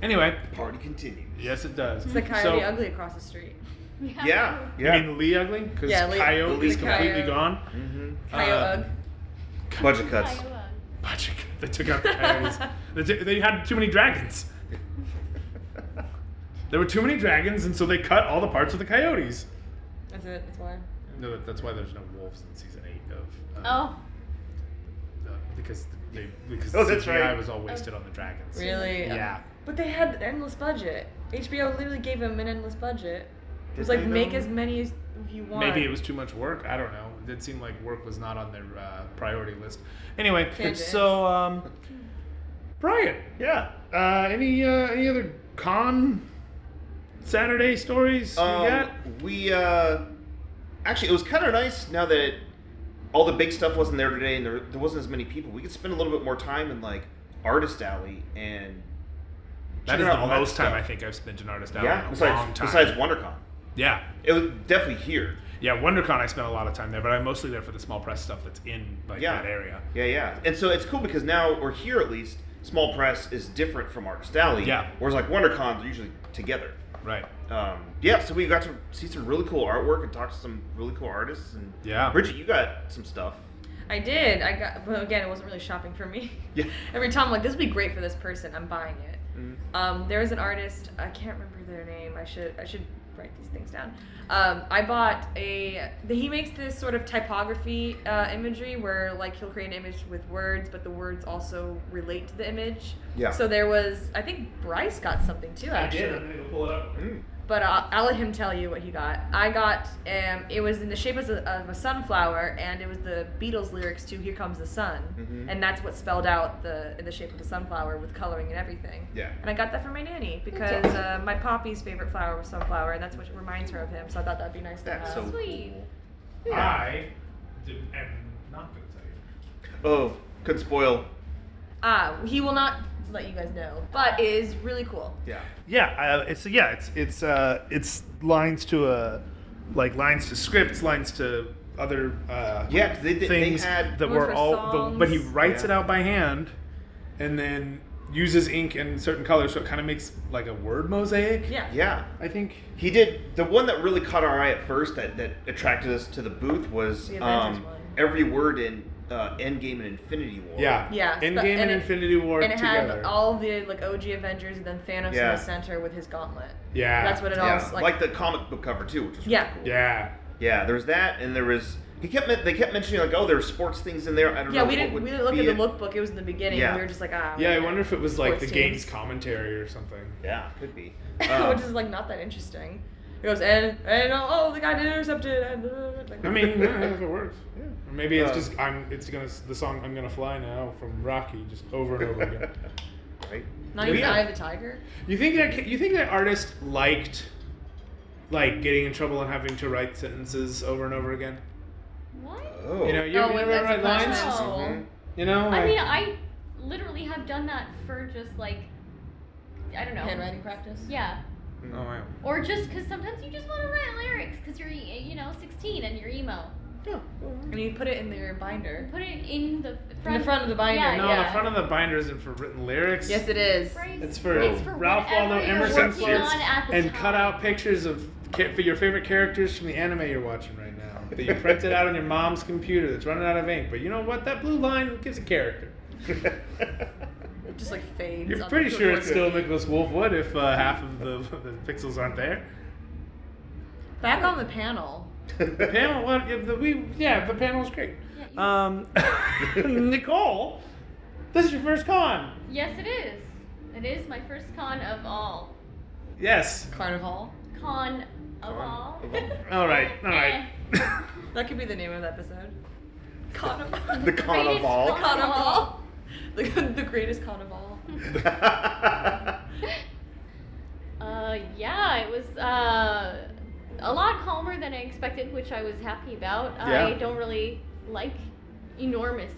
Speaker 3: Anyway,
Speaker 2: Party continues.
Speaker 3: yes, it does.
Speaker 1: It's the Coyote
Speaker 3: So-
Speaker 1: Ugly across the street.
Speaker 2: Yeah,
Speaker 3: You
Speaker 2: yeah.
Speaker 3: mean Lee Ugly? Because
Speaker 1: Yeah, Lee-
Speaker 3: Coyote
Speaker 2: Lee
Speaker 3: is completely
Speaker 1: Coyote.
Speaker 3: gone.
Speaker 2: Mm-hmm.
Speaker 1: Coyote
Speaker 2: Budget cuts.
Speaker 4: Iowa.
Speaker 3: Bunch of- They took out the coyotes. they, t- they had too many dragons. There were too many dragons, and so they cut all the parts with the coyotes.
Speaker 1: That's it. That's why.
Speaker 3: No, that- that's why there's no wolves in season eight of. Uh,
Speaker 4: Oh,
Speaker 3: uh, because they because
Speaker 2: Oh,
Speaker 3: the
Speaker 2: that's
Speaker 3: CGI
Speaker 2: right.
Speaker 3: was all wasted on the dragons.
Speaker 1: Really?
Speaker 3: Yeah.
Speaker 1: But they had an endless budget. HBO literally gave them an endless budget. It was
Speaker 2: Did
Speaker 1: like
Speaker 2: they,
Speaker 1: make
Speaker 2: though?
Speaker 1: as many as you want.
Speaker 3: Maybe it was too much work. I don't know. It did seem like work was not on their uh, priority list. Anyway,
Speaker 1: Tangent.
Speaker 3: so um, Brian, yeah. Uh, any uh, any other con Saturday stories you
Speaker 2: Um,
Speaker 3: got?
Speaker 2: we uh, actually, it was kind of nice now that it, all the big stuff wasn't there today, and there, there wasn't as many people. We could spend a little bit more time in like Artist Alley and
Speaker 3: That
Speaker 2: checking
Speaker 3: is
Speaker 2: out
Speaker 3: the
Speaker 2: all that
Speaker 3: most time
Speaker 2: stuff.
Speaker 3: I think I've spent in Artist Alley in
Speaker 2: yeah.
Speaker 3: a long
Speaker 2: Besides,
Speaker 3: time.
Speaker 2: besides WonderCon,
Speaker 3: yeah,
Speaker 2: it was definitely here.
Speaker 3: yeah. WonderCon, I spent a lot of time there, but I'm mostly there for the small press stuff that's in like
Speaker 2: Yeah.
Speaker 3: that area.
Speaker 2: Yeah, yeah. And so it's cool because now, or here at least, small press is different from Artist Alley.
Speaker 3: Yeah.
Speaker 2: Whereas like WonderCon, they're usually together.
Speaker 3: Right.
Speaker 2: Um, yeah, so we got to see some really cool artwork and talk to some really cool artists. And
Speaker 3: Yeah.
Speaker 2: Bridget, you got some stuff.
Speaker 1: I did. I got, but again, it wasn't really shopping for me.
Speaker 2: Yeah.
Speaker 1: Every time I'm like, this would be great for this person. I'm buying it.
Speaker 2: Mhm.
Speaker 1: Um, there was an artist. I can't remember their name. I should. I should write these things down. Um, I bought a. He makes this sort of typography uh, imagery where like he'll create an image with words, but the words also relate to the image.
Speaker 2: Yeah.
Speaker 1: So there was. I think Bryce got something too. Actually.
Speaker 3: gonna go pull it up.
Speaker 2: Mm.
Speaker 1: But I'll, I'll let him tell you what he got. I got, um, it was in the shape of a, of a sunflower, and it was the Beatles lyrics to "Here Comes the Sun,"
Speaker 2: Mhm.
Speaker 1: and that's what spelled out the in the shape of the sunflower with coloring and everything.
Speaker 2: Yeah.
Speaker 1: And I got that for my nanny because uh, my poppy's favorite flower was sunflower, and that's what reminds her of him. So I thought that'd be nice to
Speaker 2: That's
Speaker 1: have.
Speaker 2: so
Speaker 4: sweet.
Speaker 3: I did, am not gonna tell you.
Speaker 2: Oh, could spoil.
Speaker 1: Ah, he will not let you guys know, but it is really cool.
Speaker 2: Yeah.
Speaker 5: Yeah, uh, it's yeah, it's it's uh, it's lines to uh, like lines to scripts, lines to other uh,
Speaker 2: Yeah, 'cause they, did- they
Speaker 5: things
Speaker 2: had
Speaker 5: that
Speaker 1: Ones
Speaker 5: were
Speaker 1: for
Speaker 5: all.
Speaker 1: songs.
Speaker 5: The,
Speaker 3: But he writes
Speaker 2: Yeah.
Speaker 3: it out by hand, and then uses ink and certain colors, so it kind of makes like a word mosaic.
Speaker 1: Yeah.
Speaker 2: Yeah.
Speaker 3: I think.
Speaker 2: He did the one that really caught our eye at first that, that attracted us to the booth was
Speaker 1: The Avengers
Speaker 2: um,
Speaker 1: one.
Speaker 2: every word in uh, Endgame and Infinity War.
Speaker 3: Yeah.
Speaker 1: Yeah, spe-
Speaker 3: Endgame and,
Speaker 1: and it-
Speaker 3: Infinity War
Speaker 1: And it had
Speaker 3: together.
Speaker 1: all the like OG Avengers and then Thanos in
Speaker 2: Yeah.
Speaker 1: the center with his gauntlet.
Speaker 3: yeah.
Speaker 1: That's what it all
Speaker 2: Yeah,
Speaker 1: s-
Speaker 2: like, the comic book cover too, which was
Speaker 1: Yeah.
Speaker 2: really cool.
Speaker 3: Yeah.
Speaker 2: Yeah, there was that, and there was he kept men- they kept mentioning like, oh, there were sports things in there. I don't
Speaker 1: Yeah,
Speaker 2: know.
Speaker 1: we
Speaker 2: what
Speaker 1: didn't
Speaker 2: would
Speaker 1: we didn't look
Speaker 2: be
Speaker 1: at the
Speaker 2: it.
Speaker 1: lookbook. It was in the beginning.
Speaker 2: Yeah.
Speaker 1: We were just like, ah.
Speaker 3: Yeah. I
Speaker 1: whatever.
Speaker 3: wonder if it was like the
Speaker 1: Sports
Speaker 3: game's Oh.
Speaker 1: teams.
Speaker 3: commentary or something.
Speaker 2: Yeah, could be.
Speaker 1: which
Speaker 2: Um,
Speaker 1: is like not that interesting. It goes and and oh, oh the guy did intercepted. And, uh, like,
Speaker 3: I mean, yeah, if it works. Yeah. Or maybe it's
Speaker 2: Uh,
Speaker 3: just I'm. It's gonna the song I'm gonna fly now from Rocky just over and over again.
Speaker 2: right?
Speaker 1: not
Speaker 2: Yeah.
Speaker 1: even Eye of the Tiger.
Speaker 3: You think that ki- you think that artist liked like getting in trouble and having to write sentences over and over again?
Speaker 4: What?
Speaker 2: Oh.
Speaker 3: You know, you
Speaker 1: Oh,
Speaker 3: ever
Speaker 1: wait,
Speaker 3: ever write
Speaker 1: that's
Speaker 3: lines?
Speaker 4: classic.
Speaker 1: possible.
Speaker 2: Mhm.
Speaker 3: You know,
Speaker 4: I
Speaker 3: like-
Speaker 4: mean, I literally have done that for just like, I don't know.
Speaker 1: Handwriting practice.
Speaker 4: Yeah.
Speaker 2: Mm-hmm.
Speaker 3: oh, wow.
Speaker 4: Or just because sometimes you just want to write lyrics because you're, you know, 16 and you're emo.
Speaker 1: And you put it in your binder.
Speaker 4: Put it in the
Speaker 1: In
Speaker 4: front.
Speaker 1: the front of the binder.
Speaker 4: Yeah,
Speaker 3: no,
Speaker 4: yeah.
Speaker 3: the front of the binder isn't for written lyrics.
Speaker 1: Yes, it is.
Speaker 4: Phrase.
Speaker 3: It's for,
Speaker 4: It's for
Speaker 3: Ralph Waldo
Speaker 4: whatever you're
Speaker 3: Emerson
Speaker 4: working
Speaker 3: quotes
Speaker 4: on at the
Speaker 3: and
Speaker 4: time.
Speaker 3: cut out pictures of ca- for your favorite characters from the anime you're watching right now that you printed out on your mom's computer that's running out of ink. But you know what? That blue line gives a character. Oh,
Speaker 1: It just like fades.
Speaker 3: You're
Speaker 1: on
Speaker 3: pretty
Speaker 1: the
Speaker 3: sure it's
Speaker 1: clipboard.
Speaker 3: still Nicholas Wolfwood if uh, half of the, the pixels aren't there.
Speaker 1: back on the panel.
Speaker 3: The panel, what? If the, we, yeah, the panel's great.
Speaker 4: Yeah, you-
Speaker 3: Um, Nicole, this is your first con.
Speaker 4: yes, it is. It is my first con of all.
Speaker 3: Yes.
Speaker 1: Carnival.
Speaker 4: Con of
Speaker 2: Con
Speaker 4: all.
Speaker 2: of all.
Speaker 3: All right. All right.
Speaker 4: Eh.
Speaker 1: That could be the name of the episide. Carnival.
Speaker 2: The con of
Speaker 4: Greatest
Speaker 2: all.
Speaker 4: con of all.
Speaker 1: Carnival. The, the greatest carnival.
Speaker 4: Uh, yeah, it was uh, a lot calmer than I expected, which I was happy about. I
Speaker 3: Yeah.
Speaker 4: don't really like enormous,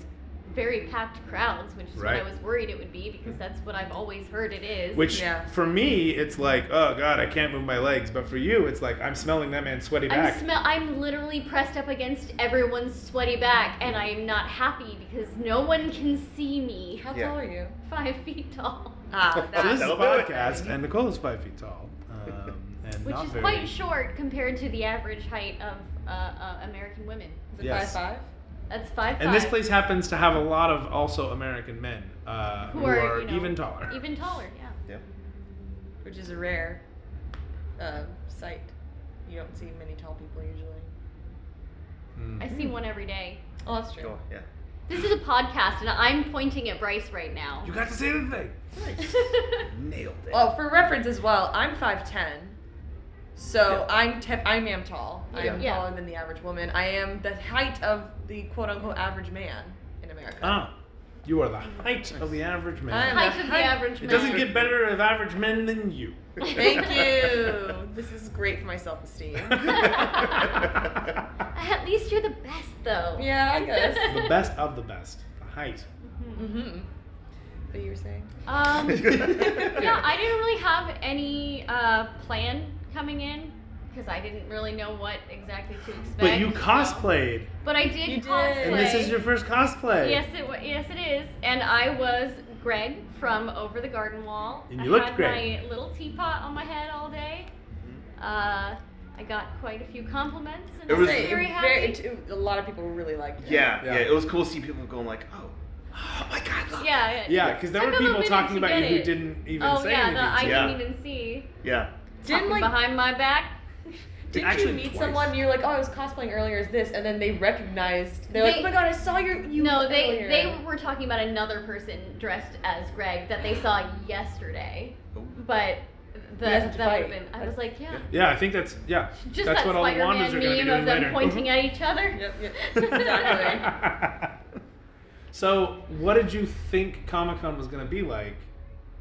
Speaker 4: very packed crowds, which is
Speaker 3: Right.
Speaker 4: what I was worried it would be because that's what I've always heard it is.
Speaker 3: Which
Speaker 1: Yeah.
Speaker 3: for me, it's like, oh god, I can't move my legs. But for you, it's like I'm smelling that man's sweaty back.
Speaker 4: I'm smell. I'm literally pressed up against everyone's sweaty back, and I am not happy because no one can see me.
Speaker 1: How
Speaker 2: Yeah.
Speaker 1: tall are you?
Speaker 4: Five feet tall,
Speaker 1: Ah,
Speaker 3: so
Speaker 1: that.
Speaker 3: this is a
Speaker 2: That'll do it.
Speaker 3: podcast, and Nicole is five feet tall, um, and
Speaker 4: which
Speaker 3: not
Speaker 4: is
Speaker 3: very-
Speaker 4: quite short compared to the average height of uh, uh, American women.
Speaker 1: Is it
Speaker 3: Yes.
Speaker 1: five five?
Speaker 4: That's five.
Speaker 3: And this
Speaker 4: five.
Speaker 3: place happens to have a lot of also American men uh, who, are,
Speaker 4: you know,
Speaker 3: even taller.
Speaker 4: Even taller, yeah.
Speaker 2: Yep.
Speaker 1: Which is rare. uh, sight. You don't see many tall people usually.
Speaker 3: Mm.
Speaker 4: I see one every day.
Speaker 1: Oh, that's true.
Speaker 2: Go on, yeah.
Speaker 4: This is a podcast, and I'm pointing at Bryce right now.
Speaker 3: You got to say the thing.
Speaker 2: Nailed it.
Speaker 1: Oh, for reference as well, I'm five ten, so I'm te- I am tall. I am
Speaker 4: Yeah.
Speaker 1: taller than the average woman. I am the height of the quote unquote average man in America.
Speaker 3: Ah, you are the height of the average man.
Speaker 1: I'm-
Speaker 4: Height of the
Speaker 3: It
Speaker 4: average man.
Speaker 3: doesn't get better of average men than you.
Speaker 1: Thank you. This is great for my self esteem.
Speaker 4: At least you're the best, though.
Speaker 1: Yeah, I guess.
Speaker 3: The best of the best. The height.
Speaker 1: mm-hmm. But you were saying?
Speaker 4: Um, yeah, I didn't really have any uh, plan coming in because I didn't really know what exactly to expect.
Speaker 3: But you
Speaker 4: so-
Speaker 3: cosplayed,
Speaker 4: But I did
Speaker 1: You did.
Speaker 4: cosplay.
Speaker 3: and this is your first cosplay.
Speaker 4: Yes, it wa- yes it is, and I was Greg from Over the Garden Wall.
Speaker 3: And
Speaker 4: I
Speaker 3: you looked
Speaker 4: had
Speaker 3: great.
Speaker 4: my little teapot on my head all day.
Speaker 2: Mm-hmm.
Speaker 4: Uh, I got quite a few compliments, and
Speaker 2: It
Speaker 4: I was
Speaker 2: was-
Speaker 1: Say,
Speaker 4: very
Speaker 1: it-
Speaker 4: happy.
Speaker 1: it- a lot of people really liked it.
Speaker 2: yeah, yeah,
Speaker 3: Yeah.
Speaker 2: It was cool to see people going like, oh, oh my god, look.
Speaker 4: yeah,
Speaker 3: Yeah, because there
Speaker 4: Took
Speaker 3: were
Speaker 4: a
Speaker 3: people
Speaker 4: little minute
Speaker 3: talking
Speaker 4: to
Speaker 3: about
Speaker 4: get
Speaker 3: you who
Speaker 4: it.
Speaker 3: didn't even
Speaker 4: oh
Speaker 3: say
Speaker 4: yeah,
Speaker 3: anything.
Speaker 4: the, I
Speaker 3: to you.
Speaker 2: Yeah.
Speaker 4: didn't even see.
Speaker 2: Yeah.
Speaker 1: Didn't
Speaker 4: Talking
Speaker 1: like
Speaker 4: behind my back.
Speaker 1: didn't
Speaker 3: Actually,
Speaker 1: you meet
Speaker 3: twice.
Speaker 1: someone and you're like, oh, I was cosplaying earlier as this, and then they recognized. They're like,
Speaker 4: They-
Speaker 1: oh my god, I saw your you.
Speaker 4: no, they
Speaker 1: earlier."
Speaker 4: they were talking about another person dressed as Greg that they saw yesterday,
Speaker 2: Oh.
Speaker 4: but the,
Speaker 1: You guys have
Speaker 4: that
Speaker 1: to
Speaker 4: would have
Speaker 1: fight.
Speaker 4: been. I was like, yeah.
Speaker 3: Yeah, I think that's yeah.
Speaker 4: Just
Speaker 3: that's
Speaker 4: that
Speaker 3: what all the
Speaker 4: Spider-Man
Speaker 3: Wandas are going to be
Speaker 4: meme
Speaker 3: doing
Speaker 4: of them
Speaker 3: later.
Speaker 4: pointing at each other.
Speaker 1: Yep, yep. Exactly.
Speaker 3: so, what did you think Comic Con was going to be like?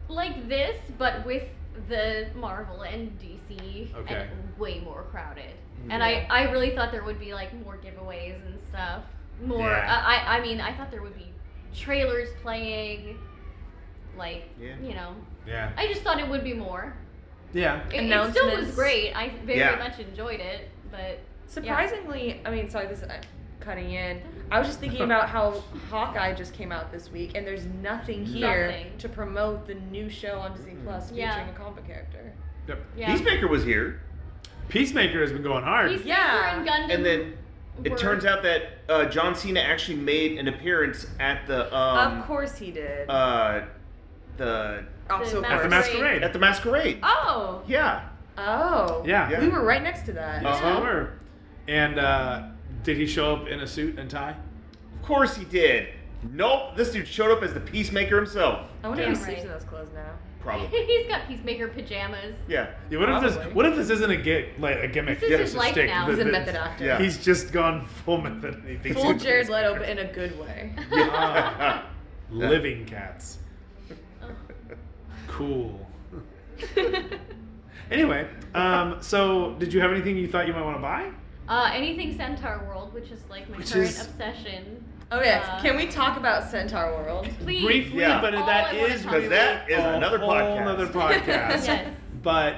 Speaker 4: like this, but with the Marvel and DC,
Speaker 3: Okay.
Speaker 4: and way more crowded. And I, I really thought there would be like more giveaways and stuff. More, uh,
Speaker 3: Yeah.
Speaker 4: I, I, I mean, I thought there would be trailers playing, like
Speaker 2: Yeah.
Speaker 4: you know.
Speaker 3: Yeah,
Speaker 4: I just thought it would be more.
Speaker 3: yeah,
Speaker 4: It, it still was
Speaker 1: Announcements.
Speaker 4: great. I very
Speaker 2: Yeah.
Speaker 4: much enjoyed it, but
Speaker 1: Surprisingly, I mean, sorry, this is uh, cutting in. I was just thinking about how Hawkeye just came out this week, and there's nothing here
Speaker 4: Nothing. Mm-hmm.
Speaker 1: to promote the new show on Disney Plus featuring
Speaker 4: Yeah.
Speaker 1: a comic character.
Speaker 3: Yep.
Speaker 4: yeah.
Speaker 2: Peacemaker was here,
Speaker 3: Peacemaker has been going hard.
Speaker 4: Peacemaker
Speaker 1: Yeah.
Speaker 4: and Gundam.
Speaker 2: and then
Speaker 4: were-
Speaker 2: it turns out that uh, John Cena actually made an appearance at the um,
Speaker 1: of course he did.
Speaker 2: uh, the
Speaker 1: also, of
Speaker 4: the
Speaker 3: at the
Speaker 1: course.
Speaker 4: Masquerade.
Speaker 3: masquerade.
Speaker 2: at the masquerade.
Speaker 4: Oh,
Speaker 2: Yeah,
Speaker 1: Oh.
Speaker 3: yeah. Uh-huh.
Speaker 2: Yeah.
Speaker 1: We were right next to that.
Speaker 3: Yes,
Speaker 4: Yeah.
Speaker 3: we were. And uh, did he show up in a suit and tie?
Speaker 2: of course he did. Nope, this dude showed up as the Peacemaker himself.
Speaker 1: I wonder
Speaker 4: Damn
Speaker 1: if he sleeps
Speaker 4: right.
Speaker 1: in those clothes now.
Speaker 2: Probably.
Speaker 4: he's got Peacemaker pajamas.
Speaker 2: Yeah.
Speaker 3: Yeah, what if this?
Speaker 1: Probably.
Speaker 3: What if this isn't a gig, like a gimmick?
Speaker 4: This is
Speaker 3: yeah,
Speaker 4: his
Speaker 3: it's a
Speaker 4: life
Speaker 3: stick
Speaker 4: now.
Speaker 3: that-
Speaker 1: He's a
Speaker 3: that's-
Speaker 1: method actor.
Speaker 2: Yeah.
Speaker 3: He's just gone full method. And he thinks
Speaker 1: Full
Speaker 3: he's a
Speaker 1: Jared Leto, but
Speaker 3: Peacemaker.
Speaker 1: in a good way.
Speaker 3: Ah,
Speaker 2: Ah.
Speaker 3: living cats.
Speaker 4: Oh.
Speaker 3: Cool. Anyway, um, so did you have anything you thought you might want to buy?
Speaker 4: Uh, anything Centaur World, which is like my
Speaker 3: Which
Speaker 4: current
Speaker 3: is-
Speaker 4: obsession.
Speaker 1: Oh yes.
Speaker 4: Uh,
Speaker 1: Can we talk about Centaur World?
Speaker 4: Please.
Speaker 3: Briefly,
Speaker 2: Yeah.
Speaker 3: but
Speaker 4: All
Speaker 3: that
Speaker 4: I wanna
Speaker 3: is
Speaker 4: talk Because
Speaker 2: that
Speaker 3: really
Speaker 2: is
Speaker 3: a
Speaker 2: another
Speaker 3: whole
Speaker 2: podcast.
Speaker 3: Other podcast.
Speaker 4: Yes.
Speaker 3: But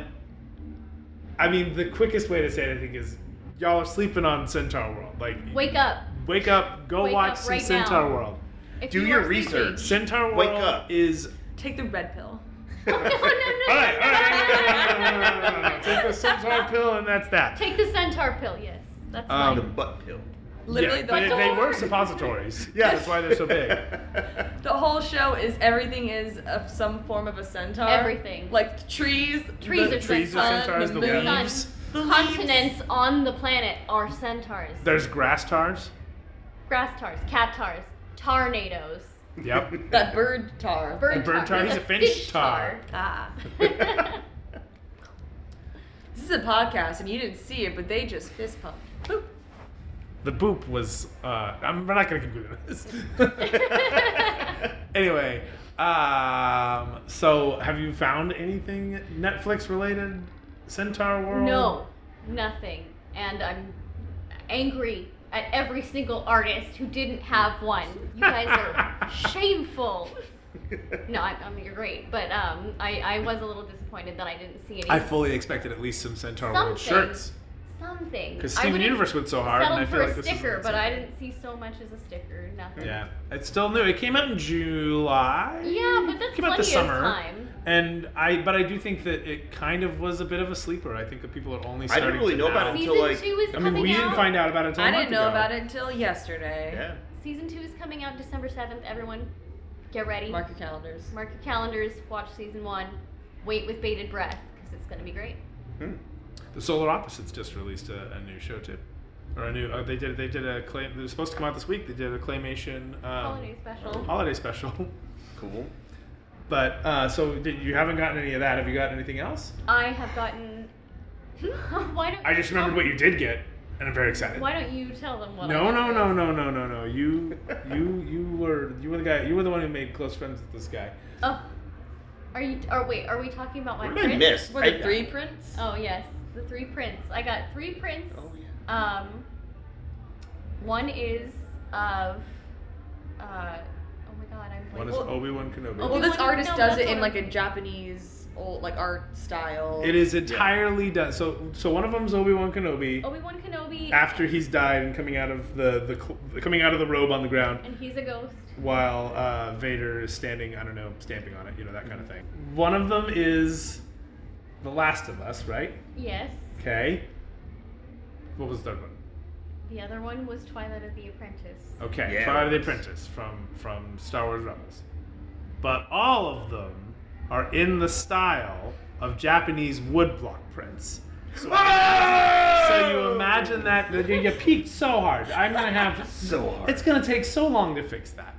Speaker 3: I mean, the quickest way to say it, I think, is y'all are sleeping on Centaur World. Like,
Speaker 4: Wake up.
Speaker 3: wake up, go
Speaker 4: Wake
Speaker 3: watch
Speaker 4: up
Speaker 3: some
Speaker 4: right
Speaker 3: Centaur
Speaker 4: now.
Speaker 3: World.
Speaker 4: If
Speaker 2: Do
Speaker 4: you
Speaker 2: your
Speaker 4: are sleeping.
Speaker 2: research.
Speaker 3: Centaur World
Speaker 2: Wake up.
Speaker 3: is
Speaker 1: Take the red pill.
Speaker 4: no, no, no, no.
Speaker 3: all right. All right, no, no, no, no, no, no, no. Take the Centaur pill, and that's that.
Speaker 4: Take the centaur pill. Yes, that's
Speaker 3: Um,
Speaker 2: the
Speaker 4: fine.
Speaker 2: butt pill.
Speaker 1: Literally
Speaker 3: yeah,
Speaker 1: the
Speaker 3: but
Speaker 1: whole
Speaker 3: they were suppositories. Yeah, that's why they're so big.
Speaker 1: The whole show is everything is of some form of a centaur.
Speaker 4: Everything.
Speaker 1: Like the trees.
Speaker 4: Trees
Speaker 1: the
Speaker 4: are
Speaker 3: trees are
Speaker 1: sun,
Speaker 3: centaurs,
Speaker 1: The,
Speaker 3: the
Speaker 1: moon,
Speaker 3: leaves.
Speaker 4: Sun.
Speaker 1: the leaves.
Speaker 4: Continents on the planet are centaurs,
Speaker 3: There's grass tars.
Speaker 4: grass tars, cat tars, tornadoes,
Speaker 3: Yep.
Speaker 1: That bird tar.
Speaker 4: bird,
Speaker 3: A bird tar,
Speaker 4: There's
Speaker 3: he's a finch tar.
Speaker 1: Ah.
Speaker 4: tar.
Speaker 1: This is a podcast, and you didn't see it, but they just fist pumped. Boop.
Speaker 3: The boop was. Uh, I'm we're not going to keep doing this. anyway, um, so have you found anything Netflix related? Centaur World?
Speaker 4: no, nothing, and I'm angry at every single artist who didn't have one. You guys are shameful. No, I, I mean you're great, but um, I, I was a little disappointed that I didn't see any
Speaker 3: I fully expected at least some Centaur World
Speaker 4: Something.
Speaker 3: shirts.
Speaker 4: something.
Speaker 3: Because
Speaker 4: I
Speaker 3: Steven
Speaker 4: would've
Speaker 3: Universe went so hard, and
Speaker 4: settled
Speaker 3: I feel
Speaker 4: for
Speaker 3: like
Speaker 4: a
Speaker 3: this
Speaker 4: sticker,
Speaker 3: is
Speaker 4: but I didn't see so much as a sticker. Nothing.
Speaker 3: Yeah, it's still new. It came out in July.
Speaker 4: Yeah, but that's
Speaker 3: came out
Speaker 4: plenty
Speaker 3: this
Speaker 4: of
Speaker 3: summer.
Speaker 4: time.
Speaker 3: And I, but I do think that it kind of was a bit of a sleeper. I think that people are only
Speaker 2: I
Speaker 3: starting
Speaker 2: didn't really
Speaker 3: to
Speaker 2: know
Speaker 3: now.
Speaker 2: about it.
Speaker 4: Season
Speaker 2: Until, like-
Speaker 4: two is
Speaker 3: I
Speaker 4: coming
Speaker 3: mean, we
Speaker 4: out.
Speaker 3: didn't find out about it until a
Speaker 1: I
Speaker 3: month
Speaker 1: didn't know
Speaker 3: ago.
Speaker 1: about it until yesterday.
Speaker 2: yeah.
Speaker 4: Season two is coming out December seventh. Everyone, get ready.
Speaker 1: Mark your calendars.
Speaker 4: Mark your calendars. Watch season one. Wait with bated breath because it's gonna be great.
Speaker 2: Hmm.
Speaker 3: The Solar Opposites just released a, a new show too, or a new. Uh, they did. They did a claim. It was supposed to come out this week. They did a claymation um,
Speaker 4: Holiday special.
Speaker 3: holiday special.
Speaker 2: Cool.
Speaker 3: But uh, so did, you haven't gotten any of that. Have you gotten anything else?
Speaker 4: I have gotten. why don't
Speaker 3: I just remembered what you did get, and I'm very excited.
Speaker 4: Why don't you tell them what?
Speaker 3: No,
Speaker 4: I
Speaker 3: no,
Speaker 4: got?
Speaker 3: no, no, no, no, no. You, you, you were you were the guy. You were the one who made close friends with this guy.
Speaker 4: Oh, are you? Are wait? Are we talking about my
Speaker 2: What did I
Speaker 4: prints?
Speaker 2: miss?
Speaker 1: Were
Speaker 2: I-
Speaker 1: there three prints?
Speaker 4: Oh yes, the three prints. I got three prints.
Speaker 2: Oh, yeah.
Speaker 4: Um, one is of. Uh, oh my god, I'm.
Speaker 3: One
Speaker 4: blanking.
Speaker 3: is Obi Wan Kenobi.
Speaker 1: Well,
Speaker 4: Obi-Wan-
Speaker 1: this artist
Speaker 4: no,
Speaker 1: does
Speaker 4: that's
Speaker 1: it in
Speaker 4: what
Speaker 1: like
Speaker 4: I-
Speaker 1: a Japanese old like art style.
Speaker 3: It is entirely done. So, so one of them's Obi Wan Kenobi
Speaker 4: Obi Wan Kenobi.
Speaker 3: after he's died and coming out of the, the cl- coming out of the robe on the ground.
Speaker 4: And he's a ghost.
Speaker 3: while uh, Vader is standing, I don't know, stamping on it, you know, that kind
Speaker 4: Mm-hmm.
Speaker 3: of thing. One of them is The Last of Us, right?
Speaker 4: Yes.
Speaker 3: Okay. What was the third one?
Speaker 4: The other one was Twilight of the Apprentice.
Speaker 3: Okay,
Speaker 2: Yeah.
Speaker 3: Twilight of the Apprentice from from Star Wars Rebels. But all of them are in the style of Japanese woodblock prints. So, so you imagine that that you, you peaked so hard. I'm gonna have
Speaker 2: So hard.
Speaker 3: It's gonna take so long to fix that.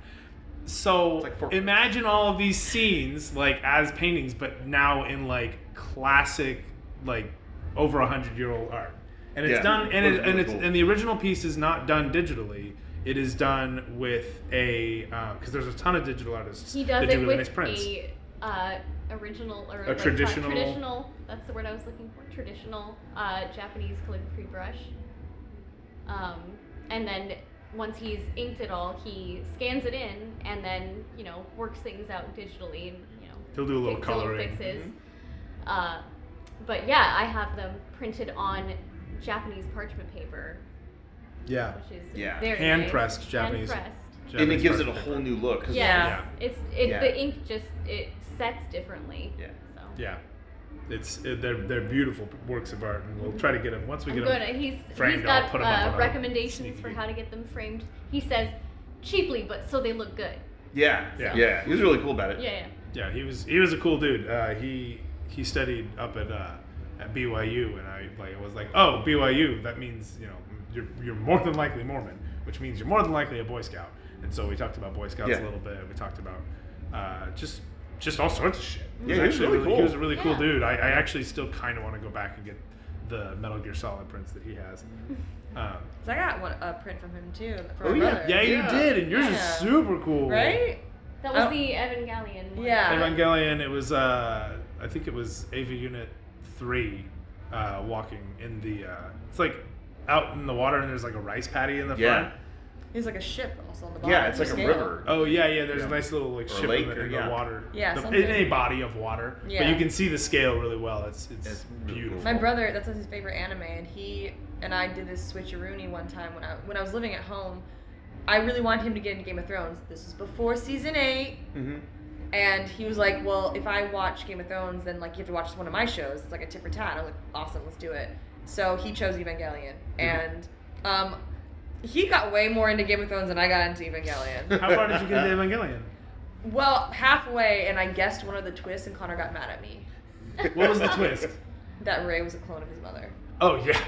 Speaker 3: So
Speaker 2: like four-
Speaker 3: imagine all of these scenes like as paintings, but now in like classic, like over a hundred year old art, and it's
Speaker 2: Yeah.
Speaker 3: done and it,
Speaker 2: Really
Speaker 3: and it's
Speaker 2: cool.
Speaker 3: and the original piece is not done digitally. It is done with a because there's a ton of digital artists
Speaker 4: He does
Speaker 3: that do
Speaker 4: it
Speaker 3: really
Speaker 4: with
Speaker 3: nice prints.
Speaker 4: a uh, original or
Speaker 3: A
Speaker 4: like, not
Speaker 3: traditional-
Speaker 4: traditional. That's the word I was looking for. Traditional uh, Japanese calligraphy brush. Um, and then once he's inked it all, he scans it in and then you know works things out digitally and you know.
Speaker 3: He'll do a little
Speaker 4: fix- little
Speaker 3: coloring. Mm-hmm.
Speaker 4: fixes. Uh, but yeah, I have them printed on Japanese parchment paper,
Speaker 3: Uh, Yeah,
Speaker 4: which is
Speaker 2: Yeah.
Speaker 4: very
Speaker 3: Hand
Speaker 4: nice.
Speaker 3: pressed Japanese-
Speaker 4: Hand pressed.
Speaker 2: and it
Speaker 3: Japanese
Speaker 2: gives it a
Speaker 3: parchment
Speaker 2: whole
Speaker 3: paper.
Speaker 2: new look. 'cause-
Speaker 4: Yes. It's it,
Speaker 2: Yeah.
Speaker 4: the ink just it sets differently.
Speaker 2: Yeah.
Speaker 4: So.
Speaker 3: Yeah, it's it, they're they're beautiful works of art, and we'll try to get them once we
Speaker 4: I'm
Speaker 3: get
Speaker 4: gonna.
Speaker 3: them.
Speaker 4: He's he's
Speaker 3: framed, I'll
Speaker 4: got
Speaker 3: put 'em up on
Speaker 4: uh,
Speaker 3: our
Speaker 4: recommendations
Speaker 3: sneaky
Speaker 4: for
Speaker 3: peek.
Speaker 4: how to get them framed. He says cheaply, but so they look good.
Speaker 2: Yeah. Yeah.
Speaker 3: Yeah.
Speaker 2: Yeah. He was really cool about it.
Speaker 4: Yeah, yeah.
Speaker 3: Yeah, he was he was a cool dude. Uh, he he studied up at uh, at BYU, and I like was like, oh BYU, that means you know you're you're more than likely Mormon, which means you're more than likely a Boy Scout. And so we talked about Boy Scouts
Speaker 2: Yeah.
Speaker 3: a little bit. We talked about uh, just just all sorts of shit.
Speaker 2: Yeah, he was really
Speaker 3: He
Speaker 2: cool.
Speaker 3: was a really cool
Speaker 4: Yeah.
Speaker 3: dude. I, I actually still kind of want to go back and get the Metal Gear Solid prints that he has. Um,
Speaker 1: 'Cause I got one, a print from him too. From
Speaker 2: Oh,
Speaker 1: my
Speaker 2: yeah.
Speaker 1: brother.
Speaker 3: yeah, you
Speaker 2: Yeah.
Speaker 3: did, and yours
Speaker 1: Yeah.
Speaker 3: is super cool,
Speaker 1: Right?
Speaker 4: That was
Speaker 1: Oh.
Speaker 4: the Evangelion. One.
Speaker 1: Yeah.
Speaker 3: Evangelion. It was uh, I think it was AV Unit Three, uh, walking in the. Uh, it's like out in the water, and there's like a rice paddy in the
Speaker 2: Yeah.
Speaker 3: front.
Speaker 1: He's like a ship also on the bottom.
Speaker 2: Yeah. It's
Speaker 1: of
Speaker 2: like
Speaker 1: the
Speaker 2: a
Speaker 1: scale.
Speaker 2: river.
Speaker 3: Oh yeah, yeah. There's a
Speaker 2: Yeah.
Speaker 3: nice little
Speaker 2: Or
Speaker 3: like ship
Speaker 2: lake
Speaker 3: in, the,
Speaker 2: or-
Speaker 3: in the
Speaker 2: yeah.
Speaker 3: water.
Speaker 1: Yeah,
Speaker 3: the,
Speaker 1: something.
Speaker 3: in a body of water. But
Speaker 1: Yeah.
Speaker 3: you can see the scale really well. It's it's,
Speaker 2: It's really
Speaker 3: beautiful.
Speaker 1: My brother, that's his favorite anime, and he and I did this switcheroonie one time when I when I was living at home. I really wanted him to get into Game of Thrones. This was before season eight,
Speaker 2: Mm-hmm.
Speaker 1: and he was like, "Well, if I watch Game of Thrones, then like you have to watch one of my shows. It's like a tit for tat." I'm like, "Awesome, let's do it." So he chose Evangelion,
Speaker 3: Mm-hmm.
Speaker 1: and um, he got way more into Game of Thrones than I got into Evangelion.
Speaker 3: How far did you get into Evangelion?
Speaker 1: well, halfway, and I guessed one of the twists, and Connor got mad at me
Speaker 3: What was the twist?
Speaker 1: that Ray was a clone of his mother.
Speaker 3: Oh yeah,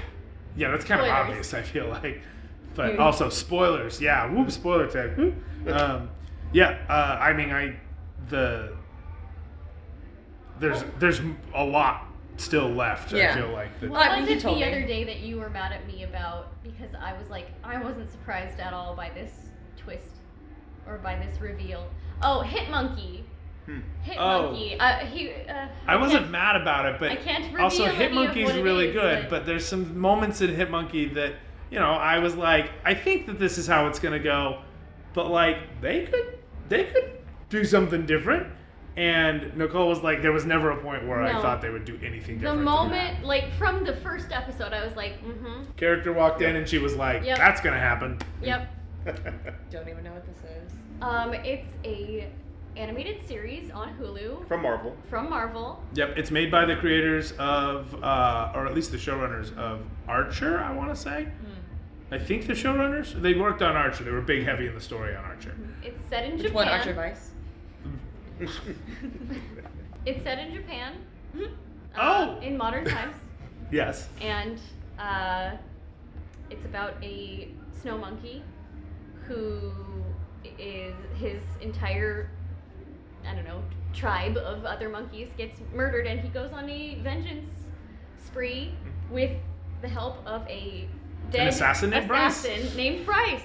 Speaker 3: yeah. That's kind of
Speaker 4: Spoilers.
Speaker 3: obvious. I feel like, but
Speaker 1: Yeah.
Speaker 3: also spoilers. Yeah, whoop, spoiler tag. Whoop. Um, yeah. Uh, I mean, I the there's there's a lot still left. I
Speaker 1: Yeah.
Speaker 3: feel like that,
Speaker 1: Well, I
Speaker 4: What
Speaker 1: mean,
Speaker 4: was
Speaker 1: he
Speaker 4: it the
Speaker 1: told me.
Speaker 4: other day that you were mad at me about? Because I was like, I wasn't surprised at all by this twist or by this reveal. Oh, Hitmonkey.
Speaker 2: Hmm.
Speaker 4: Hitmonkey. Uh, he. Uh,
Speaker 3: Oh. I wasn't
Speaker 4: can't-
Speaker 3: mad about it, but
Speaker 4: I can't
Speaker 3: also
Speaker 4: reveal any of what
Speaker 3: Hitmonkey's
Speaker 4: it
Speaker 3: really
Speaker 4: is,
Speaker 3: good.
Speaker 4: but-
Speaker 3: But there's some moments in Hitmonkey that you know I was like, I think that this is how it's gonna go, but like they could they could do something different. And Nicole was like, there was never a point where I
Speaker 4: No.
Speaker 3: thought they would do anything
Speaker 4: The
Speaker 3: different. than that.
Speaker 4: moment, like from the first episode, I was like, mm-hmm.
Speaker 3: character walked in and she was like,
Speaker 4: Yep.
Speaker 3: that's gonna happen.
Speaker 4: Yep.
Speaker 1: Don't even know what this is.
Speaker 4: Um, it's a animated series on Hulu
Speaker 2: From Marvel.
Speaker 4: from Marvel.
Speaker 3: Yep, it's made by the creators of, uh, or at least the showrunners of Archer. I want to say.
Speaker 1: Hmm.
Speaker 3: I think the showrunners. They worked on Archer. They were big heavy in the story on Archer.
Speaker 4: It's set in
Speaker 1: Which
Speaker 4: Japan.
Speaker 1: one, Archer Vice?
Speaker 4: It's set in Japan. Uh,
Speaker 3: Oh!
Speaker 1: Mm-hmm. Oh!
Speaker 4: In modern times.
Speaker 5: Yes.
Speaker 4: and uh, it's about a snow monkey who is his entire I don't know tribe of other monkeys gets murdered, and he goes on a vengeance spree with the help of a dead
Speaker 5: assassin named Bryce?
Speaker 4: assassin named Bryce.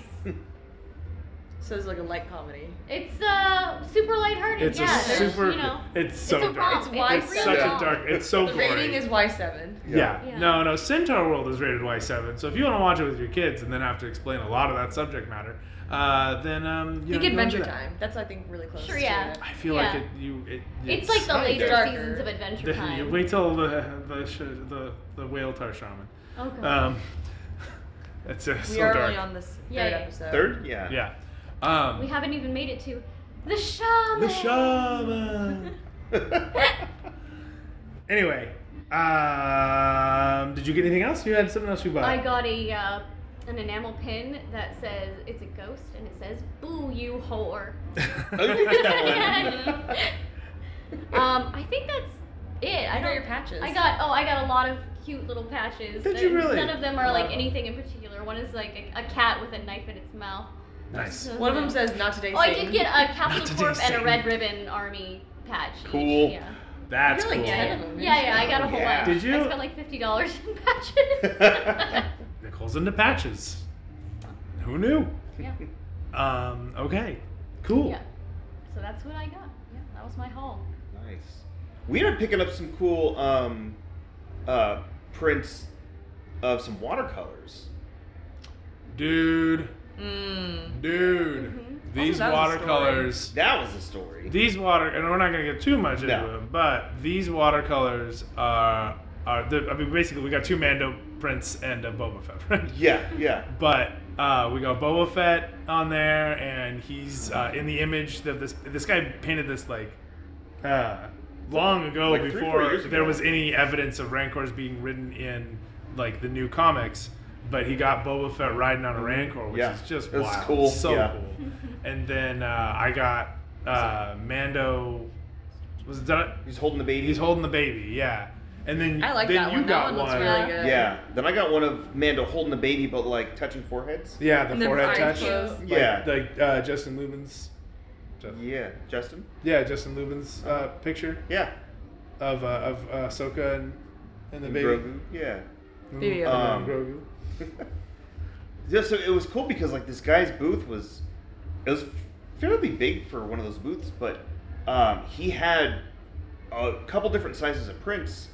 Speaker 1: So it's like a light comedy.
Speaker 4: It's uh super lighthearted.
Speaker 5: It's
Speaker 4: yeah,
Speaker 5: a
Speaker 4: there's,
Speaker 5: super.
Speaker 4: You know,
Speaker 5: it's so
Speaker 4: it's a
Speaker 5: dark.
Speaker 4: romp.
Speaker 1: It's wide
Speaker 4: really
Speaker 5: Such
Speaker 1: Yeah.
Speaker 5: a
Speaker 4: romp.
Speaker 5: dark. It's so
Speaker 1: The
Speaker 5: gory.
Speaker 1: rating is Y7.
Speaker 5: Yeah.
Speaker 4: Yeah.
Speaker 3: No, no, Centaur World is rated Y7. So if you want to watch it with your kids and then have to explain a lot of that subject matter, uh, then um, you
Speaker 1: Think
Speaker 3: know, go
Speaker 1: Adventure
Speaker 3: into that.
Speaker 1: Time. That's I think really close.
Speaker 4: Sure,
Speaker 1: to
Speaker 4: yeah.
Speaker 1: it.
Speaker 3: I feel like
Speaker 4: Yeah.
Speaker 3: it. You. It,
Speaker 4: It's like the
Speaker 3: not
Speaker 4: later
Speaker 3: dark.
Speaker 1: dark.
Speaker 4: seasons of Adventure
Speaker 3: The- you
Speaker 4: Time.
Speaker 3: wait till the the sh- the, the whale tar shaman.
Speaker 4: Oh god.
Speaker 3: Um, it's uh,
Speaker 1: We
Speaker 3: so
Speaker 1: are
Speaker 3: dark.
Speaker 1: only on this third
Speaker 4: Yeah, yeah.
Speaker 1: episode.
Speaker 2: Third? Yeah.
Speaker 3: Yeah. Um,
Speaker 4: We haven't even made it to the shaman.
Speaker 3: the shaman.
Speaker 5: Anyway, um, did you get anything else? You had something else you bought.
Speaker 4: I got a uh, an enamel pin that says it's a ghost and it says "Boo you whore."
Speaker 2: Oh, you did that one.
Speaker 4: um, I think that's it. I
Speaker 1: I know
Speaker 4: don't.
Speaker 1: your patches.
Speaker 4: I got oh, I got a lot of cute little patches.
Speaker 5: Did you
Speaker 4: and
Speaker 5: really?
Speaker 4: None of them are
Speaker 1: Wow.
Speaker 4: like anything in particular. One is like a, a cat with a knife in its mouth.
Speaker 5: nice.
Speaker 1: One of them says not today.
Speaker 4: Oh, I
Speaker 1: Satan.
Speaker 4: did get a
Speaker 5: Not
Speaker 4: Capsule
Speaker 5: today,
Speaker 4: Corp and a
Speaker 5: Satan.
Speaker 4: Red Ribbon Army patch. each,
Speaker 2: Cool.
Speaker 4: Yeah.
Speaker 3: That's
Speaker 1: Really
Speaker 3: cool.
Speaker 1: ten
Speaker 4: Yeah,
Speaker 1: of them,
Speaker 4: yeah, yeah, I got a
Speaker 2: Oh,
Speaker 4: whole
Speaker 2: yeah.
Speaker 4: lot.
Speaker 3: Did you-
Speaker 4: I spent like fifty dollars in patches.
Speaker 3: Nickels into patches. Who knew?
Speaker 4: yeah,
Speaker 3: Um, okay. Cool.
Speaker 4: yeah. So that's what I got. Yeah, that was my haul.
Speaker 2: Nice. We ended up picking up some cool um, uh, prints of some watercolors.
Speaker 3: Dude.
Speaker 1: Mm.
Speaker 3: Dude.
Speaker 4: Mhm.
Speaker 3: These
Speaker 1: Mm-hmm. Also, that was a story.
Speaker 3: watercolors.
Speaker 2: That was the story.
Speaker 3: These water, and we're not going to get too much into
Speaker 2: No.
Speaker 3: them, but these watercolors are are. The, I mean, basically, we got two Mando prints and a Boba Fett print.
Speaker 2: yeah, yeah.
Speaker 3: But uh, we got Boba Fett on there, and he's uh, in the image that this this guy painted this like uh, long ago
Speaker 2: Like three, four
Speaker 3: before
Speaker 2: years ago.
Speaker 3: there was any evidence of rancors being ridden in like the new comics. But he got Boba Fett riding on a rancor, which
Speaker 2: Yeah.
Speaker 3: is just
Speaker 2: That's
Speaker 3: wild,
Speaker 2: cool.
Speaker 3: so
Speaker 2: Yeah.
Speaker 3: Mm-hmm. cool. And then uh, I got uh, Mando. Was it done?
Speaker 2: He's holding the baby.
Speaker 3: He's holding the baby, yeah. And then
Speaker 1: I like
Speaker 3: then
Speaker 1: that
Speaker 3: you
Speaker 1: one. that
Speaker 3: got
Speaker 1: one looks
Speaker 3: one.
Speaker 1: really good.
Speaker 2: Yeah. Then I got one of Mando holding the baby, but like touching foreheads.
Speaker 3: Yeah, the
Speaker 1: And then
Speaker 3: forehead
Speaker 1: eyes
Speaker 3: touch.
Speaker 1: closed.
Speaker 3: Like-
Speaker 2: Yeah.
Speaker 3: like uh, Justin Lubin's. Ju-
Speaker 2: Yeah. Justin.
Speaker 3: Yeah, Justin Lubin's uh, picture
Speaker 2: Yeah.
Speaker 3: of uh, of uh, Ahsoka and and the
Speaker 2: And
Speaker 3: baby.
Speaker 2: Grogu. Yeah.
Speaker 3: Mhm.
Speaker 1: Baby Yoda.
Speaker 3: Um,
Speaker 2: Um,
Speaker 3: Grogu.
Speaker 2: yeah. So it was cool because like this guy's booth was, it was fairly big for one of those booths, but um, he had a couple different sizes of prints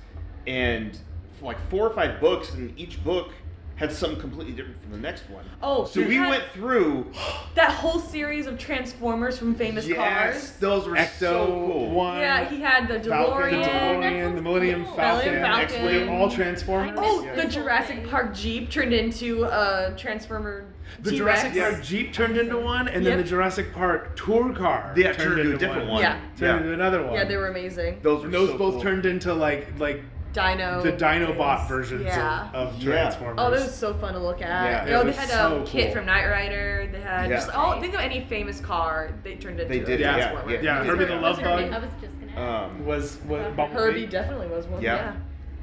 Speaker 2: and like four or five books, and each book had something completely different from the next one.
Speaker 1: Oh,
Speaker 2: So
Speaker 1: you
Speaker 2: we
Speaker 1: had
Speaker 2: went through.
Speaker 1: that whole series of Transformers from famous
Speaker 2: yes,
Speaker 1: cars.
Speaker 2: those were so cool.
Speaker 5: One.
Speaker 1: Yeah, he had the
Speaker 5: Falcon, the
Speaker 1: DeLorean.
Speaker 5: DeLorean, the Millennium
Speaker 4: Cool.
Speaker 5: Falcon,
Speaker 1: Millennium Falcon.
Speaker 5: X-Wing, all Transformers.
Speaker 1: Oh,
Speaker 4: Yeah.
Speaker 1: the Jurassic Park Jeep turned into a Transformer.
Speaker 3: The
Speaker 1: T-Rex.
Speaker 3: Jurassic Park Jeep turned into one, and then
Speaker 1: Yep.
Speaker 3: the Jurassic Park tour car
Speaker 2: Yeah, turned into a different one.
Speaker 1: Yeah.
Speaker 3: Turned
Speaker 2: Yeah.
Speaker 3: into another one.
Speaker 1: Yeah, they were amazing.
Speaker 2: Those were
Speaker 3: And those
Speaker 2: so
Speaker 3: both
Speaker 2: cool.
Speaker 3: turned into like like
Speaker 1: Dino.
Speaker 3: the Dinobot versions
Speaker 1: Oh, Yeah.
Speaker 3: of, of
Speaker 2: Yeah.
Speaker 3: Transformers.
Speaker 1: Oh, that was so fun to look
Speaker 2: Yeah.
Speaker 1: at.
Speaker 3: It
Speaker 1: oh, they
Speaker 3: was
Speaker 1: had
Speaker 3: so
Speaker 1: a kid
Speaker 3: cool.
Speaker 1: from Knight Rider. They had
Speaker 2: Yeah.
Speaker 1: just all think of any famous car they turned into.
Speaker 2: They
Speaker 1: a
Speaker 2: did,
Speaker 3: yeah,
Speaker 1: Transformer.
Speaker 2: yeah,
Speaker 3: yeah, Herbie the
Speaker 4: What's
Speaker 3: Love
Speaker 4: her name?
Speaker 3: Bug
Speaker 4: I was just gonna. ask.
Speaker 2: Um,
Speaker 3: was was Bumblebee.
Speaker 1: Herbie definitely was one.
Speaker 2: Yeah.
Speaker 1: Oh, Yeah.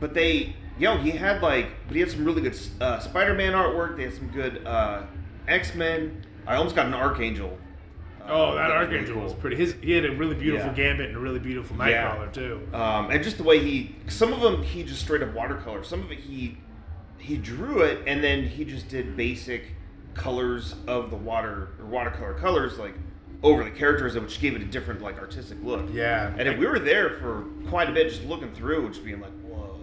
Speaker 2: But they, yo, he had like, but he had some really good uh, Spider-Man artwork. They had some good uh, X-Men. I almost got an Archangel. Uh,
Speaker 3: Oh, that
Speaker 2: really
Speaker 3: Archangel was
Speaker 2: cool.
Speaker 3: pretty. His he had a really beautiful
Speaker 2: Yeah.
Speaker 3: gambit and a really beautiful
Speaker 2: Yeah.
Speaker 3: nightcrawler too.
Speaker 2: Um, and just the way he, some of them he just straight up watercolor. Some of it he, he drew it and then he just did basic colors of the water or watercolor colors like over the characters, which gave it a different like artistic look.
Speaker 3: Yeah,
Speaker 2: And then we were there for quite a bit, just looking through, just being like, whoa.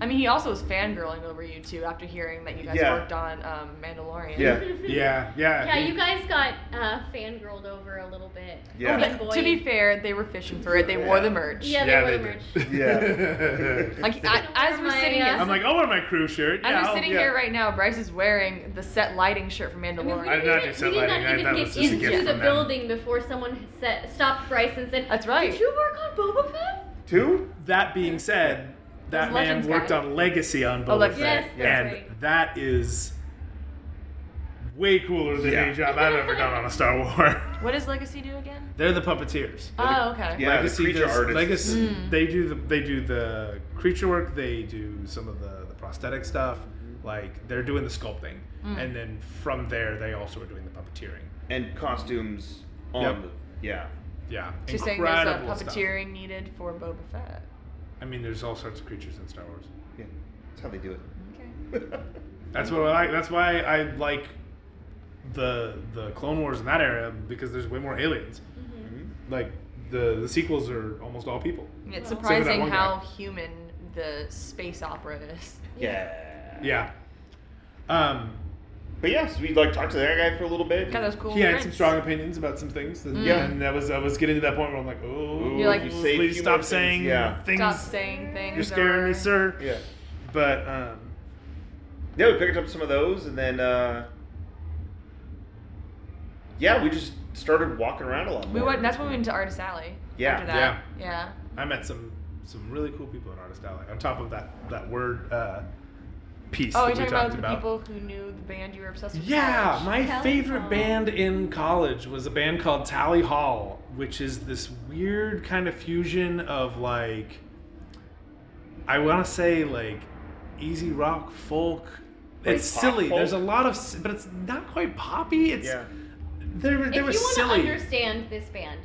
Speaker 1: I mean, he also was fangirling over you two after hearing that you guys
Speaker 2: Yeah.
Speaker 1: worked on um, Mandalorian.
Speaker 2: Yeah.
Speaker 3: yeah, yeah.
Speaker 4: yeah, you guys got uh, fangirled over a little bit.
Speaker 2: Yeah.
Speaker 1: But
Speaker 4: Fanboy.
Speaker 1: to be fair, they were fishing for it. They wore the merch.
Speaker 4: Yeah, they
Speaker 3: Yeah,
Speaker 4: were
Speaker 3: they
Speaker 4: the
Speaker 3: did.
Speaker 4: merch.
Speaker 2: Yeah.
Speaker 1: Like I, as we're
Speaker 4: My,
Speaker 1: sitting
Speaker 4: uh,
Speaker 1: here,
Speaker 3: I'm like, I want my crew shirt.
Speaker 1: as
Speaker 3: yeah,
Speaker 1: we're
Speaker 3: I'll-
Speaker 1: sitting
Speaker 3: yeah.
Speaker 1: here right now, Bryce is wearing the set lighting shirt from
Speaker 4: I mean, we
Speaker 1: Mandalorian.
Speaker 4: didn't
Speaker 5: did not
Speaker 4: even,
Speaker 5: do set
Speaker 4: we did
Speaker 5: lighting.
Speaker 4: not
Speaker 5: I-
Speaker 4: even
Speaker 5: that
Speaker 4: get
Speaker 5: was just a
Speaker 4: into
Speaker 5: gift
Speaker 4: the
Speaker 5: from them.
Speaker 4: building before someone had set, stopped Bryce and said,
Speaker 1: That's right.
Speaker 4: Did you work on Boba Fett?
Speaker 2: Two?
Speaker 3: That being said, that
Speaker 1: Those
Speaker 3: man
Speaker 1: Legends
Speaker 3: worked
Speaker 1: guy.
Speaker 3: on Legacy on Boba
Speaker 1: Oh, Legacy.
Speaker 3: Fett,
Speaker 4: Yes, that's
Speaker 3: and
Speaker 4: right.
Speaker 3: that is way cooler than
Speaker 2: Yeah.
Speaker 3: any job I've ever done on a Star Wars.
Speaker 1: What does Legacy do again?
Speaker 3: They're the puppeteers.
Speaker 1: Oh, okay.
Speaker 2: Yeah, the
Speaker 3: Legacy
Speaker 2: creature
Speaker 3: does-
Speaker 2: artists.
Speaker 3: Legacy,
Speaker 1: Mm.
Speaker 3: they do the they do the creature work. They do some of the, the prosthetic stuff. Like they're doing the sculpting,
Speaker 1: Mm.
Speaker 3: and then from there they also are doing the puppeteering.
Speaker 2: and costumes on
Speaker 3: Yep.
Speaker 2: the yeah.
Speaker 3: Yeah,
Speaker 1: She's saying there's a
Speaker 3: incredible stuff.
Speaker 1: puppeteering needed for Boba Fett.
Speaker 3: I mean, there's all sorts of creatures in Star Wars.
Speaker 2: yeah. That's how they do
Speaker 1: Okay.
Speaker 2: it.
Speaker 3: That's what I like. That's why I like the the Clone Wars in that era because there's way more aliens.
Speaker 1: Mm-hmm.
Speaker 3: Like the the sequels are almost all people.
Speaker 1: It's
Speaker 4: Except
Speaker 3: for that
Speaker 1: surprising
Speaker 3: one guy.
Speaker 1: how human the space opera is.
Speaker 2: yeah.
Speaker 3: Yeah. Um,
Speaker 2: But yes, we like talked to that guy for a little bit.
Speaker 1: Got those cool.
Speaker 3: he had some
Speaker 1: prints.
Speaker 3: strong opinions about some things. And,
Speaker 2: Yeah.
Speaker 3: and that was I was getting to that point where I'm like, oh,
Speaker 1: You're like,
Speaker 2: if you say a
Speaker 3: please
Speaker 2: few
Speaker 3: stop
Speaker 2: more things-
Speaker 3: saying
Speaker 2: Yeah.
Speaker 3: things.
Speaker 1: Stop saying things.
Speaker 3: You're scaring
Speaker 1: or-
Speaker 3: me, sir.
Speaker 2: Yeah.
Speaker 3: But um,
Speaker 2: Yeah, we picked up some of those, and then uh, yeah, we just started walking around a lot more.
Speaker 1: We went. That's when we went to Artist Alley.
Speaker 2: Yeah.
Speaker 1: After that. Yeah.
Speaker 3: I met some some really cool people in Artist Alley. On top of that that word uh, piece
Speaker 1: Oh,
Speaker 3: that
Speaker 1: you're talking
Speaker 3: we
Speaker 1: about
Speaker 3: talked
Speaker 1: the
Speaker 3: about.
Speaker 1: people who knew the band you were obsessed with.
Speaker 3: Yeah, my
Speaker 4: Tally
Speaker 3: favorite
Speaker 4: Hall.
Speaker 3: band in college was a band called Tally Hall, which is this weird kind of fusion of like I want to say like easy rock folk.
Speaker 2: Like
Speaker 3: it's
Speaker 2: pop
Speaker 3: silly.
Speaker 2: folk?
Speaker 3: There's a lot of, s- but it's not quite poppy. It's
Speaker 2: Yeah.
Speaker 3: they were they
Speaker 4: if
Speaker 3: were
Speaker 4: you want
Speaker 3: silly.
Speaker 4: to understand this band,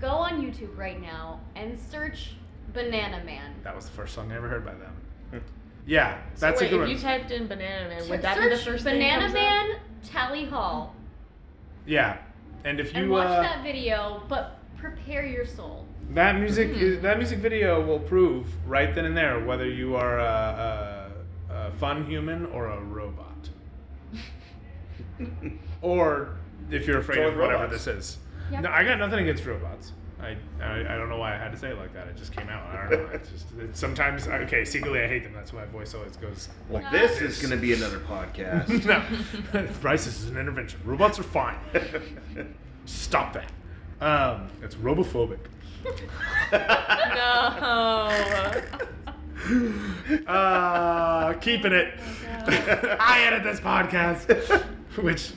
Speaker 4: go on YouTube right now and search Banana Man.
Speaker 3: that was the first song I ever heard by them.
Speaker 2: Hmm.
Speaker 3: Yeah, that's a good one.
Speaker 1: typed in Banana Man,
Speaker 4: search Banana Man Tally Hall
Speaker 3: yeah, and if you
Speaker 4: and watch
Speaker 3: uh,
Speaker 4: that video, but prepare your soul.
Speaker 3: That music,
Speaker 1: Hmm.
Speaker 3: that music video will prove right then and there whether you are a, a, a fun human or a robot, or if you're afraid
Speaker 2: Go
Speaker 3: of
Speaker 2: with
Speaker 3: whatever
Speaker 2: robots.
Speaker 3: this is.
Speaker 4: Yeah.
Speaker 3: No, I got nothing against robots. I, I I don't know why I had to say it like that. It just came out. I don't know. It's just it's sometimes okay. Secretly, I hate them. That's why my voice always goes.
Speaker 2: Well, this is going to be another podcast.
Speaker 3: no, Bryce, this is an intervention. Robots are fine. Stop that. Um, it's robophobic.
Speaker 1: No.
Speaker 3: uh, keeping it. I edit this podcast. Which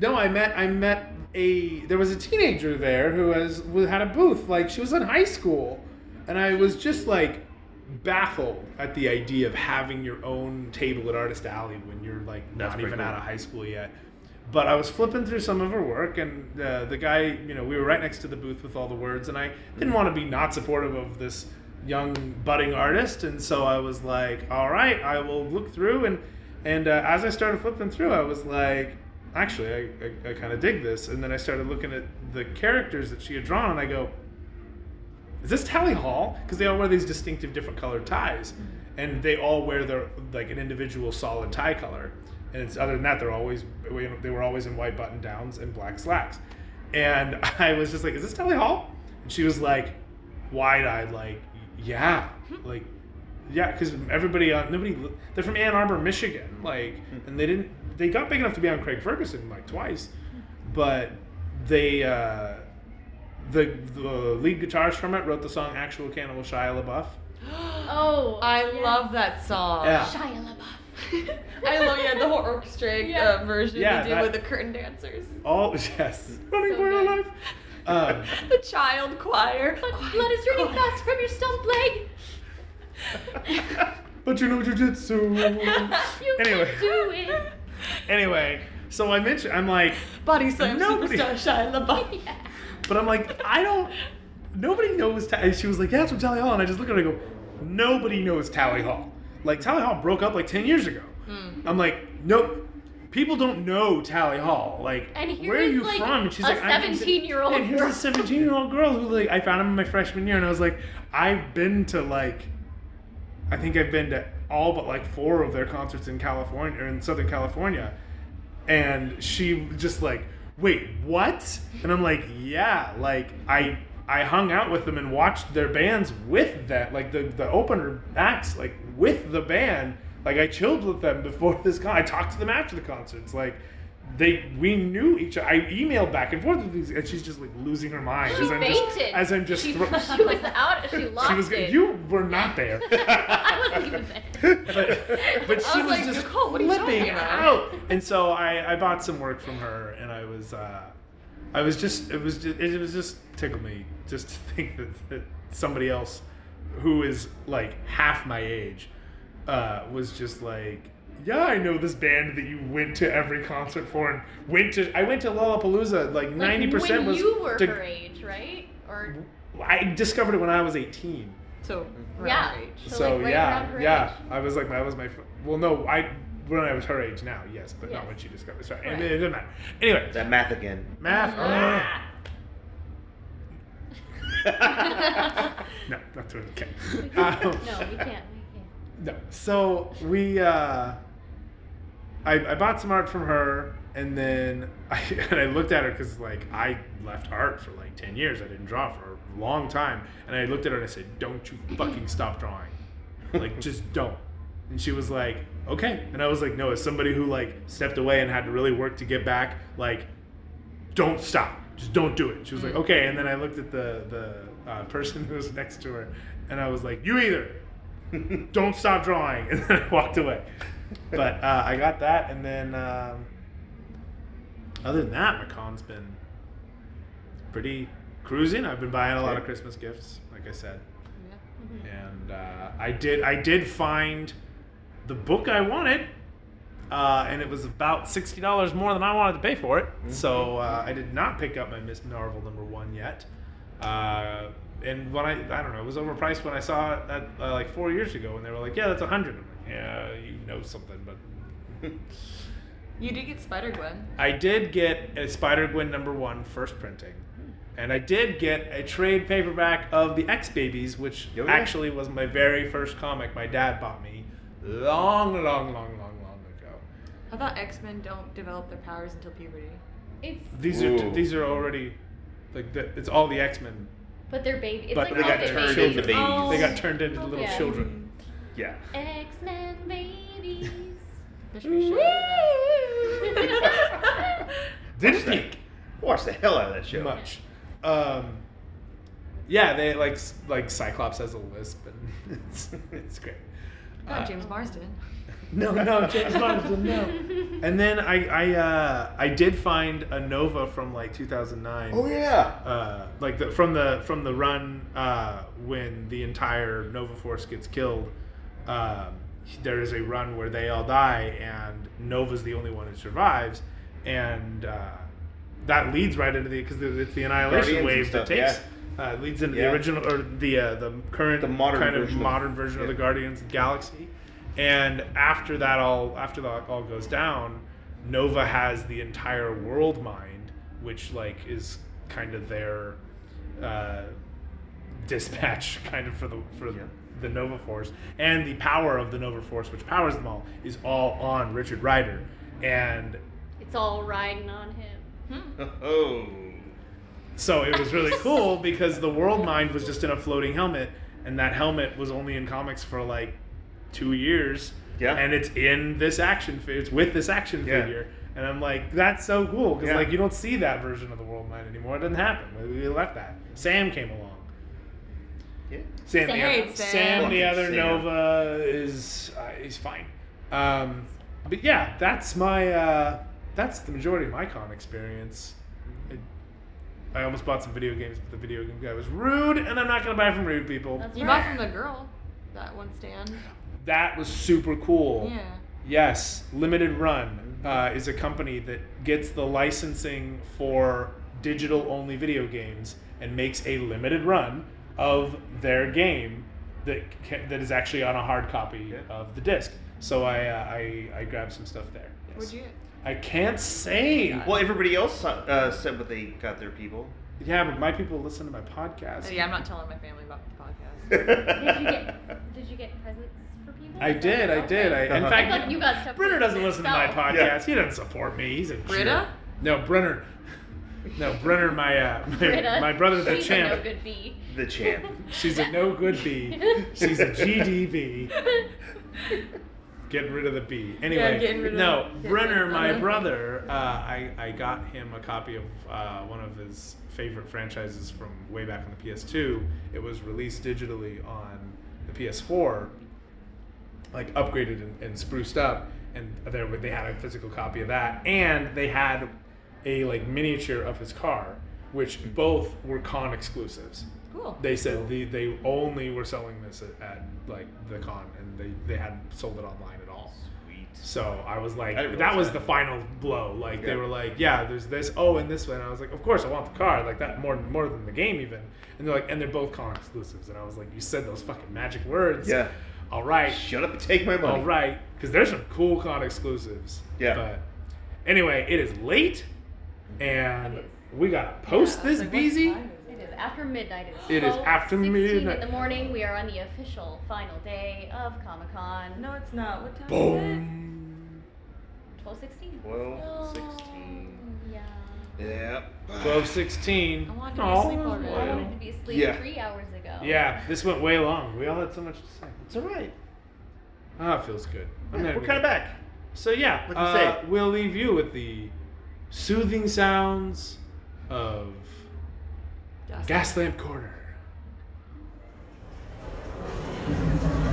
Speaker 3: no, I met I met a there was a teenager there who was who had a booth like she was in high school, and I was just like baffled at the idea of having your own table at Artist Alley when you're like
Speaker 2: That's
Speaker 3: not
Speaker 2: pretty
Speaker 3: even
Speaker 2: cool.
Speaker 3: out of high school yet. But I was flipping through some of her work, and uh, the guy, you know, we were right next to the booth with all the words, and I didn't want to be not supportive of this young budding artist, and so I was like, "All right, I will look through." And and uh, as I started flipping through, I was like, "Actually, I, I, I kind of dig this." And then I started looking at the characters that she had drawn, and I go, is this Tally Hall? Because they all wear these distinctive different colored ties, and they all wear their like an individual solid tie color. And it's other than that, they're always they were always in white button downs and black slacks. And I was just like, "Is this Tally Hall?" And she was like, wide eyed, like, "Yeah, like, yeah," because everybody on nobody they're from Ann Arbor, Michigan, like, and they didn't they got big enough to be on Craig Ferguson like twice, but they. uh the the lead guitarist from it wrote the song "Actual Cannibal" Shia LaBeouf.
Speaker 4: Oh,
Speaker 1: I
Speaker 4: yeah.
Speaker 1: love that song.
Speaker 3: Yeah.
Speaker 4: Shia LaBeouf.
Speaker 1: I love yeah the whole orchestrated
Speaker 4: Yeah.
Speaker 1: uh, version
Speaker 3: Yeah,
Speaker 1: they did
Speaker 3: that-
Speaker 1: with the curtain dancers.
Speaker 3: All yes, running
Speaker 4: So
Speaker 3: for your
Speaker 4: good.
Speaker 3: life. Um,
Speaker 1: the child choir.
Speaker 4: Blood is running fast from your stump leg.
Speaker 3: but you know jujitsu.
Speaker 4: You
Speaker 3: Anyway.
Speaker 4: can do it.
Speaker 3: anyway, so I mentioned I'm like,
Speaker 1: Body slam
Speaker 3: Nobody-
Speaker 1: superstar Shia LaBeouf.
Speaker 4: Yeah.
Speaker 3: but I'm like I don't. Nobody knows. Ta- and she was like, "Yeah, it's from Tally Hall," and I just look at her and I go, "Nobody knows Tally Hall. Like Tally Hall broke up like ten years ago."
Speaker 4: Hmm.
Speaker 3: I'm like, nope. People don't know Tally Hall. Like,
Speaker 4: And here
Speaker 3: where are
Speaker 4: is,
Speaker 3: you
Speaker 4: like,
Speaker 3: from? And she's
Speaker 4: a
Speaker 3: like, I'm from-
Speaker 4: 17-year-old
Speaker 3: And here's a
Speaker 4: girl.
Speaker 3: 17 year old girl who like I found him in my freshman year, and I was like, I've been to like, I think I've been to all but like four of their concerts in California or in Southern California, and she just like, wait, what? And I'm like, yeah, like I. I hung out with them and watched their bands with that, like the, the opener acts, like with the band. Like I chilled with them before this con. I talked to them after the concerts. Like they we knew each other. I emailed back and forth with these, and she's just like losing her mind
Speaker 4: She
Speaker 3: as I'm just
Speaker 4: fainted.
Speaker 3: as I'm just
Speaker 4: she,
Speaker 3: thro-
Speaker 4: she was out. She lost
Speaker 3: she was go-
Speaker 4: it.
Speaker 3: you were not there.
Speaker 4: I was sounds even better.
Speaker 3: but, but
Speaker 1: I
Speaker 3: she
Speaker 1: was
Speaker 3: was,
Speaker 1: like,
Speaker 3: just
Speaker 1: "Nicole, what are you
Speaker 3: flipping
Speaker 1: talking about?"
Speaker 3: out. Oh, And so I, I bought some work from her, and I was uh, I was just it was just, it was just tickled me just to think that, that somebody else who is like half my age uh, was just like. Yeah, I know this band that you went to every concert for, and went to. I went to Lollapalooza. Like
Speaker 4: Like,
Speaker 3: ninety percent
Speaker 4: when
Speaker 3: was.
Speaker 4: you were
Speaker 3: to-
Speaker 4: her age, right? Or
Speaker 3: I discovered it when I was eighteen.
Speaker 1: So
Speaker 4: Yeah.
Speaker 1: yeah.
Speaker 4: So,
Speaker 3: So,
Speaker 4: like, right around
Speaker 3: yeah,
Speaker 4: her
Speaker 3: yeah.
Speaker 4: age.
Speaker 3: I was like, that was my. fir- Well, no, I when I was her age now, yes, but
Speaker 4: Yes.
Speaker 3: not when she discovered. Sorry,
Speaker 4: Right.
Speaker 3: it, it didn't matter. Anyway,
Speaker 2: That math again.
Speaker 3: math.
Speaker 4: Ah.
Speaker 3: uh, no, not doing it.
Speaker 4: We
Speaker 3: Okay. Um,
Speaker 4: can't- no, we can't. We can't.
Speaker 3: No. So we, uh, I, I bought some art from her, and then I, and I looked at her because like I left art for like ten years. I didn't draw for a long time, and I looked at her and I said, "Don't you fucking stop drawing, like just don't." And she was like, "Okay," and I was like, "No." As somebody who like stepped away and had to really work to get back, like don't stop. Just don't do it. She was like, okay. And then I looked at the the uh, person who was next to her, and I was like, you either. don't stop drawing. And then I walked away. But uh, I got that, and then um, other than that, McConn's been pretty cruising. I've been buying a lot of
Speaker 2: Okay.
Speaker 3: Christmas gifts, like I said, and uh, I did I did find the book I wanted. Uh, and it was about sixty dollars more than I wanted to pay for it. So uh, I did not pick up my Miss Marvel number one yet. Uh, and when I I don't know, it was overpriced when I saw it at, uh, like four years ago, and they were like, "Yeah, that's a hundred. I'm like, "Yeah, you know something," but
Speaker 1: You did get Spider Gwen.
Speaker 3: I did get a Spider Gwen number one first printing, and I did get a trade paperback of the X Babies, which
Speaker 2: Oh, yeah.
Speaker 3: actually was my very first comic my dad bought me long, long, long, long, long ago.
Speaker 1: I thought X Men don't develop their powers until puberty.
Speaker 4: It's
Speaker 3: These are
Speaker 2: Ooh.
Speaker 3: these are already like the, it's all the X Men.
Speaker 4: but they're baby. It's
Speaker 3: But
Speaker 4: like
Speaker 3: they
Speaker 4: all
Speaker 3: got
Speaker 4: the
Speaker 3: turned
Speaker 4: babies.
Speaker 2: into babies.
Speaker 4: Oh.
Speaker 3: They got turned into little
Speaker 4: Okay.
Speaker 3: children.
Speaker 2: Yeah.
Speaker 4: X Men babies.
Speaker 1: There should be a show about that.
Speaker 3: Didn't
Speaker 2: Watch that. Watch the hell out of that show.
Speaker 3: much. Um, yeah, they like s- like Cyclops has a lisp, and it's it's great.
Speaker 1: Not
Speaker 3: Uh,
Speaker 1: James Marsden.
Speaker 3: No, no, James Marsden, no. And then I I uh, I did find a Nova from like 2009.
Speaker 2: Oh yeah.
Speaker 3: Uh, like the, from the from the run uh, when the entire Nova Force gets killed, um, there is a run where they all die and Nova's the only one who survives, and uh, that leads right into the because it's the annihilation
Speaker 2: Guardians
Speaker 3: wave
Speaker 2: and stuff,
Speaker 3: that takes uh, leads into
Speaker 2: Yeah.
Speaker 3: the original or the uh, the current
Speaker 2: The modern
Speaker 3: kind of
Speaker 2: version of-
Speaker 3: modern version of the
Speaker 2: yeah.
Speaker 3: Guardians of the Galaxy, and after that all after that all goes down, Nova has the entire world mind, which like is kind of their uh, dispatch kind of for the for
Speaker 2: Yeah.
Speaker 3: the Nova Force and the power of the Nova Force, which powers them all, is all on Richard Ryder, and
Speaker 4: It's all riding on him. Hmm.
Speaker 2: Oh.
Speaker 3: So it was really cool because the World Mind was just in a floating helmet, and that helmet was only in comics for like two years.
Speaker 2: Yeah.
Speaker 3: And it's in this action figure. It's with this action
Speaker 2: Yeah.
Speaker 3: figure. And I'm like, that's so cool because
Speaker 2: Yeah.
Speaker 3: like you don't see that version of the World Mind anymore. It doesn't happen. We we left that. Sam came along.
Speaker 2: Yeah.
Speaker 3: Sam,
Speaker 4: Sam.
Speaker 3: the other,
Speaker 1: Sam.
Speaker 3: Sam, the other
Speaker 2: Sam.
Speaker 3: Nova is uh, he's fine. Um, but yeah, that's my uh, that's the majority of my con experience. I, I almost bought some video games, but the video game guy was rude, and I'm not gonna buy from rude people.
Speaker 4: That's
Speaker 1: You bought
Speaker 4: right.
Speaker 1: from the girl, that one stand.
Speaker 3: that was super cool.
Speaker 1: Yeah.
Speaker 3: Yes, Limited Run uh, is a company that gets the licensing for digital only video games and makes a limited run of their game that ca that is actually on a hard copy
Speaker 2: Yeah.
Speaker 3: of the disc. So I, uh, I I grabbed some stuff there. Yes.
Speaker 1: Would you? Oh
Speaker 3: I can't say.
Speaker 2: Well, everybody else uh, said what they got their people.
Speaker 3: Yeah, but my people listen to my podcast.
Speaker 1: Oh, Yeah, I'm not telling my family about the podcast.
Speaker 4: Did you get Did you get presents for people?
Speaker 3: I did. I did. I, in
Speaker 2: I
Speaker 3: fact,
Speaker 4: Uh-huh. I thought you got stuff.
Speaker 3: Brenner
Speaker 4: for
Speaker 3: doesn't listen to my
Speaker 4: yourself.
Speaker 3: podcast.
Speaker 2: Yeah.
Speaker 3: He doesn't support me. He's a jerk.
Speaker 1: Britta?
Speaker 3: No, Brenner. No, Brenner. My uh, my,
Speaker 4: Britta,
Speaker 3: my brother's a
Speaker 4: she's
Speaker 3: champ.
Speaker 4: A no good bee.
Speaker 2: the champ.
Speaker 3: She's a no good bee. She's a GDB. Getting rid of the bee. Anyway,
Speaker 1: getting rid of-
Speaker 3: no,
Speaker 1: getting
Speaker 3: Brenner,
Speaker 1: rid of
Speaker 3: my
Speaker 1: the-
Speaker 3: brother. Uh, I I got him a copy of uh, one of his favorite franchises from way back on the PS2. It was released digitally on the PS4, like upgraded and, and spruced up, and there they had a physical copy of that, and they had a like miniature of his car, which both were con exclusives.
Speaker 1: Cool.
Speaker 3: They said the, they only were selling this at, at like the con, and they they hadn't sold it online at all.
Speaker 2: Sweet.
Speaker 3: So I was like,
Speaker 2: I didn't
Speaker 3: that
Speaker 2: realize
Speaker 3: was
Speaker 2: that.
Speaker 3: the final blow. Like they
Speaker 2: Yeah.
Speaker 3: were like, yeah, there's this. Oh, and this one. And I was like, of course I want the car. Like that more more than the game even. And they're like, and they're both con exclusives. And I was like, you said those fucking magic words.
Speaker 2: Yeah.
Speaker 3: All right.
Speaker 2: Shut up and take my money.
Speaker 3: All right. Because there's some cool con exclusives.
Speaker 2: Yeah.
Speaker 3: But anyway, it is late, and
Speaker 4: It
Speaker 3: we gotta post
Speaker 1: I was
Speaker 3: this
Speaker 1: like, what
Speaker 3: BZ.
Speaker 1: time is it?
Speaker 4: It is after midnight. It's
Speaker 3: It is after midnight.
Speaker 4: in the morning. We are on the official final day of Comic Con.
Speaker 1: No, it's not. What time
Speaker 3: Boom.
Speaker 4: 1216.
Speaker 2: Twelve
Speaker 4: No.
Speaker 2: sixteen.
Speaker 4: Yeah.
Speaker 2: Yeah.
Speaker 3: Twelve sixteen.
Speaker 1: is it? I wanted to
Speaker 3: Aw.
Speaker 1: be asleep
Speaker 4: I
Speaker 1: already.
Speaker 4: wanted to be asleep
Speaker 2: Yeah.
Speaker 4: three hours ago.
Speaker 3: Yeah, this went way long. We all had so much to say.
Speaker 2: It's all right.
Speaker 3: Ah, it feels good. I'm
Speaker 2: Yeah,
Speaker 3: gonna
Speaker 2: we're kind of back.
Speaker 3: So yeah,
Speaker 2: Like we
Speaker 3: uh,
Speaker 2: say.
Speaker 3: we'll leave you with the soothing sounds of
Speaker 1: Dust.
Speaker 3: Gaslamp Corner.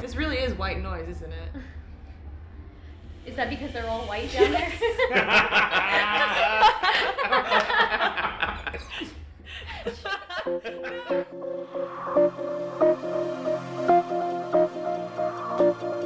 Speaker 1: This really is white noise, isn't it?
Speaker 4: Is that because they're all white down there?